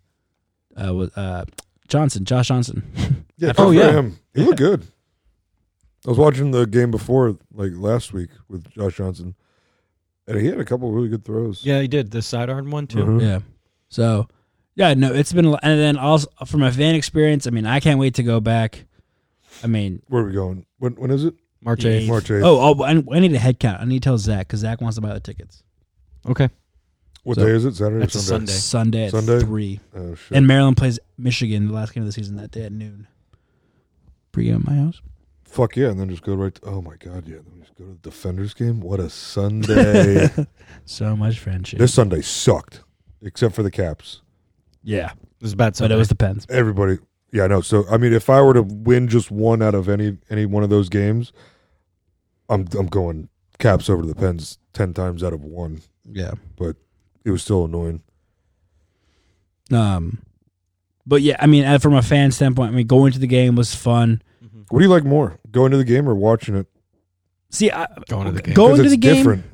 Speaker 3: uh, wa- uh, Johnson, Josh Johnson. [laughs]
Speaker 4: Yeah,
Speaker 3: I
Speaker 4: good for
Speaker 3: feel-
Speaker 4: him. He looked good. I was watching the game before, like last week, with Josh Johnson, and he had a couple really good throws.
Speaker 5: Yeah, he did the sidearm one too.
Speaker 4: Mhm.
Speaker 3: Yeah. So, yeah, no, it's been, a lo- and then also from a fan experience, I mean, I can't wait to go back. I mean,
Speaker 4: Where are we going? When when is it?
Speaker 5: March
Speaker 3: the
Speaker 5: eighth.
Speaker 4: March eighth.
Speaker 3: Oh, oh, I I need a head count. I need to tell Zach because Zach wants to buy the tickets.
Speaker 5: Okay.
Speaker 4: What
Speaker 3: so-
Speaker 4: day is it? Saturday or
Speaker 5: That's a
Speaker 4: Sunday?
Speaker 5: Sunday.
Speaker 3: Sunday
Speaker 4: Sunday?
Speaker 3: at three,
Speaker 4: Oh shit!
Speaker 3: and Maryland plays Michigan the last game of the season that day at noon. Pregame at my house.
Speaker 4: Fuck yeah! And then just go right. To, oh my god! Yeah, then we just go to the Defenders game. What a Sunday!
Speaker 3: So much friendship.
Speaker 4: this Sunday sucked, except for the Caps.
Speaker 3: yeah,
Speaker 5: This is bad.
Speaker 3: but it was the Pens.
Speaker 4: everybody yeah i know so i mean if i were to win just one out of any any one of those games i'm i'm going caps over to the pens 10 times out of one
Speaker 3: Yeah.
Speaker 4: it was still annoying
Speaker 3: Um, but yeah, I mean, uh, from a fan standpoint, I mean, going to the game was fun.
Speaker 4: what do you like more going to the game or watching it
Speaker 3: See, I, uh,
Speaker 5: Going to the game.
Speaker 4: 'Cause
Speaker 3: going to
Speaker 4: it's
Speaker 3: the game,
Speaker 4: different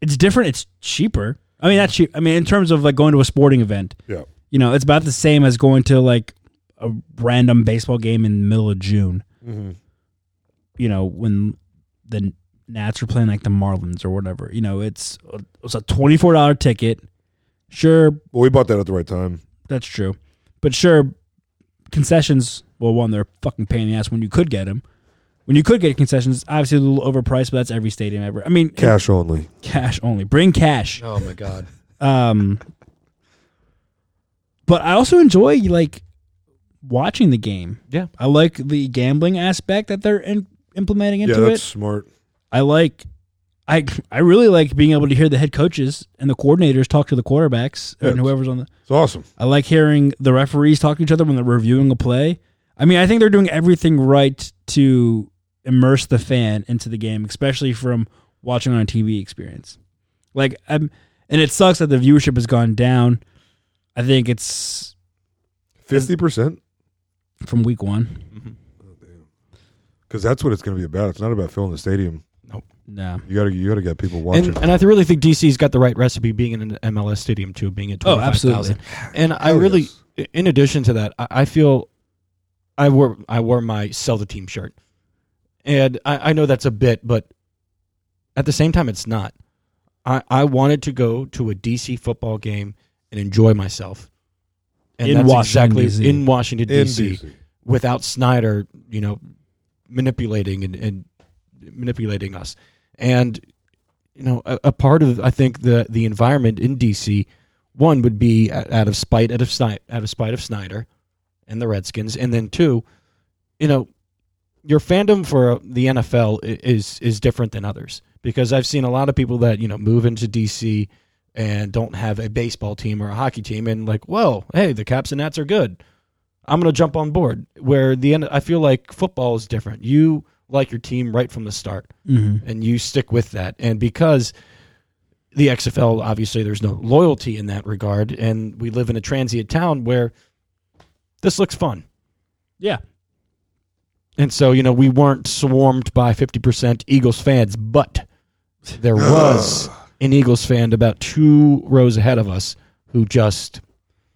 Speaker 3: it's different. It's cheaper. I mean, that's cheap. I mean, in terms of like going to a sporting event,
Speaker 4: Yeah.
Speaker 3: you know, it's about the same as going to like a random baseball game in the middle of June.
Speaker 4: Mhm.
Speaker 3: You know, when the Nats were playing like the Marlins or whatever. You know, it's it's a twenty four dollar ticket. Sure,
Speaker 4: well we bought that at the right time
Speaker 3: that's true, but sure, concessions. Well, one, they're fucking pain in the ass when you could get them. When you could get concessions, obviously a little overpriced, but that's every stadium ever. I mean,
Speaker 4: cash only
Speaker 3: cash only. Bring cash.
Speaker 6: Oh my god.
Speaker 3: Um, but I also enjoy like watching the game.
Speaker 5: Yeah.
Speaker 3: I like the gambling aspect that they're in, implementing
Speaker 4: yeah
Speaker 3: into
Speaker 4: that's
Speaker 3: it.
Speaker 4: smart
Speaker 3: I like, I I really like being able to hear the head coaches and the coordinators talk to the quarterbacks
Speaker 4: Yeah.
Speaker 3: and whoever's on the.
Speaker 4: it's awesome
Speaker 3: I like hearing the referees talk to each other when they're reviewing a play. I mean, I think they're doing everything right to immerse the fan into the game, especially from watching on a TV experience. Like, I'm, and it sucks that the viewership has gone down. I think it's
Speaker 4: 50%
Speaker 3: from week one.
Speaker 4: because that's what it's going to be about it's not about filling the stadium
Speaker 3: No.
Speaker 4: you gotta you gotta get people watching
Speaker 5: And, and I th- really think DC's got the right recipe being in an MLS stadium too, being at
Speaker 3: Oh,
Speaker 5: twenty five
Speaker 3: absolutely.
Speaker 5: thousand. and I
Speaker 4: Hell
Speaker 5: really, in addition to that, I, I feel I wore I wore my sell the team shirt, and I, I know that's a bit, but at the same time, it's not. I, I wanted to go to a DC football game and enjoy myself, and
Speaker 3: In
Speaker 5: that's
Speaker 3: Washington,
Speaker 5: exactly
Speaker 3: DC.
Speaker 5: in Washington
Speaker 4: in
Speaker 5: DC
Speaker 4: DC.
Speaker 5: without Snyder, you know, manipulating and, and manipulating us. And you know, a, a part of I think the the environment in DC, one would be o- out of spite out of Snyder, out of spite of Snyder, and the Redskins, and then two, you know, your fandom for uh, the NFL i- is is different than others because I've seen a lot of people that you know move into DC and don't have a baseball team or a hockey team and like, whoa, hey, the Caps and Nats are good. I'm gonna jump on board. Where the end, I feel like football is different. You like your team right from the start,
Speaker 3: Mm-hmm.
Speaker 5: and you stick with that. And because the XFL, obviously, there's no loyalty in that regard, and we live in a transient town where this looks fun.
Speaker 3: Yeah.
Speaker 5: And so, you know, we weren't swarmed by 50% Eagles fans, but there was an Eagles fan about two rows ahead of us who just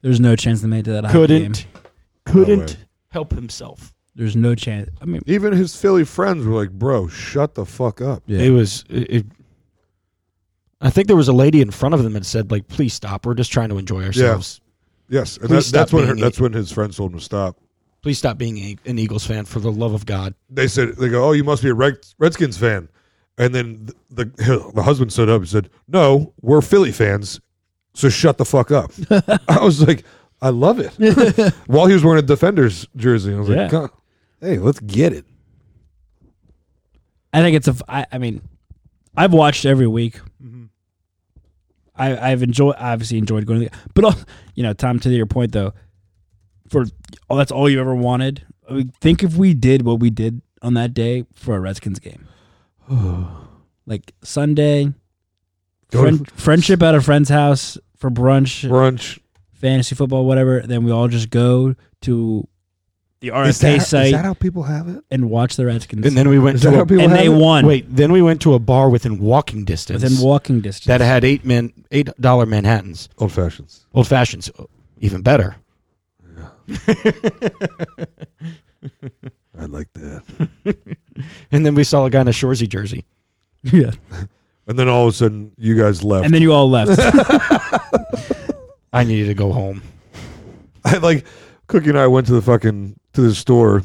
Speaker 3: There's no chance they made it to that hockey game.
Speaker 5: couldn't couldn't
Speaker 4: way.
Speaker 5: help himself.
Speaker 3: There's no chance. I mean,
Speaker 4: even his philly friends were like bro shut the fuck up
Speaker 3: Yeah.
Speaker 5: It was. It, it- I think there was a lady in front of them that said, "Like, please stop. We're just trying to enjoy ourselves.
Speaker 4: yes and
Speaker 5: Please
Speaker 4: that,
Speaker 5: stop
Speaker 4: that's when
Speaker 5: being
Speaker 4: her,
Speaker 5: a-
Speaker 4: that's when his friends told him to stop
Speaker 5: Please stop being a, an Eagles fan for the love of God."
Speaker 4: they said they go, "Oh, you must be a Red, Redskins fan," and then the, the [laughs] the husband stood up and said, "No, we're Philly fans, so shut the fuck
Speaker 3: [laughs]
Speaker 4: up." I was like, "I love it." [laughs] While he was wearing a Defenders jersey, I was
Speaker 3: Yeah.
Speaker 4: like, "God, "Hey, let's get it."
Speaker 3: I think it's a. f- I, I mean, I've watched every week. I, I've enjoyed, obviously enjoyed going to the, but al- you know, Tom, to your point though, for oh, that's all you ever wanted. I mean, think if we did what we did on that day for a Redskins game, like Sunday,
Speaker 4: Go to
Speaker 3: friend, friendship at a friend's house for brunch,
Speaker 4: Brunch.
Speaker 3: fantasy football, whatever. Then we all just go to the
Speaker 4: Is
Speaker 3: RFK
Speaker 4: that, is
Speaker 3: site
Speaker 4: that how people have it?
Speaker 3: and watch the Redskins,
Speaker 5: And then we went
Speaker 4: Is that
Speaker 5: to
Speaker 4: how
Speaker 5: a,
Speaker 4: people
Speaker 3: And
Speaker 4: have
Speaker 3: they
Speaker 4: it?
Speaker 3: won
Speaker 5: wait. Then we went to a bar within walking distance
Speaker 3: within walking distance. [laughs]
Speaker 5: that had eight man eight dollar Manhattan's
Speaker 4: Old fashions.
Speaker 5: old fashions, even better.
Speaker 4: I like that.
Speaker 5: And then we saw a guy in a Shorzy jersey.
Speaker 3: yeah.
Speaker 4: And then all of a sudden, you guys left.
Speaker 3: And then you all left.
Speaker 5: I needed to go home.
Speaker 4: [laughs] I like Cookie and I went to the fucking to the store.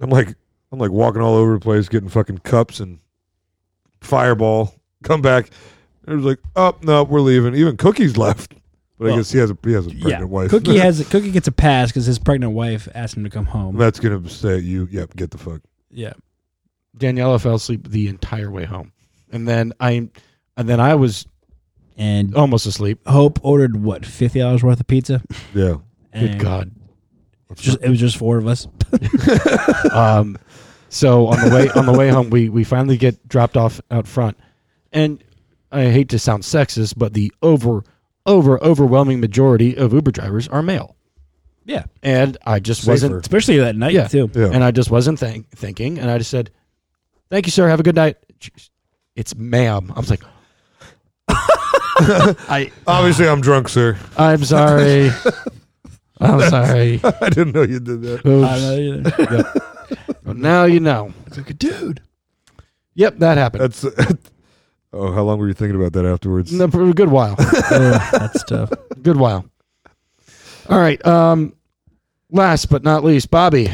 Speaker 4: I'm like I'm like walking all over the place getting fucking cups and fireball. Come back. It was like, oh no, we're leaving. Even Cookie's left. But I
Speaker 3: Well,
Speaker 4: guess he has a he has a pregnant
Speaker 3: yeah.
Speaker 4: wife.
Speaker 3: Cookie has Cookie gets a pass because his pregnant wife asked him to come
Speaker 4: [laughs]
Speaker 3: home.
Speaker 4: That's gonna say you yep, get the fuck.
Speaker 3: Yeah.
Speaker 5: Daniela fell asleep the entire way home, and then I, and then I was
Speaker 3: And
Speaker 5: almost asleep.
Speaker 3: Hope ordered what fifty dollars worth of pizza.
Speaker 4: Yeah.
Speaker 5: Good
Speaker 3: And
Speaker 5: God!
Speaker 3: it's Just, it was just four of us. [laughs]
Speaker 5: Um, so on the way on the way home, we we finally get dropped off out front, and I hate to sound sexist, but the over over overwhelming majority of Uber drivers are male,
Speaker 3: yeah.
Speaker 5: and I just wasn't
Speaker 3: Especially that night
Speaker 5: yeah,
Speaker 3: too.
Speaker 4: Yeah.
Speaker 5: and I just wasn't think, thinking, and I just said, "Thank you, sir. Have a good night." Jeez, It's ma'am. I was like, [laughs] I
Speaker 4: Obviously I'm drunk, sir.
Speaker 5: [laughs] I'm sorry. [laughs] I'm sorry.
Speaker 4: [laughs] I didn't know you did that.
Speaker 5: Oops.
Speaker 3: I don't know either.
Speaker 5: But now you know.
Speaker 3: dude.
Speaker 5: Yep, that happened.
Speaker 4: That's [laughs] Oh, how long were you thinking about that afterwards?
Speaker 5: No, for a good while.
Speaker 3: Ugh, Oh, that's tough.
Speaker 5: good while. All right. Um, last but not least, Bobby,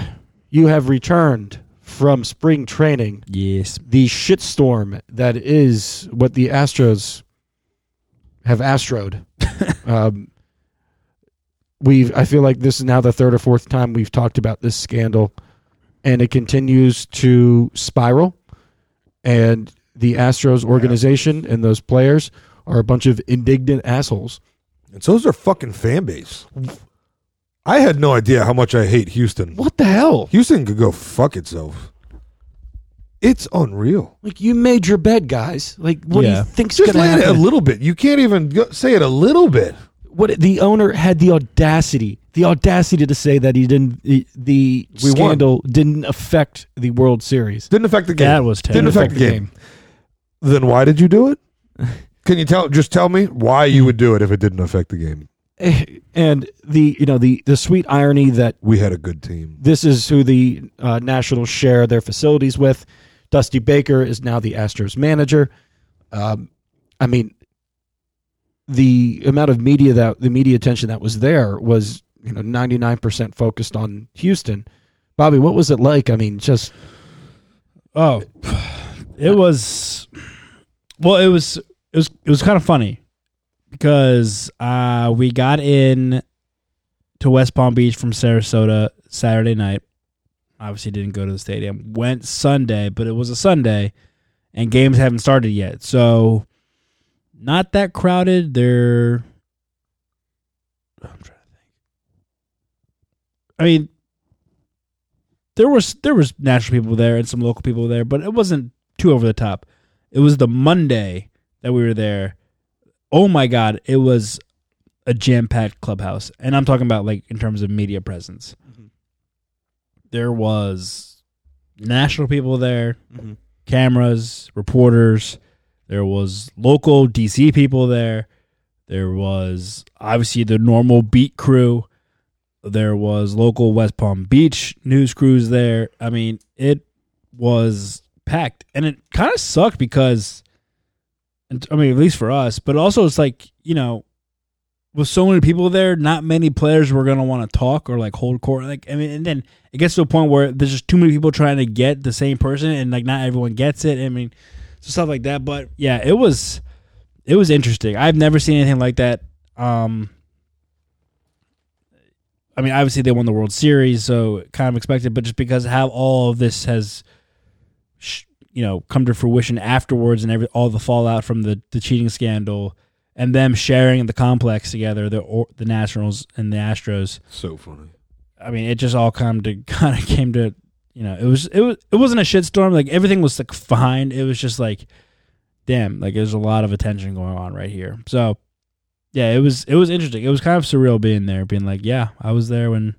Speaker 5: you have returned from spring training.
Speaker 3: Yes.
Speaker 5: The shitstorm that is what the Astros have [laughs] astroed. um, we've. I feel like this is now the third or fourth time we've talked about this scandal, and it continues to spiral. And the Astros organization and those players are a bunch of indignant assholes.
Speaker 4: And so is their fucking fan base. I had no idea how much I hate Houston.
Speaker 5: What the hell?
Speaker 4: Houston could go fuck itself. It's unreal.
Speaker 5: Like you made your bed, guys. Like what do
Speaker 3: Yeah.
Speaker 5: you think's
Speaker 4: Just
Speaker 5: gonna
Speaker 4: lay it a
Speaker 5: happen?
Speaker 4: little bit. You can't even go, say it a little bit.
Speaker 5: what the owner had the audacity, the audacity to say that he didn't, the, the
Speaker 4: We won.
Speaker 5: scandal didn't affect the World Series.
Speaker 4: Didn't affect the game.
Speaker 3: That was
Speaker 4: Didn't
Speaker 3: terrible.
Speaker 4: affect the game. Then why did you do
Speaker 3: [laughs]
Speaker 4: it? Can you tell? Just tell me why you would do it if it didn't affect the game.
Speaker 5: Eh, And the you know the the sweet irony that
Speaker 4: We had a good team.
Speaker 5: this is who the uh, Nationals share their facilities with. Dusty Baker is now the Astros manager. Um, I mean, the amount of media that the media attention that was there was you know ninety nine percent focused on Houston. Bobby, what was it like? I mean, just
Speaker 3: Oh, it was. Well, it was. It was. It was kind of funny because uh, we got in to West Palm Beach from Sarasota Saturday night. Obviously, didn't go to the stadium. Went Sunday, but it was a Sunday, and games haven't started yet, so not that crowded. They're. I'm trying to think. I mean, there was there was national people there and some local people there, but it wasn't too over the top. It was the Monday that we were there. Oh my god, it was a jam packed clubhouse, and I'm talking about like in terms of media presence. There was national people there, cameras, reporters. There was local DC people there. There was obviously the normal beat crew there was local West Palm Beach news crews there. I mean, it was packed, and it kind of sucked because, and- I mean, at least for us, but also it's like you know, with so many people there, not many players were gonna want to talk or like hold court. Like I mean, and then it gets to a point where there's just too many people trying to get the same person, and like not everyone gets it. I mean, so stuff like that. But yeah, it was it was interesting. I've never seen anything like that. Um, I mean, obviously they won the World Series, so kind of expected, but just because how all of this has, sh- you know, come to fruition afterwards, and every all the fallout from the the cheating scandal, and them sharing the complex together, the or, the Nationals and the Astros.
Speaker 4: So funny.
Speaker 3: I mean, it just all come to [laughs] kind of came to, you know, it was it was it wasn't a shitstorm. Like everything was like fine. It was just like, damn, like there's a lot of attention going on right here. So, yeah, it was it was interesting. It was kind of surreal being there, being like, yeah, I was there when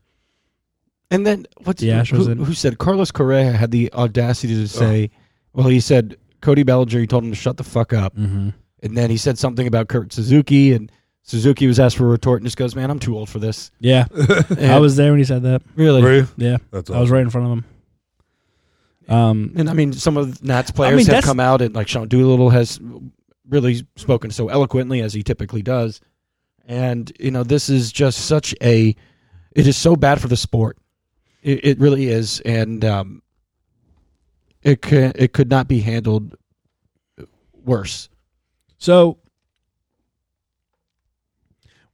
Speaker 5: And then what's
Speaker 3: The Astros
Speaker 5: who,
Speaker 3: didn't.
Speaker 5: who said Carlos Correa had the audacity to say, well, he said Cody Bellinger. He told him to shut the fuck up,
Speaker 3: Mhm.
Speaker 5: and then he said something about Kurt Suzuki, and Suzuki was asked for a retort and just goes, "Man, I'm too old for this."
Speaker 3: Yeah, I
Speaker 5: And-
Speaker 3: was there when he said that.
Speaker 5: really.
Speaker 4: Were you?
Speaker 3: Yeah,
Speaker 4: That's
Speaker 3: I was
Speaker 4: awesome.
Speaker 3: right in front of him. Um,
Speaker 5: And I mean, some of Nat's players
Speaker 3: mean,
Speaker 5: have
Speaker 3: that's-
Speaker 5: come out, and like Sean Doolittle has really spoken so eloquently as he typically does. And you know, this is just such a. It is so bad for the sport. It, it really is, and um, it can, it could not be handled worse.
Speaker 3: so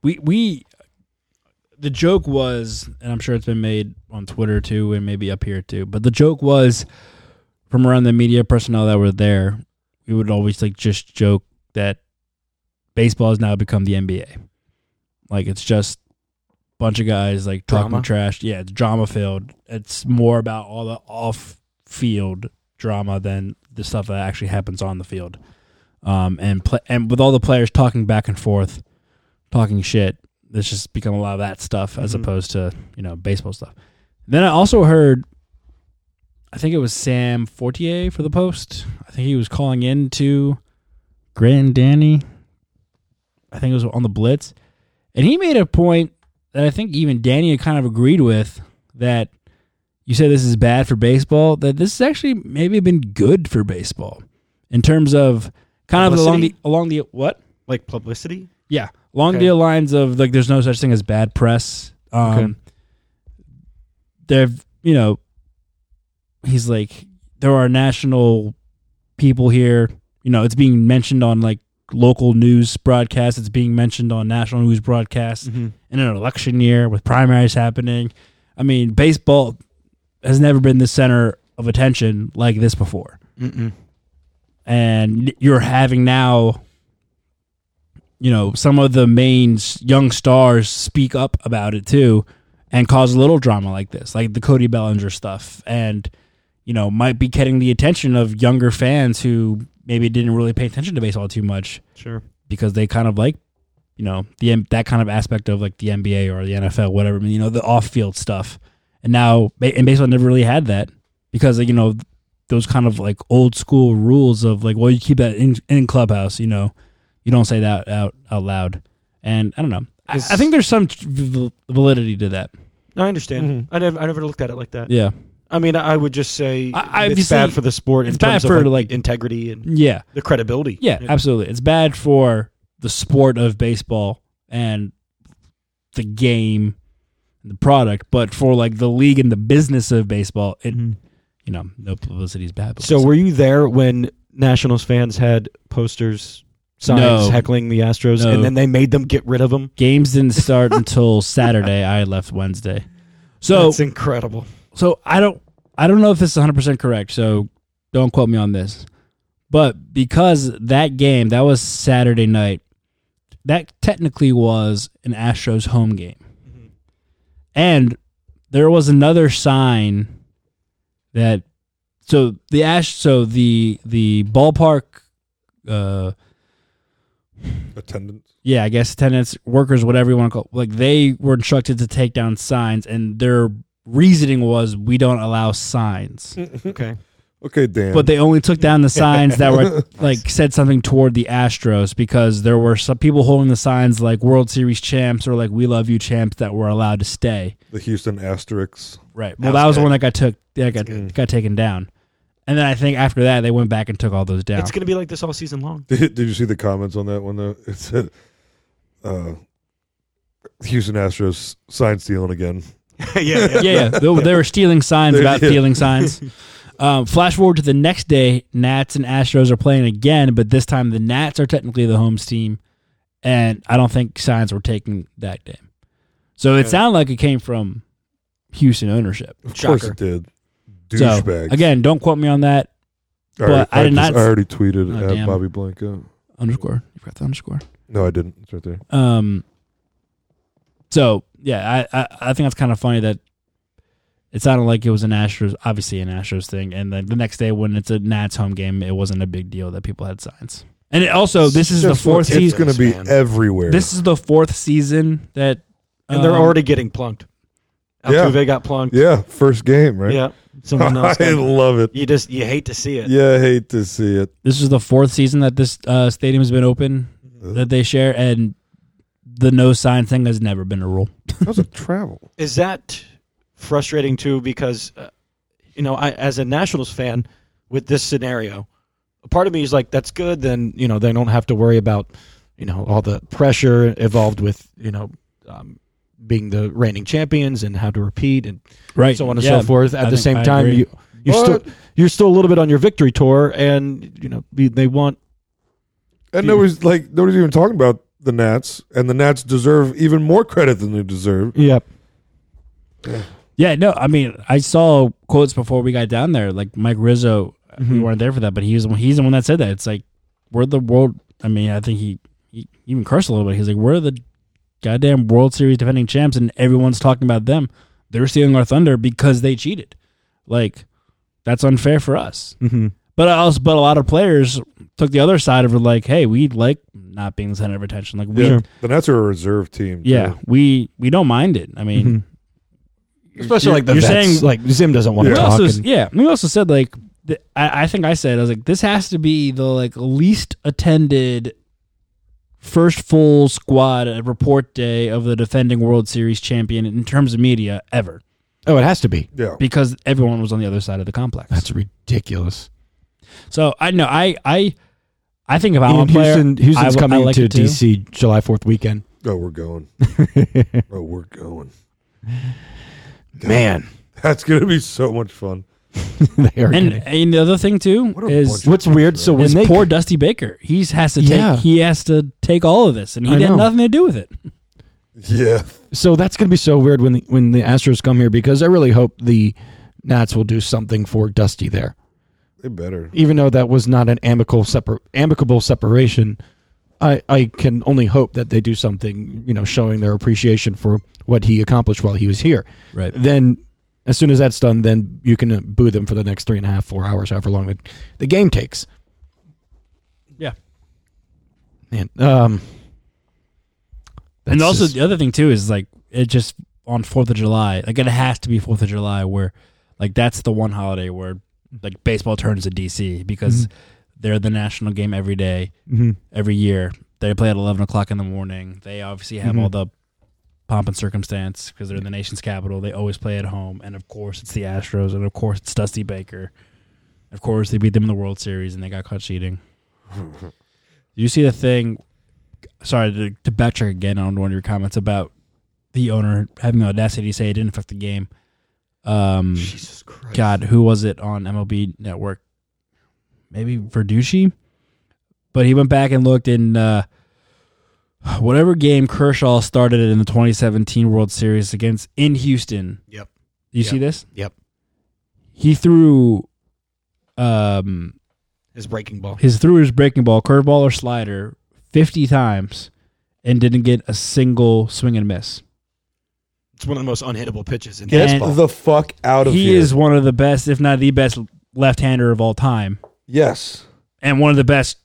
Speaker 3: we we the joke was, and I'm sure it's been made on Twitter too, and maybe up here too. But the joke was from around the media personnel that were there. We would always like just joke that baseball has now become the NBA. Like it's just bunch of guys like talking
Speaker 5: Drama?
Speaker 3: trash. Yeah, it's drama filled. It's more about all the off field drama than the stuff that actually happens on the field. Um, and pla and with all the players talking back and forth, talking shit, it's just become a lot of that stuff as opposed to you know baseball stuff. Then I also heard, I think it was Sam Fortier for the Post. I think he was calling in to Grand Danny. I think it was on the Blitz, and he made a point that I think even Danny had kind of agreed with that. You say this is bad for baseball. That this has actually maybe been good for baseball in terms of kind of along the
Speaker 5: Publicity?
Speaker 3: along the what
Speaker 5: Like publicity,
Speaker 3: yeah, along
Speaker 5: Okay.
Speaker 3: the lines of like, there's no such thing as bad press. Um,
Speaker 5: Okay.
Speaker 3: There've you know, he's like, there are national people here. You know, it's being mentioned on like local news broadcasts. It's being mentioned on national news broadcasts
Speaker 5: Mm-hmm.
Speaker 3: in an election year with primaries happening. I mean, baseball has never been the center of attention like this before. And you're having now, you know, some of the main s- young stars speak up about it too and cause a little drama like this, like the Cody Bellinger stuff. And, you know, might be getting the attention of younger fans who maybe didn't really pay attention to baseball too much
Speaker 5: sure.
Speaker 3: because they kind of like you know the M- that kind of aspect of like the NBA or the NFL, whatever. You know the off field stuff, and now ba- and baseball never really had that because like, you know those kind of like old school rules of like well you keep that in in clubhouse. You know you don't say that out out loud, and I don't know. I, I think there's some tr- val- validity to that.
Speaker 5: I understand. I never I never looked at it like that.
Speaker 3: Mm-hmm. Yeah,
Speaker 5: I mean, I would just say
Speaker 3: I-
Speaker 5: it's
Speaker 3: obviously,
Speaker 5: bad for the sport.
Speaker 3: it's
Speaker 5: in terms
Speaker 3: bad for,
Speaker 5: of
Speaker 3: like-
Speaker 5: integrity and
Speaker 3: yeah,
Speaker 5: the credibility.
Speaker 3: yeah. Absolutely, it's bad for the sport of baseball and the game, the product, but for like the league and the business of baseball, it you know, no publicity is bad.
Speaker 5: Mm-hmm. So
Speaker 3: publicity.
Speaker 5: were you there when Nationals fans had posters, signs
Speaker 3: No.
Speaker 5: heckling the Astros,
Speaker 3: No.
Speaker 5: and then they made them get rid of them?
Speaker 3: games didn't start until Saturday. I left Wednesday. So
Speaker 4: [laughs]
Speaker 5: That's incredible.
Speaker 3: so I don't I don't know if this is 100% correct. So don't quote me on this. But because that game that was Saturday night, that technically was an Astros home game. And there was another sign that so the Ash so the the ballpark uh
Speaker 4: Attendance.
Speaker 3: yeah, I guess tenants, workers, whatever you want to call, like they were instructed to take down signs, and their reasoning was we don't allow signs,
Speaker 5: Okay.
Speaker 4: Okay, Dan.
Speaker 3: but they only took down the signs that were like said something toward the Astros because there were some people holding the signs like World Series champs or like we love you champs that were allowed to stay.
Speaker 4: the Houston Asterix. [laughs]
Speaker 3: Right. Well, that was the one that got took that got got taken down, and then I think after that they went back and took all those down.
Speaker 5: It's going to be like this all season long.
Speaker 4: Did, did you see the comments on that one? Though it said, uh, "Houston Astros sign stealing again."
Speaker 5: yeah, yeah.
Speaker 3: yeah, yeah. They, they were stealing signs about
Speaker 4: Yeah.
Speaker 3: stealing signs. Um, flash forward to the next day, Nats and Astros are playing again, but this time the Nats are technically the home team, and I don't think signs were taken that game. So it sounded like it came from Houston ownership.
Speaker 4: Of course
Speaker 5: Shocker.
Speaker 4: it did.
Speaker 3: So
Speaker 4: Douchebags.
Speaker 3: again, don't quote me on that
Speaker 4: I already-
Speaker 3: but I did not
Speaker 4: I
Speaker 3: s-
Speaker 4: already tweeted
Speaker 3: Oh,
Speaker 4: at
Speaker 3: damn.
Speaker 4: Bobby Blanco.
Speaker 3: underscore. You forgot the underscore.
Speaker 4: No, I didn't. It's right there.
Speaker 3: Um. So yeah, I, I I think that's kind of funny that it sounded like it was an Astros, obviously an Astros thing, and then the next day when it's a Nats home game, it wasn't a big deal that people had signs. And it also, this is the
Speaker 4: Just-
Speaker 3: fourth
Speaker 4: It's
Speaker 3: season.
Speaker 4: going to be
Speaker 5: man.
Speaker 4: everywhere.
Speaker 3: This is the fourth season that,
Speaker 5: And they're
Speaker 3: um,
Speaker 5: already getting plunked.
Speaker 4: Yeah.
Speaker 5: Altuve got plunked.
Speaker 4: yeah, first game, right? [laughs]
Speaker 5: Yeah. Someone else.
Speaker 4: I
Speaker 5: got-
Speaker 4: love it.
Speaker 5: you just you hate to see it.
Speaker 4: Yeah, I hate to see it.
Speaker 5: Mm-hmm.
Speaker 3: This is the fourth season that this uh, stadium has been open that they share, and the no sign thing has never been a rule.
Speaker 4: How's it travel?
Speaker 5: Is that frustrating too? Because, uh, you know, I, as a Nationals fan with this scenario, a part of me is like, that's good. Then, you know, they don't have to worry about, you know, all the pressure involved with, you know, um, being the reigning champions and how to repeat and
Speaker 3: Right.
Speaker 5: so on and
Speaker 3: Yeah,
Speaker 5: so forth. At
Speaker 3: I
Speaker 5: the
Speaker 3: think-
Speaker 5: same
Speaker 3: I
Speaker 5: time,
Speaker 3: agree.
Speaker 5: you you're
Speaker 4: But-
Speaker 5: still you're still a little bit on your victory tour, and you know you- they want
Speaker 4: And nobody's like nobody's even talking about the Nats, and the Nats deserve even more credit than they deserve.
Speaker 5: yep.
Speaker 3: Yeah, no, I mean, I saw quotes before we got down there. Like Mike Rizzo, we weren't there for that, but he's he's the one that said that. It's like we're the world. I mean, I think he, he even cursed a little bit. He's like, we're the goddamn World Series defending champs, and everyone's talking about them. They're stealing our thunder because they cheated. Like that's unfair for us.
Speaker 5: Mm-hmm.
Speaker 3: But I also, but a lot of players took the other side of it. Like, hey, we like not being the center of attention. Like we,
Speaker 4: Yeah. The Nats are a reserve team. too.
Speaker 3: yeah, we we don't mind it. I mean.
Speaker 5: Especially
Speaker 3: You're-
Speaker 5: like the
Speaker 3: you're
Speaker 5: vets.
Speaker 3: saying-
Speaker 5: like Zim doesn't want to
Speaker 3: we
Speaker 5: talk.
Speaker 3: also,
Speaker 5: and-
Speaker 3: yeah, we also said like th- I, I think I said I was like this has to be the like least attended first full squad at report day of the defending World Series champion in terms of media ever
Speaker 5: oh, it has to be.
Speaker 4: yeah.
Speaker 3: because everyone was on the other side of the complex.
Speaker 5: That's ridiculous.
Speaker 3: so I know I I I think if I'm
Speaker 5: Ian
Speaker 3: a player,
Speaker 5: Houston,
Speaker 3: I
Speaker 5: Houston's
Speaker 3: w- I
Speaker 5: coming
Speaker 3: like
Speaker 5: to
Speaker 3: it too.
Speaker 5: DC July Fourth weekend.
Speaker 4: Oh, we're
Speaker 3: [laughs]
Speaker 4: going. oh, we're going. [laughs]
Speaker 5: Man,
Speaker 4: That's gonna be so much fun.
Speaker 5: [laughs] they are.
Speaker 3: And,
Speaker 5: getting-
Speaker 3: and the other thing too
Speaker 4: What a
Speaker 3: is
Speaker 4: bunch
Speaker 5: what's weird? So when
Speaker 3: is
Speaker 5: they
Speaker 3: poor Dusty Baker. He has to take
Speaker 5: Yeah.
Speaker 3: he has to take all of this, and he
Speaker 5: I
Speaker 3: had
Speaker 5: know.
Speaker 3: nothing to do with it.
Speaker 4: Yeah.
Speaker 5: so that's going to be so weird when the, when the Astros come here because I really hope the Nats will do something for Dusty there.
Speaker 4: They better.
Speaker 5: even though that was not an amicable separ- amicable separation, I I can only hope that they do something, you know, showing their appreciation for what he accomplished while he was here.
Speaker 3: Right.
Speaker 5: Then, as soon as that's done, then you can uh, boo them for the next three and a half, four hours, however long the, the game takes.
Speaker 3: Yeah.
Speaker 5: Man, um,
Speaker 3: and
Speaker 5: that's
Speaker 3: also
Speaker 5: just-
Speaker 3: the other thing too is like it just on Fourth of July, like it has to be Fourth of July where like that's the one holiday where like baseball turns to DC because
Speaker 5: Mm-hmm.
Speaker 3: they're the national game every day, every year. They play at eleven o'clock in the morning. They obviously have
Speaker 5: Mm-hmm.
Speaker 3: all the pomp and circumstance because they're the nation's capital. They always play at home, and of course it's the Astros, and of course it's Dusty Baker. Of course they beat them in the World Series, and they got caught cheating. Did you see the thing sorry to, to backtrack again on one of your comments about the owner having the audacity to say it didn't affect the game. Um,
Speaker 5: Jesus Christ.
Speaker 3: God, who was it on MLB Network? Maybe Verducci, but he went back and looked in uh, whatever game Kershaw started in the 2017 World Series against in Houston.
Speaker 5: Yep.
Speaker 3: You see this?
Speaker 5: Yep.
Speaker 3: He threw um,
Speaker 5: His breaking ball.
Speaker 3: his threw his breaking ball, curveball or slider, fifty times, and didn't get a single swing and miss.
Speaker 5: It's one of the most unhittable pitches in
Speaker 3: Get
Speaker 5: baseball.
Speaker 4: the fuck out of
Speaker 3: he
Speaker 4: here.
Speaker 3: is one of the best, if not the best, left-hander of all time,
Speaker 4: yes.
Speaker 3: and one of the best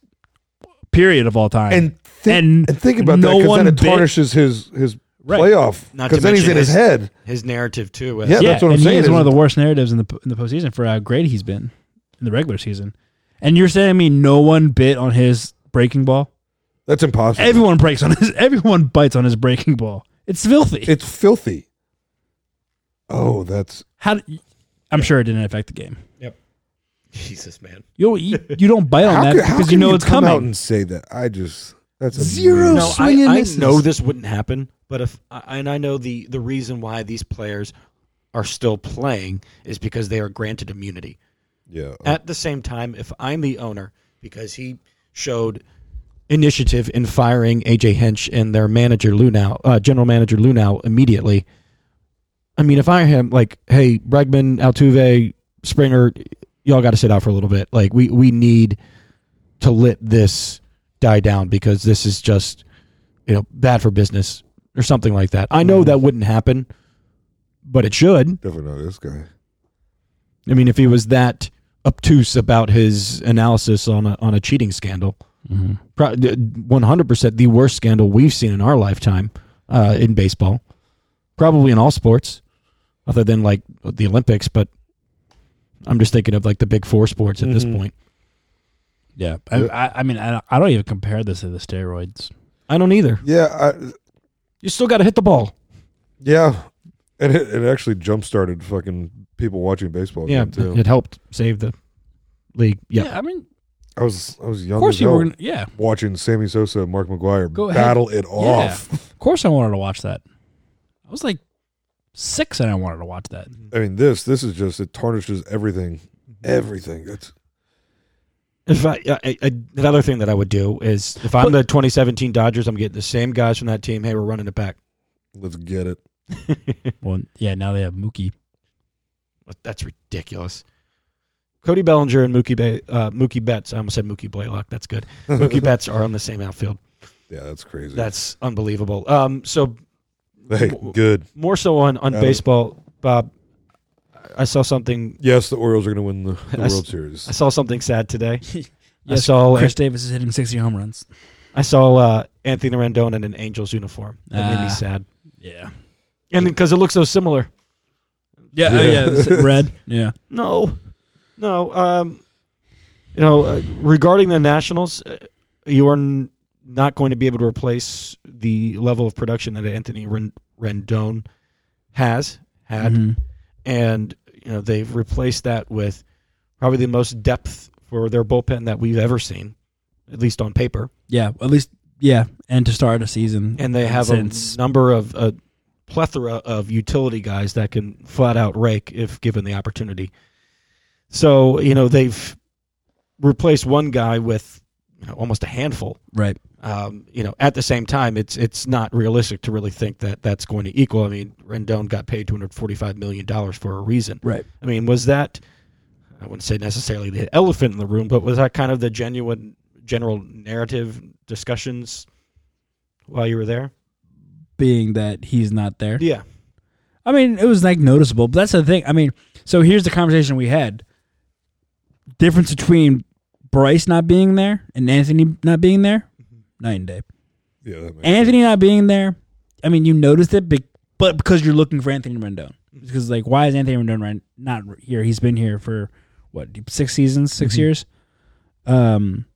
Speaker 3: period of all time.
Speaker 4: And think
Speaker 3: And
Speaker 4: and, think about
Speaker 3: no
Speaker 4: that because
Speaker 3: one
Speaker 4: then it
Speaker 3: bit-
Speaker 4: tarnishes his his
Speaker 3: Right.
Speaker 4: playoff
Speaker 5: Not to
Speaker 4: because then he's
Speaker 5: mention
Speaker 4: in his,
Speaker 5: his-
Speaker 4: head.
Speaker 5: His narrative too.
Speaker 4: Yeah, that's what I'm
Speaker 3: and
Speaker 4: saying.
Speaker 3: He is
Speaker 4: is
Speaker 3: one of the worst narratives in the in the postseason for how great he's been in the regular season. And you're saying to me no one bit on his breaking ball?
Speaker 4: that's impossible.
Speaker 3: Everyone breaks on his. [laughs] Everyone bites on his breaking ball. It's filthy.
Speaker 4: it's filthy. Oh, that's
Speaker 3: how? I'm sure it didn't affect the game.
Speaker 5: Jesus man.
Speaker 3: You don't- you, you don't bite on
Speaker 4: how
Speaker 3: that
Speaker 4: could, how
Speaker 3: because
Speaker 4: can
Speaker 3: you know
Speaker 4: you
Speaker 3: it's
Speaker 4: come
Speaker 3: coming.
Speaker 4: out and say that? I just that's
Speaker 3: Zero
Speaker 4: amazing.
Speaker 3: No,
Speaker 5: I,
Speaker 3: swing and
Speaker 5: I
Speaker 3: misses.
Speaker 5: know this wouldn't happen, but if I- and I know the the reason why these players are still playing is because they are granted immunity.
Speaker 4: Yeah.
Speaker 5: At the same time, if I'm the owner because he showed initiative in firing AJ Hinch and their manager Lunau, uh, general manager Lunau immediately. I mean, if I am like, hey, Bregman, Altuve, Springer, y'all got to sit out for a little bit. Like, we we need to let this die down because this is just you know bad for business or something like that. I know that wouldn't happen, but it should.
Speaker 4: Definitely know this guy.
Speaker 5: I mean, if he was that obtuse about his analysis on a, on a cheating scandal, Mm-hmm. one hundred percent the worst scandal we've seen in our lifetime uh, in baseball, probably in all sports, other than like the Olympics. But I'm just thinking of like the big four sports at this point.
Speaker 3: Yeah, I, I, I mean, I, I don't even compare this to the steroids.
Speaker 5: I don't either.
Speaker 4: Yeah, I,
Speaker 5: You still got to hit the ball.
Speaker 4: Yeah, and it, it actually jump started fucking people watching baseball.
Speaker 5: Oh, Yeah,
Speaker 4: again, too.
Speaker 5: it, helped save the league. Yeah,
Speaker 3: Yeah, I mean,
Speaker 4: I was I was young.
Speaker 3: of course
Speaker 4: as
Speaker 3: you
Speaker 4: hell
Speaker 3: were. Gonna, yeah,
Speaker 4: watching Sammy Sosa and Mark McGuire
Speaker 3: Go ahead.
Speaker 4: battle it off. [laughs]
Speaker 3: of course I wanted to watch that. I was like six and I wanted to watch that.
Speaker 4: I mean, this this is just it tarnishes everything,
Speaker 3: Mm-hmm.
Speaker 4: everything. That's
Speaker 5: If I, I, I, another thing that I would do is if I'm the 2017 Dodgers, I'm getting the same guys from that team. Hey, we're running it back.
Speaker 4: let's get it.
Speaker 3: Well, yeah, now they have Mookie.
Speaker 5: But That's ridiculous. Cody Bellinger and Mookie Bay, uh, Mookie Betts. I almost said Mookie Blaylock. That's [laughs] good. Mookie Betts are on the same outfield.
Speaker 4: Yeah, that's crazy. [laughs]
Speaker 5: That's unbelievable. Um, so
Speaker 4: hey, good.
Speaker 5: more so on on
Speaker 4: Adam.
Speaker 5: baseball, Bob. I saw something.
Speaker 4: Yes, the Orioles are going to win the,
Speaker 3: [laughs]
Speaker 4: the
Speaker 5: I s-
Speaker 4: World Series.
Speaker 5: I saw something sad today.
Speaker 3: Yes,
Speaker 5: saw uh,
Speaker 3: Chris Davis is hitting 60 home runs.
Speaker 5: I saw uh, Anthony Rendon in an Angels uniform. That made
Speaker 3: Ah.
Speaker 5: me sad.
Speaker 3: Yeah.
Speaker 5: And because it looks so similar.
Speaker 3: Yeah, yeah, yeah it's [laughs] red. Yeah.
Speaker 5: No, no. Um, you know, uh, regarding the Nationals, uh, you are n- not going to be able to replace the level of production that Anthony Ren- Rendon has had,
Speaker 3: Mm-hmm.
Speaker 5: and you know they've replaced that with probably the most depth for their bullpen that we've ever seen, at least on paper.
Speaker 3: Yeah, at least yeah, and to start a season,
Speaker 5: And they have
Speaker 3: since
Speaker 5: a number of a plethora of utility guys that can flat out rake if given the opportunity. So you know they've replaced one guy with you know, almost a handful.
Speaker 3: right.
Speaker 5: Um, you know, at the same time, it's it's not realistic to really think that that's going to equal. I mean, Rendon got paid two hundred forty-five million dollars for a reason.
Speaker 3: Right.
Speaker 5: I mean, was that I wouldn't say necessarily the elephant in the room, but was that kind of the genuine general narrative discussions while you were there?
Speaker 3: Being that he's not there.
Speaker 5: Yeah.
Speaker 3: I mean, it was like noticeable, but that's the thing. I mean, so here's the conversation we had. Difference between Bryce not being there and Anthony not being there, night and day.
Speaker 4: yeah, that makes
Speaker 3: Anthony not being there, I mean, you noticed it, be- but because you're looking for Anthony Rendon. Because, like, why is Anthony Rendon right- not here? He's been here for, what, six seasons, 6 years? Um,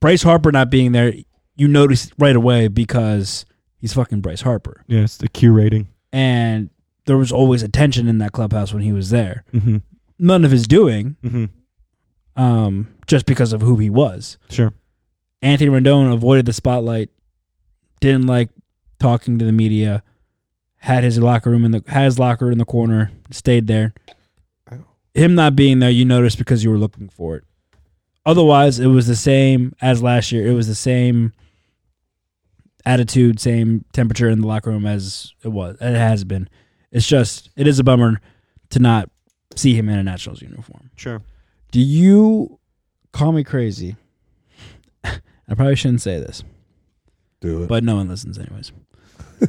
Speaker 3: Bryce Harper not being there, you notice right away because he's fucking Bryce Harper.
Speaker 5: Yeah, it's the Q rating.
Speaker 3: And there was always a tension in that clubhouse when he was there.
Speaker 5: Mm-hmm.
Speaker 3: None of his doing,
Speaker 5: Mm-hmm.
Speaker 3: um, just because of who he was.
Speaker 5: Sure.
Speaker 3: Anthony Rendon avoided the spotlight, didn't like talking to the media, had his locker room in the had his locker in the corner, stayed there. Him not being there, you noticed because you were looking for it. Otherwise, it was the same as last year. It was the same attitude, same temperature in the locker room as it was. It has been. It's just it is a bummer to not see him in a Nationals uniform.
Speaker 5: Sure.
Speaker 3: Do you call me crazy? [laughs] I probably shouldn't say this,
Speaker 4: do it.
Speaker 3: but no one listens anyways. [laughs]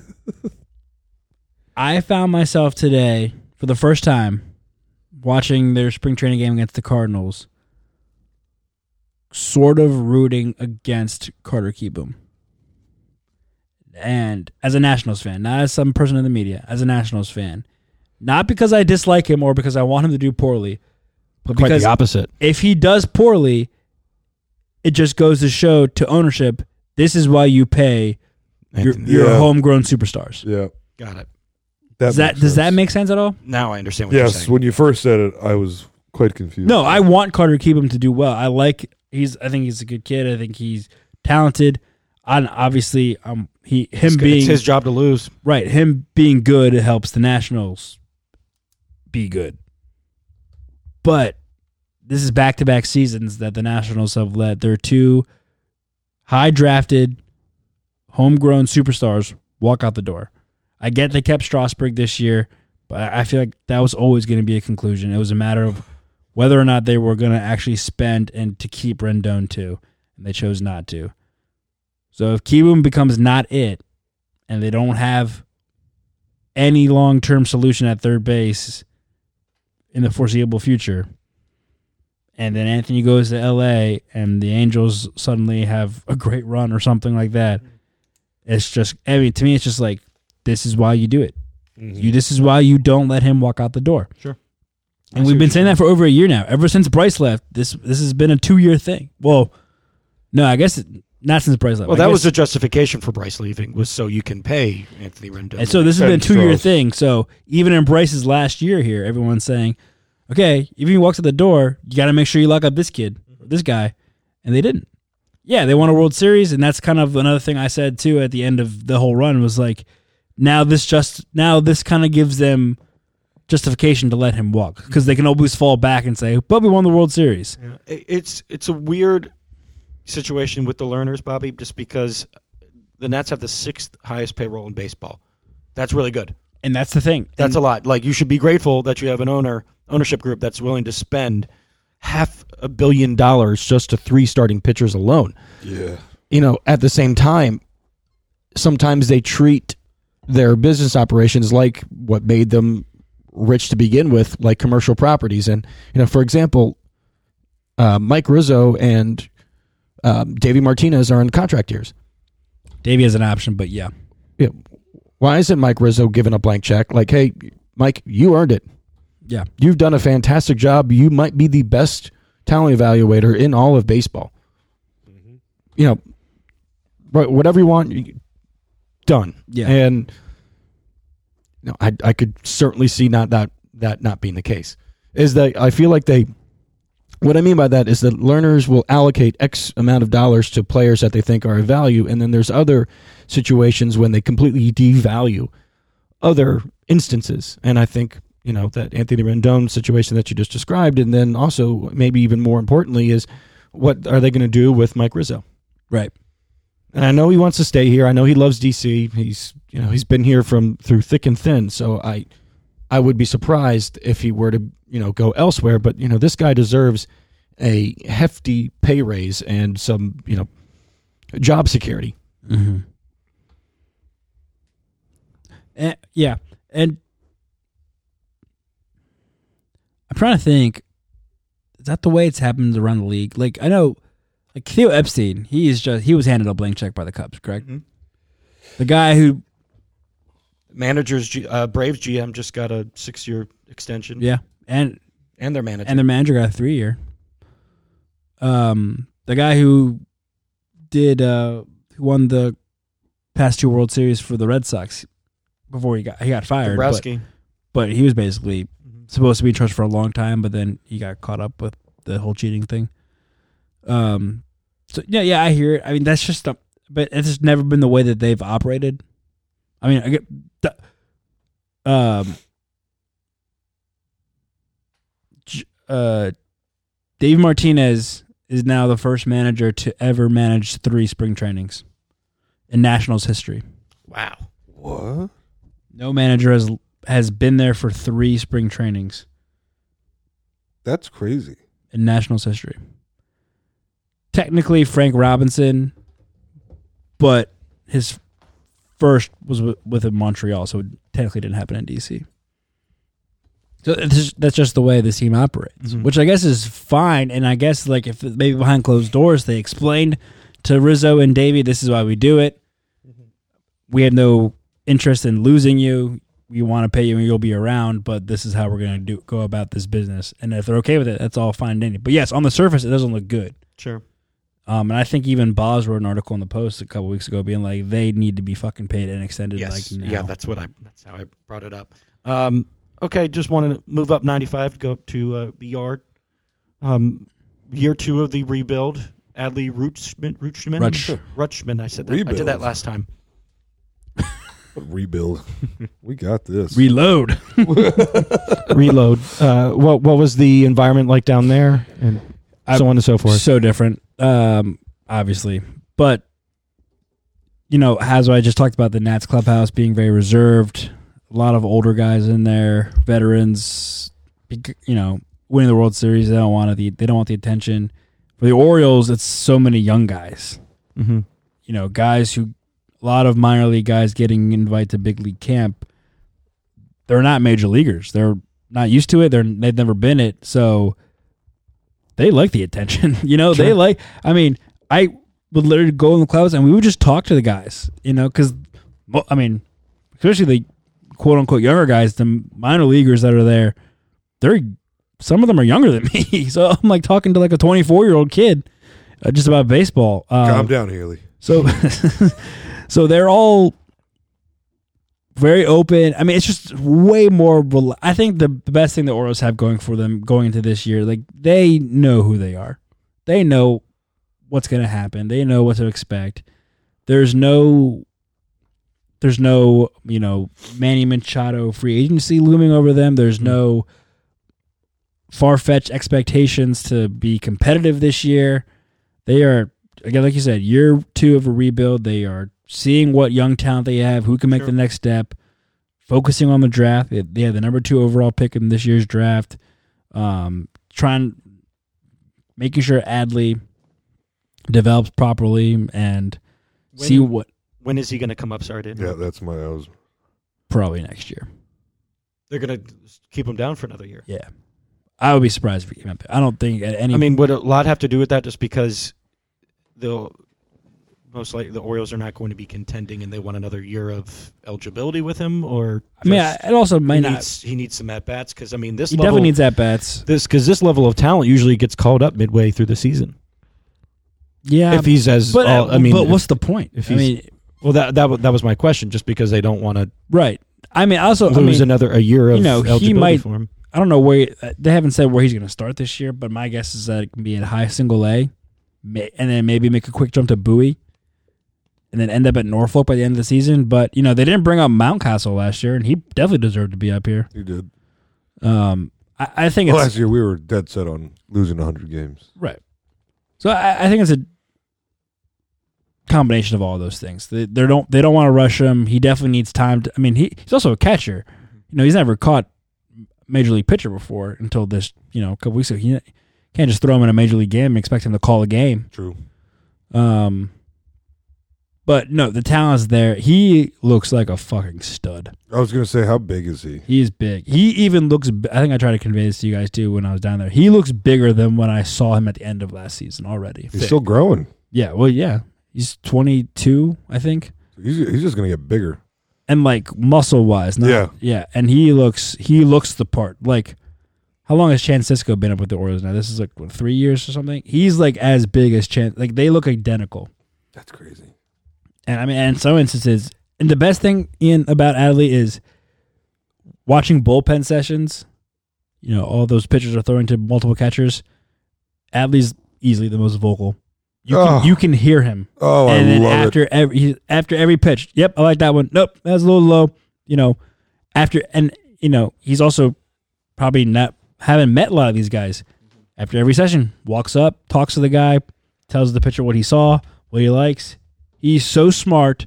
Speaker 3: I found myself today for the first time watching their spring training game against the Cardinals sort of rooting against Carter Keboom. And as a Nationals fan, not as some person in the media, as a Nationals fan, not because I dislike him or because I want him to do poorly, but
Speaker 5: Quite
Speaker 3: because
Speaker 5: the opposite.
Speaker 3: if he does poorly, it just goes to show to ownership this is why you pay your,
Speaker 5: Anthony.
Speaker 3: your
Speaker 4: Yeah.
Speaker 3: homegrown superstars.
Speaker 4: yeah,
Speaker 5: Got it.
Speaker 3: Does that
Speaker 4: makes
Speaker 3: does that
Speaker 4: sense.
Speaker 3: make sense at all?
Speaker 5: Now I understand what you're
Speaker 4: Yes,
Speaker 5: saying.
Speaker 4: when you first said it, I was quite confused.
Speaker 3: No, I want Carter Keebum to do well. I like he's I think he's a good kid. I think he's talented. I obviously um he him
Speaker 5: It's good-
Speaker 3: being
Speaker 5: it's his job to lose.
Speaker 3: right him being good helps the Nationals be good. But this is back to back seasons that the Nationals have led. Their two high drafted, homegrown superstars walk out the door. I get they kept Strasburg this year, but I I feel like that was always going to be a conclusion. It was a matter of whether or not they were going to actually spend and to keep Rendon too, and they chose not to. So if Kibum becomes not it, and they don't have any long term solution at third base in the foreseeable future. And then Anthony goes to LA and the Angels suddenly have a great run or something like that. It's just I mean to me it's just like this is why you do it. You this is why you don't let him walk out the door.
Speaker 5: Sure.
Speaker 3: And we've been saying that for over a year now. Ever since Bryce left, this this has been a two year thing. Well, no, I guess it, Not since Bryce left.
Speaker 5: Well,
Speaker 3: I
Speaker 5: that
Speaker 3: guess-
Speaker 5: was the justification for Bryce leaving was so you can pay Anthony Rendon.
Speaker 3: And so this has been a
Speaker 4: And
Speaker 3: two year
Speaker 4: Strauss.
Speaker 3: thing. So even in Bryce's last year here, everyone's saying, okay, if he walks out the door, you got to make sure you lock up this kid, this guy. And they didn't. Yeah, they won a World Series. And that's kind of another thing I said too at the end of the whole run was like, now this just, now this kind of gives them justification to let him walk because they can always fall back and say, but we won the World Series.
Speaker 5: It- it's it's a weird situation with the learners, Bobby, just because the Nats have the sixth highest payroll in baseball. That's really good.
Speaker 3: And that's the thing.
Speaker 5: That's a lot. Like you should be grateful that you have an owner ownership group that's willing to spend half a billion dollars just to three starting pitchers alone.
Speaker 4: Yeah.
Speaker 5: You know, at the same time, sometimes they treat their business operations like what made them rich to begin with, like commercial properties. And you know, for example, uh, Mike Rizzo and um, Davey Martinez are in contract years.
Speaker 3: Davey has an option, but yeah.
Speaker 5: Yeah. Why isn't Mike Rizzo given a blank check? Like, hey, Mike, you earned it.
Speaker 3: Yeah.
Speaker 5: You've done a fantastic job. You might be the best talent evaluator in all of baseball. You know, right, whatever you want, you, done.
Speaker 3: Yeah.
Speaker 5: and you know, I I could certainly see not that that not being the case. Is that I feel like they. What I mean by that is that learners will allocate X amount of dollars to players that they think are of value, and then there's other situations when they completely devalue other instances. And I think, you know, that Anthony Rendon situation that you just described, and then also maybe even more importantly is what are they going to do with Mike Rizzo?
Speaker 3: Right.
Speaker 5: And I know he wants to stay here. I know he loves DC. He's, you know, he's been here from through thick and thin. So I I would be surprised if he were to, you know, go elsewhere, but you know, this guy deserves a hefty pay raise and some, you know, job security.
Speaker 3: And, yeah, and I'm trying to think. Is that the way it's happened around the league? Like I know, like Theo Epstein, he is just he was handed a blank check by the Cubs, correct? The guy who,
Speaker 5: Managers G- uh, Braves GM just got a 6-year extension
Speaker 3: yeah, and
Speaker 5: and their manager.
Speaker 3: and their manager got a three year. Um, the guy who did uh who won the past two World Series for the Red Sox before he got he got fired, but-
Speaker 5: Dombrowski.
Speaker 3: but he was basically supposed to be in charge for a long time, but then he got caught up with the whole cheating thing. Um, so yeah, yeah, I hear it. I mean, that's just the, but it's just never been the way that they've operated. I mean, I get, the, um, J- uh, Dave Martinez is now the first manager to ever manage three spring trainings in Nationals history.
Speaker 5: Wow.
Speaker 4: What?
Speaker 3: No manager has has been there for three spring trainings.
Speaker 4: That's crazy.
Speaker 3: in Nationals history. Technically, Frank Robinson, but his first was with, with in Montreal, so it technically didn't happen in DC. So it's just- that's just the way this team operates, which I guess is fine. And I guess like if maybe behind closed doors they explained to Rizzo and Davey, this is why we do it. We have no interest in losing you. We want to pay you and you'll be around, but this is how we're going to do go about this business. And if they're okay with it, that's all fine and dandy. But yes, on the surface, it doesn't look good.
Speaker 5: Sure.
Speaker 3: Um, and I think even Boz wrote an article in the Post a couple weeks ago, being like, they need to be fucking paid and extended.
Speaker 5: Yes.
Speaker 3: Like, now.
Speaker 5: Yeah, that's what I that's how I brought it up. Um, okay, just wanted to move up 95 to go up to uh, the yard. Um, year 2 of the rebuild. Adley Rutschman Rutschman
Speaker 3: Rutsch.
Speaker 5: Rutschman, I said that. I did that
Speaker 4: Rebuild.
Speaker 5: last time.
Speaker 4: What
Speaker 3: [laughs]
Speaker 4: rebuild. we got this.
Speaker 3: reload.
Speaker 5: Reload. Uh, what what was the environment like down there and so on and so forth?
Speaker 3: So different, um, obviously. But you know, as I just talked about, the Nats clubhouse being very reserved. A lot of older guys in there, veterans. bec- You know, winning the World Series, they don't want the they don't want the attention. For the Orioles, it's so many young guys.
Speaker 5: Mhm.
Speaker 3: You know, guys who a lot of minor league guys getting invited to big league camp. They're not major leaguers. They're not used to it. They're they've never been it. So they like the attention. [laughs] You know, they
Speaker 5: Sure.
Speaker 3: like. I mean, I would literally go in the clouds and we would just talk to the guys. You know, because I mean, especially the quote unquote younger guys, the minor leaguers that are there. [laughs] They're some of them are younger than me, so I'm like talking to like a 24 year old kid, uh, just about baseball. Um,
Speaker 4: Calm down, Haley.
Speaker 3: So, [laughs] so they're all very open. I mean, it's just way more. Rel- I think the, the best thing the Orioles have going for them going into this year, like they know who they are. They know what's going to happen. They know what to expect. There's no, there's no, you know, Manny Machado free agency looming over them. There's no far fetched expectations to be competitive this year. They are again, like you said, year two of a rebuild. They are seeing what young talent they have, who can make the next step, focusing on the draft. They they had the number two overall pick in this year's draft. Um, trying, making sure Adley develops properly and see
Speaker 7: When-
Speaker 3: what
Speaker 7: When is he going to come up? Sorry, dude.
Speaker 4: Yeah, that's my. I was
Speaker 3: probably next year.
Speaker 7: They're going to keep him down for another year.
Speaker 3: Yeah, I would be surprised if he came up. I don't think at any.
Speaker 7: I mean, would a lot have to do with that just because the most likely the Orioles are not going to be contending and they want another year of eligibility with him or
Speaker 3: I mean,
Speaker 7: just
Speaker 3: it also might
Speaker 7: he
Speaker 3: not.
Speaker 7: needs he needs some at bats because I mean this
Speaker 3: He
Speaker 7: level
Speaker 3: definitely needs at bats.
Speaker 7: this because this level of talent usually gets called up midway through the season
Speaker 3: Yeah,
Speaker 7: if he's as
Speaker 3: but uh,
Speaker 7: all- I mean
Speaker 3: but what's the point?
Speaker 7: if
Speaker 3: I
Speaker 7: he's-
Speaker 3: mean,
Speaker 7: well that that wa- that was my question just because they don't want to
Speaker 3: right. I mean, also I
Speaker 7: lose
Speaker 3: mean,
Speaker 7: another a year of
Speaker 3: you know, he
Speaker 7: eligibility
Speaker 3: might-
Speaker 7: for him.
Speaker 3: I don't know where uh, they haven't said where he's going to start this year, but my guess is that it can be in high single A, ma- and then maybe make a quick jump to Bowie, and then end up at Norfolk by the end of the season. But you know they didn't bring up Mountcastle last year, and he definitely deserved to be up here.
Speaker 4: you did
Speaker 3: Um, I, I think it's
Speaker 4: last year. We were dead set on losing 100 games.
Speaker 3: right. So I, I think it's a combination of all those things. They, they don't they don't want to rush him. He definitely needs time. To, I mean, he, he's also a catcher. You know, he's never caught major league pitcher before until this. You know, a couple weeks ago. He can't just throw him in a major league game and expect him to call a game.
Speaker 4: True.
Speaker 3: Um, but no, the talent's there. He looks like a fucking stud.
Speaker 4: I was gonna say, how big is he?
Speaker 3: He's big. He even looks. b- I think I tried to convey this to you guys too when I was down there. He looks bigger than when I saw him at the end of last season already.
Speaker 4: He's still growing.
Speaker 3: Yeah. Well, yeah. He's 22, I think.
Speaker 4: He's he's just gonna get bigger.
Speaker 3: and like muscle wise. Not,
Speaker 4: Yeah.
Speaker 3: yeah, And he looks he looks the part. Like, how long has Chan Cisco been up with the Orioles now? This is like what, three years or something. He's like as big as Chan. Like they look identical.
Speaker 4: That's crazy.
Speaker 3: And I mean, and in some instances, and the best thing Ian about Adley is watching bullpen sessions. You know, all those pitchers are throwing to multiple catchers. Adley's easily the most vocal. You can,
Speaker 4: Oh.
Speaker 3: you can hear him
Speaker 4: Oh,
Speaker 3: and
Speaker 4: I
Speaker 3: then
Speaker 4: love it.
Speaker 3: after every he- after every pitch, yep, I like that one. Nope, that was a little low. You know, after and you know he's also probably not haven't met a lot of these guys. After every session, walks up, talks to the guy, tells the pitcher what he saw, what he likes. He's so smart,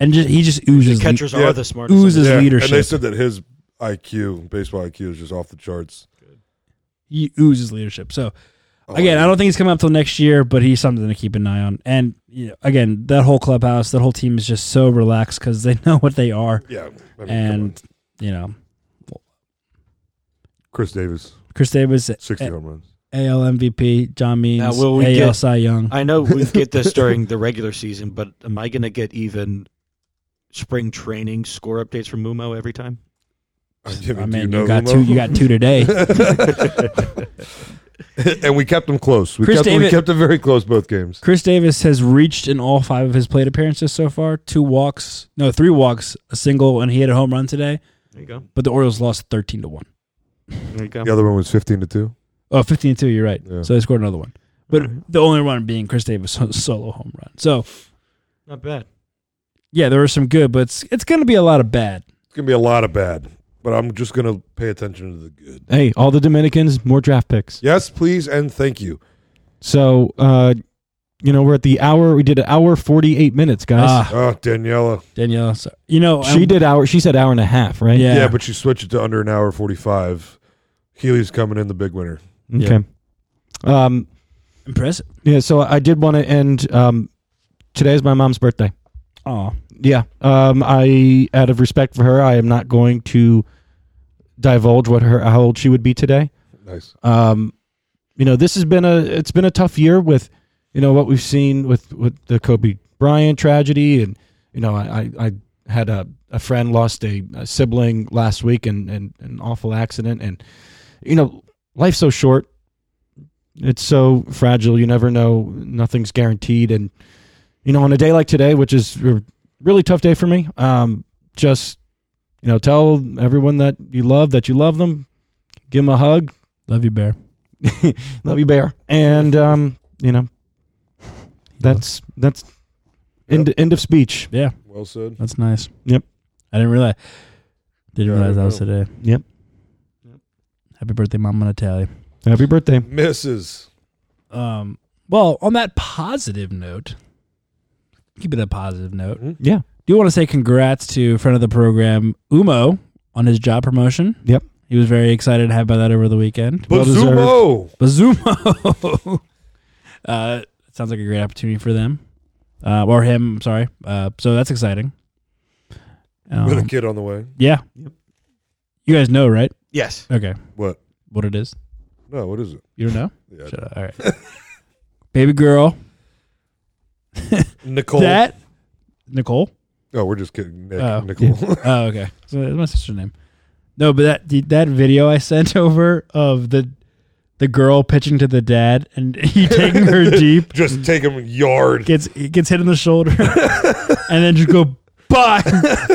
Speaker 3: and just, he just
Speaker 7: the
Speaker 3: oozes
Speaker 7: catchers
Speaker 4: yeah.
Speaker 7: are the smartest
Speaker 3: Oozes- his
Speaker 4: And they
Speaker 3: leadership.
Speaker 4: said that his IQ, baseball IQ, is just off the charts. Oh,
Speaker 3: he oozes leadership. So again, I don't think he's coming up till next year, but he's something to keep an eye on. And you know, again, that whole clubhouse, that whole team is just so relaxed because they [laughs] know what they are.
Speaker 4: Yeah, I mean, come on.
Speaker 3: and you know
Speaker 4: Chris Davis,
Speaker 3: Chris Davis,
Speaker 4: sixty
Speaker 3: A-
Speaker 4: home runs.
Speaker 3: AL MVP, John
Speaker 7: Now,
Speaker 3: Means,
Speaker 7: will we
Speaker 3: AL
Speaker 7: get-
Speaker 3: Cy Young.
Speaker 7: I know
Speaker 3: [laughs]
Speaker 7: we get this during the regular season, but am I going to get even spring training score updates from Mumo every time?
Speaker 4: [laughs] I, give
Speaker 3: I
Speaker 4: it to
Speaker 3: mean,
Speaker 4: no
Speaker 3: you got
Speaker 4: Lumo.
Speaker 3: two. You got two today.
Speaker 4: [laughs] and we kept them close. We
Speaker 3: Chris
Speaker 4: kept we
Speaker 3: Davis-
Speaker 4: kept them very close both games.
Speaker 3: Chris Davis has reached in all five of his plate appearances so far. Two walks, no, three walks, a single, and he had a home run today.
Speaker 7: There you go.
Speaker 3: But the Orioles lost thirteen to one.
Speaker 7: There you go.
Speaker 4: The other one was fifteen to two.
Speaker 3: Oh, 15 to 2, you're right.
Speaker 4: Yeah.
Speaker 3: So they scored another one. But the only one being Chris Davis' [laughs] solo home run. So,
Speaker 7: Not bad.
Speaker 3: yeah, there were some good, but it's, it's going to be a lot of bad.
Speaker 4: It's gonna be a lot of bad, but I'm just gonna pay attention to the good.
Speaker 5: Hey, all the Dominicans, more draft picks.
Speaker 4: Yes, please and thank you.
Speaker 5: So, uh, you know, we're at the hour. We did an hour forty eight minutes, guys.
Speaker 3: Ah,
Speaker 4: Oh, Daniela.
Speaker 3: Danielle, so, you know,
Speaker 5: she
Speaker 3: I'm-
Speaker 5: did hour. She said hour and a half, right?
Speaker 3: Yeah.
Speaker 4: Yeah, but you switch it to under an hour forty-five. Healy's coming in the big winner.
Speaker 5: Okay. Um.
Speaker 3: impressive.
Speaker 5: Yeah. So I did want to end. Um. Today is my mom's birthday.
Speaker 3: Oh,
Speaker 5: Yeah. Um. I, out of respect for her, I am not going to divulge what her how old she would be today.
Speaker 4: Nice.
Speaker 3: Uh,
Speaker 5: um, you know this has been a it's been a tough year with you know what we've seen with with the Kobe Bryant tragedy and you know I I, I had a, a friend lost a, a sibling last week and, and an awful accident and you know life's so short It's so fragile. You never know. Nothing's guaranteed. And, you know, on a day like today, which is a really tough day for me, um, just, you know, tell everyone that you love that you love them. Give them a hug.
Speaker 3: Love you, Bear.
Speaker 5: Love you, Bear. And, um, you know, that's, that's end, end of speech.
Speaker 3: Yeah,
Speaker 4: Well said.
Speaker 3: that's nice.
Speaker 5: Yep.
Speaker 3: I didn't realize. Didn't
Speaker 4: Yeah,
Speaker 3: realize that
Speaker 4: I
Speaker 3: was today.
Speaker 5: Yep.
Speaker 3: Happy birthday, Mama Natalia.
Speaker 5: Happy birthday.
Speaker 4: Misses.
Speaker 3: Um, well, on that positive note, keep it a positive note.
Speaker 5: Yeah.
Speaker 3: Do want to say congrats to friend of the program Umo on his job promotion.
Speaker 5: Yep.
Speaker 3: He was very excited to have about that over the weekend.
Speaker 4: Bazumo.
Speaker 3: Uh-huh. Bazumo. [laughs] uh, sounds like a great opportunity for them uh, or him. I'm sorry. Uh, so that's exciting.
Speaker 4: With a
Speaker 3: Um,
Speaker 4: kid on the way.
Speaker 3: yeah. You guys know, right?
Speaker 7: Yes.
Speaker 3: Okay.
Speaker 4: What?
Speaker 3: What it is?
Speaker 4: No, what is it?
Speaker 3: You don't know?
Speaker 4: Yeah.
Speaker 3: Shut up. All right. [laughs] Baby girl.
Speaker 4: Nicole.
Speaker 3: That Nicole.
Speaker 4: Oh, we're just kidding. Nick.
Speaker 3: Oh.
Speaker 4: Nicole.
Speaker 3: Oh, okay. So that's my sister's name. No, but that the- that video I sent [laughs] over of the the girl pitching to the dad and [laughs] he taking
Speaker 4: [laughs]
Speaker 3: her
Speaker 4: [laughs]
Speaker 3: jeep
Speaker 4: just take him yard.
Speaker 3: gets he gets hit in the shoulder [laughs] and then just go bye.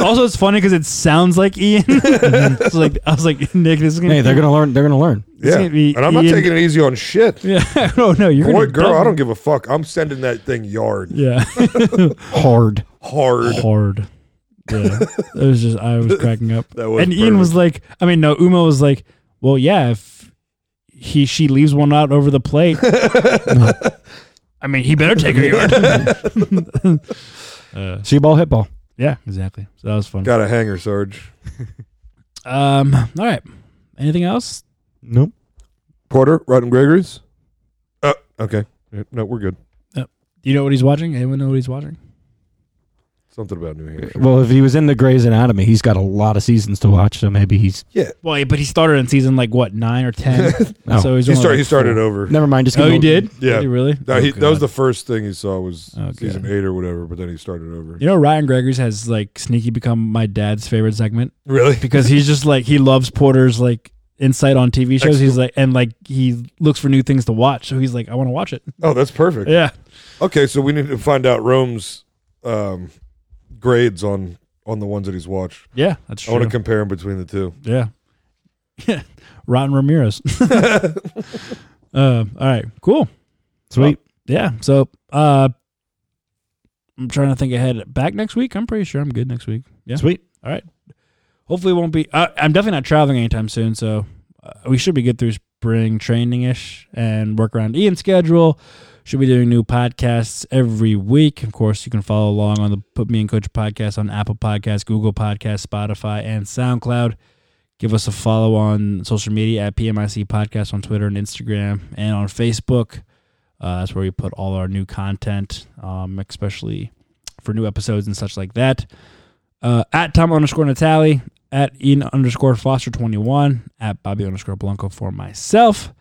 Speaker 3: also, it's funny because it sounds like Ian. [laughs]
Speaker 4: Mm-hmm.
Speaker 3: It's like I was like Nick, this is gonna
Speaker 5: Hey, they're going to learn. They're going to learn.
Speaker 4: Yeah.
Speaker 3: gonna be
Speaker 4: And I'm not
Speaker 3: Ian-
Speaker 4: taking it easy on shit.
Speaker 3: [laughs] yeah. [laughs] Oh no, you're
Speaker 4: Boy,
Speaker 3: gonna
Speaker 4: girl, I
Speaker 3: dump-
Speaker 4: don't give a fuck. I'm sending that thing yard.
Speaker 3: Yeah,
Speaker 5: Hard.
Speaker 4: [laughs] Hard.
Speaker 3: hard. Yeah, it was just I was cracking up.
Speaker 4: [laughs] That was
Speaker 3: and Ian was like, I mean, no, Uma was like, well, yeah, if he she leaves one out over
Speaker 4: [laughs]
Speaker 3: the plate, I mean, he better take her
Speaker 4: [laughs]
Speaker 3: yard.
Speaker 5: See ball, hit ball.
Speaker 3: yeah, exactly. So that was fun.
Speaker 4: Got a hanger, Sarge.
Speaker 3: Um, all right. Anything else?
Speaker 5: Nope.
Speaker 4: Porter, Rotten Gregory's. Uh, okay. Yeah, No, we're good.
Speaker 3: Do you know what he's watching? Anyone know what he's watching?
Speaker 4: Something about New Hampshire.
Speaker 5: Well, if he was in the Grey's Anatomy, he's got a lot of seasons to watch, so maybe he's.
Speaker 4: Yeah.
Speaker 3: Well, yeah, but he started in season like what nine or ten.
Speaker 4: [laughs]
Speaker 5: Oh.
Speaker 3: So he's
Speaker 4: He
Speaker 3: only,
Speaker 4: started.
Speaker 3: like,
Speaker 4: He started
Speaker 3: four.
Speaker 4: over.
Speaker 5: Never mind. Just
Speaker 3: Oh,
Speaker 5: give
Speaker 3: he
Speaker 5: him-
Speaker 3: did.
Speaker 4: Yeah.
Speaker 3: Did he really?
Speaker 4: No, he,
Speaker 3: Oh,
Speaker 4: that was the
Speaker 3: God.
Speaker 4: first thing he saw was
Speaker 3: Oh,
Speaker 4: season
Speaker 3: God.
Speaker 4: eight or whatever. But then he started over.
Speaker 3: You know, Ryan Gregors has like sneaky become my dad's favorite segment.
Speaker 4: Really?
Speaker 3: because he's just like he loves Porter's like insight on TV shows. He's like and like he looks for new things to watch. So he's like, I want to watch it.
Speaker 4: Oh, that's perfect.
Speaker 3: Yeah.
Speaker 4: Okay, so we need to find out Rome's um, grades on on the ones that he's watched.
Speaker 3: Yeah. That's
Speaker 4: I
Speaker 3: true.
Speaker 4: want to compare them between the two.
Speaker 3: yeah. [laughs] Rotten Ramirez. [laughs] um, all right. Cool.
Speaker 5: Sweet.
Speaker 3: Yeah. So uh I'm trying to think ahead. Back next week? I'm pretty sure I'm good next week. Yeah.
Speaker 5: Sweet.
Speaker 3: All right. Hopefully it won't be I I'm definitely not traveling anytime soon, so uh, we should be good through spring training ish and work around Ian's schedule. Should be doing new podcasts every week. Of course, you can follow along on the Put Me in Coach podcast on Apple Podcasts, Google Podcasts, Spotify, and SoundCloud. Give us a follow on social media at PMIC Podcast on Twitter and Instagram and on Facebook. Uh, that's where we put all our new content, um, especially for new episodes and such like that. Uh, at Tom underscore Natali, at Ian underscore Foster 21, at Bobby underscore Blanco for myself.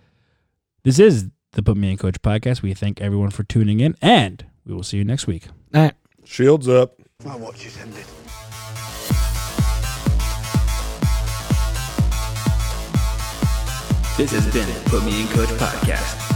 Speaker 3: This is the Put Me in Coach podcast. We thank everyone for tuning in, and we will see you next week.
Speaker 5: Nah.
Speaker 4: Shields up.
Speaker 6: My watch is ended.
Speaker 8: This has been Put Me in Coach Podcast.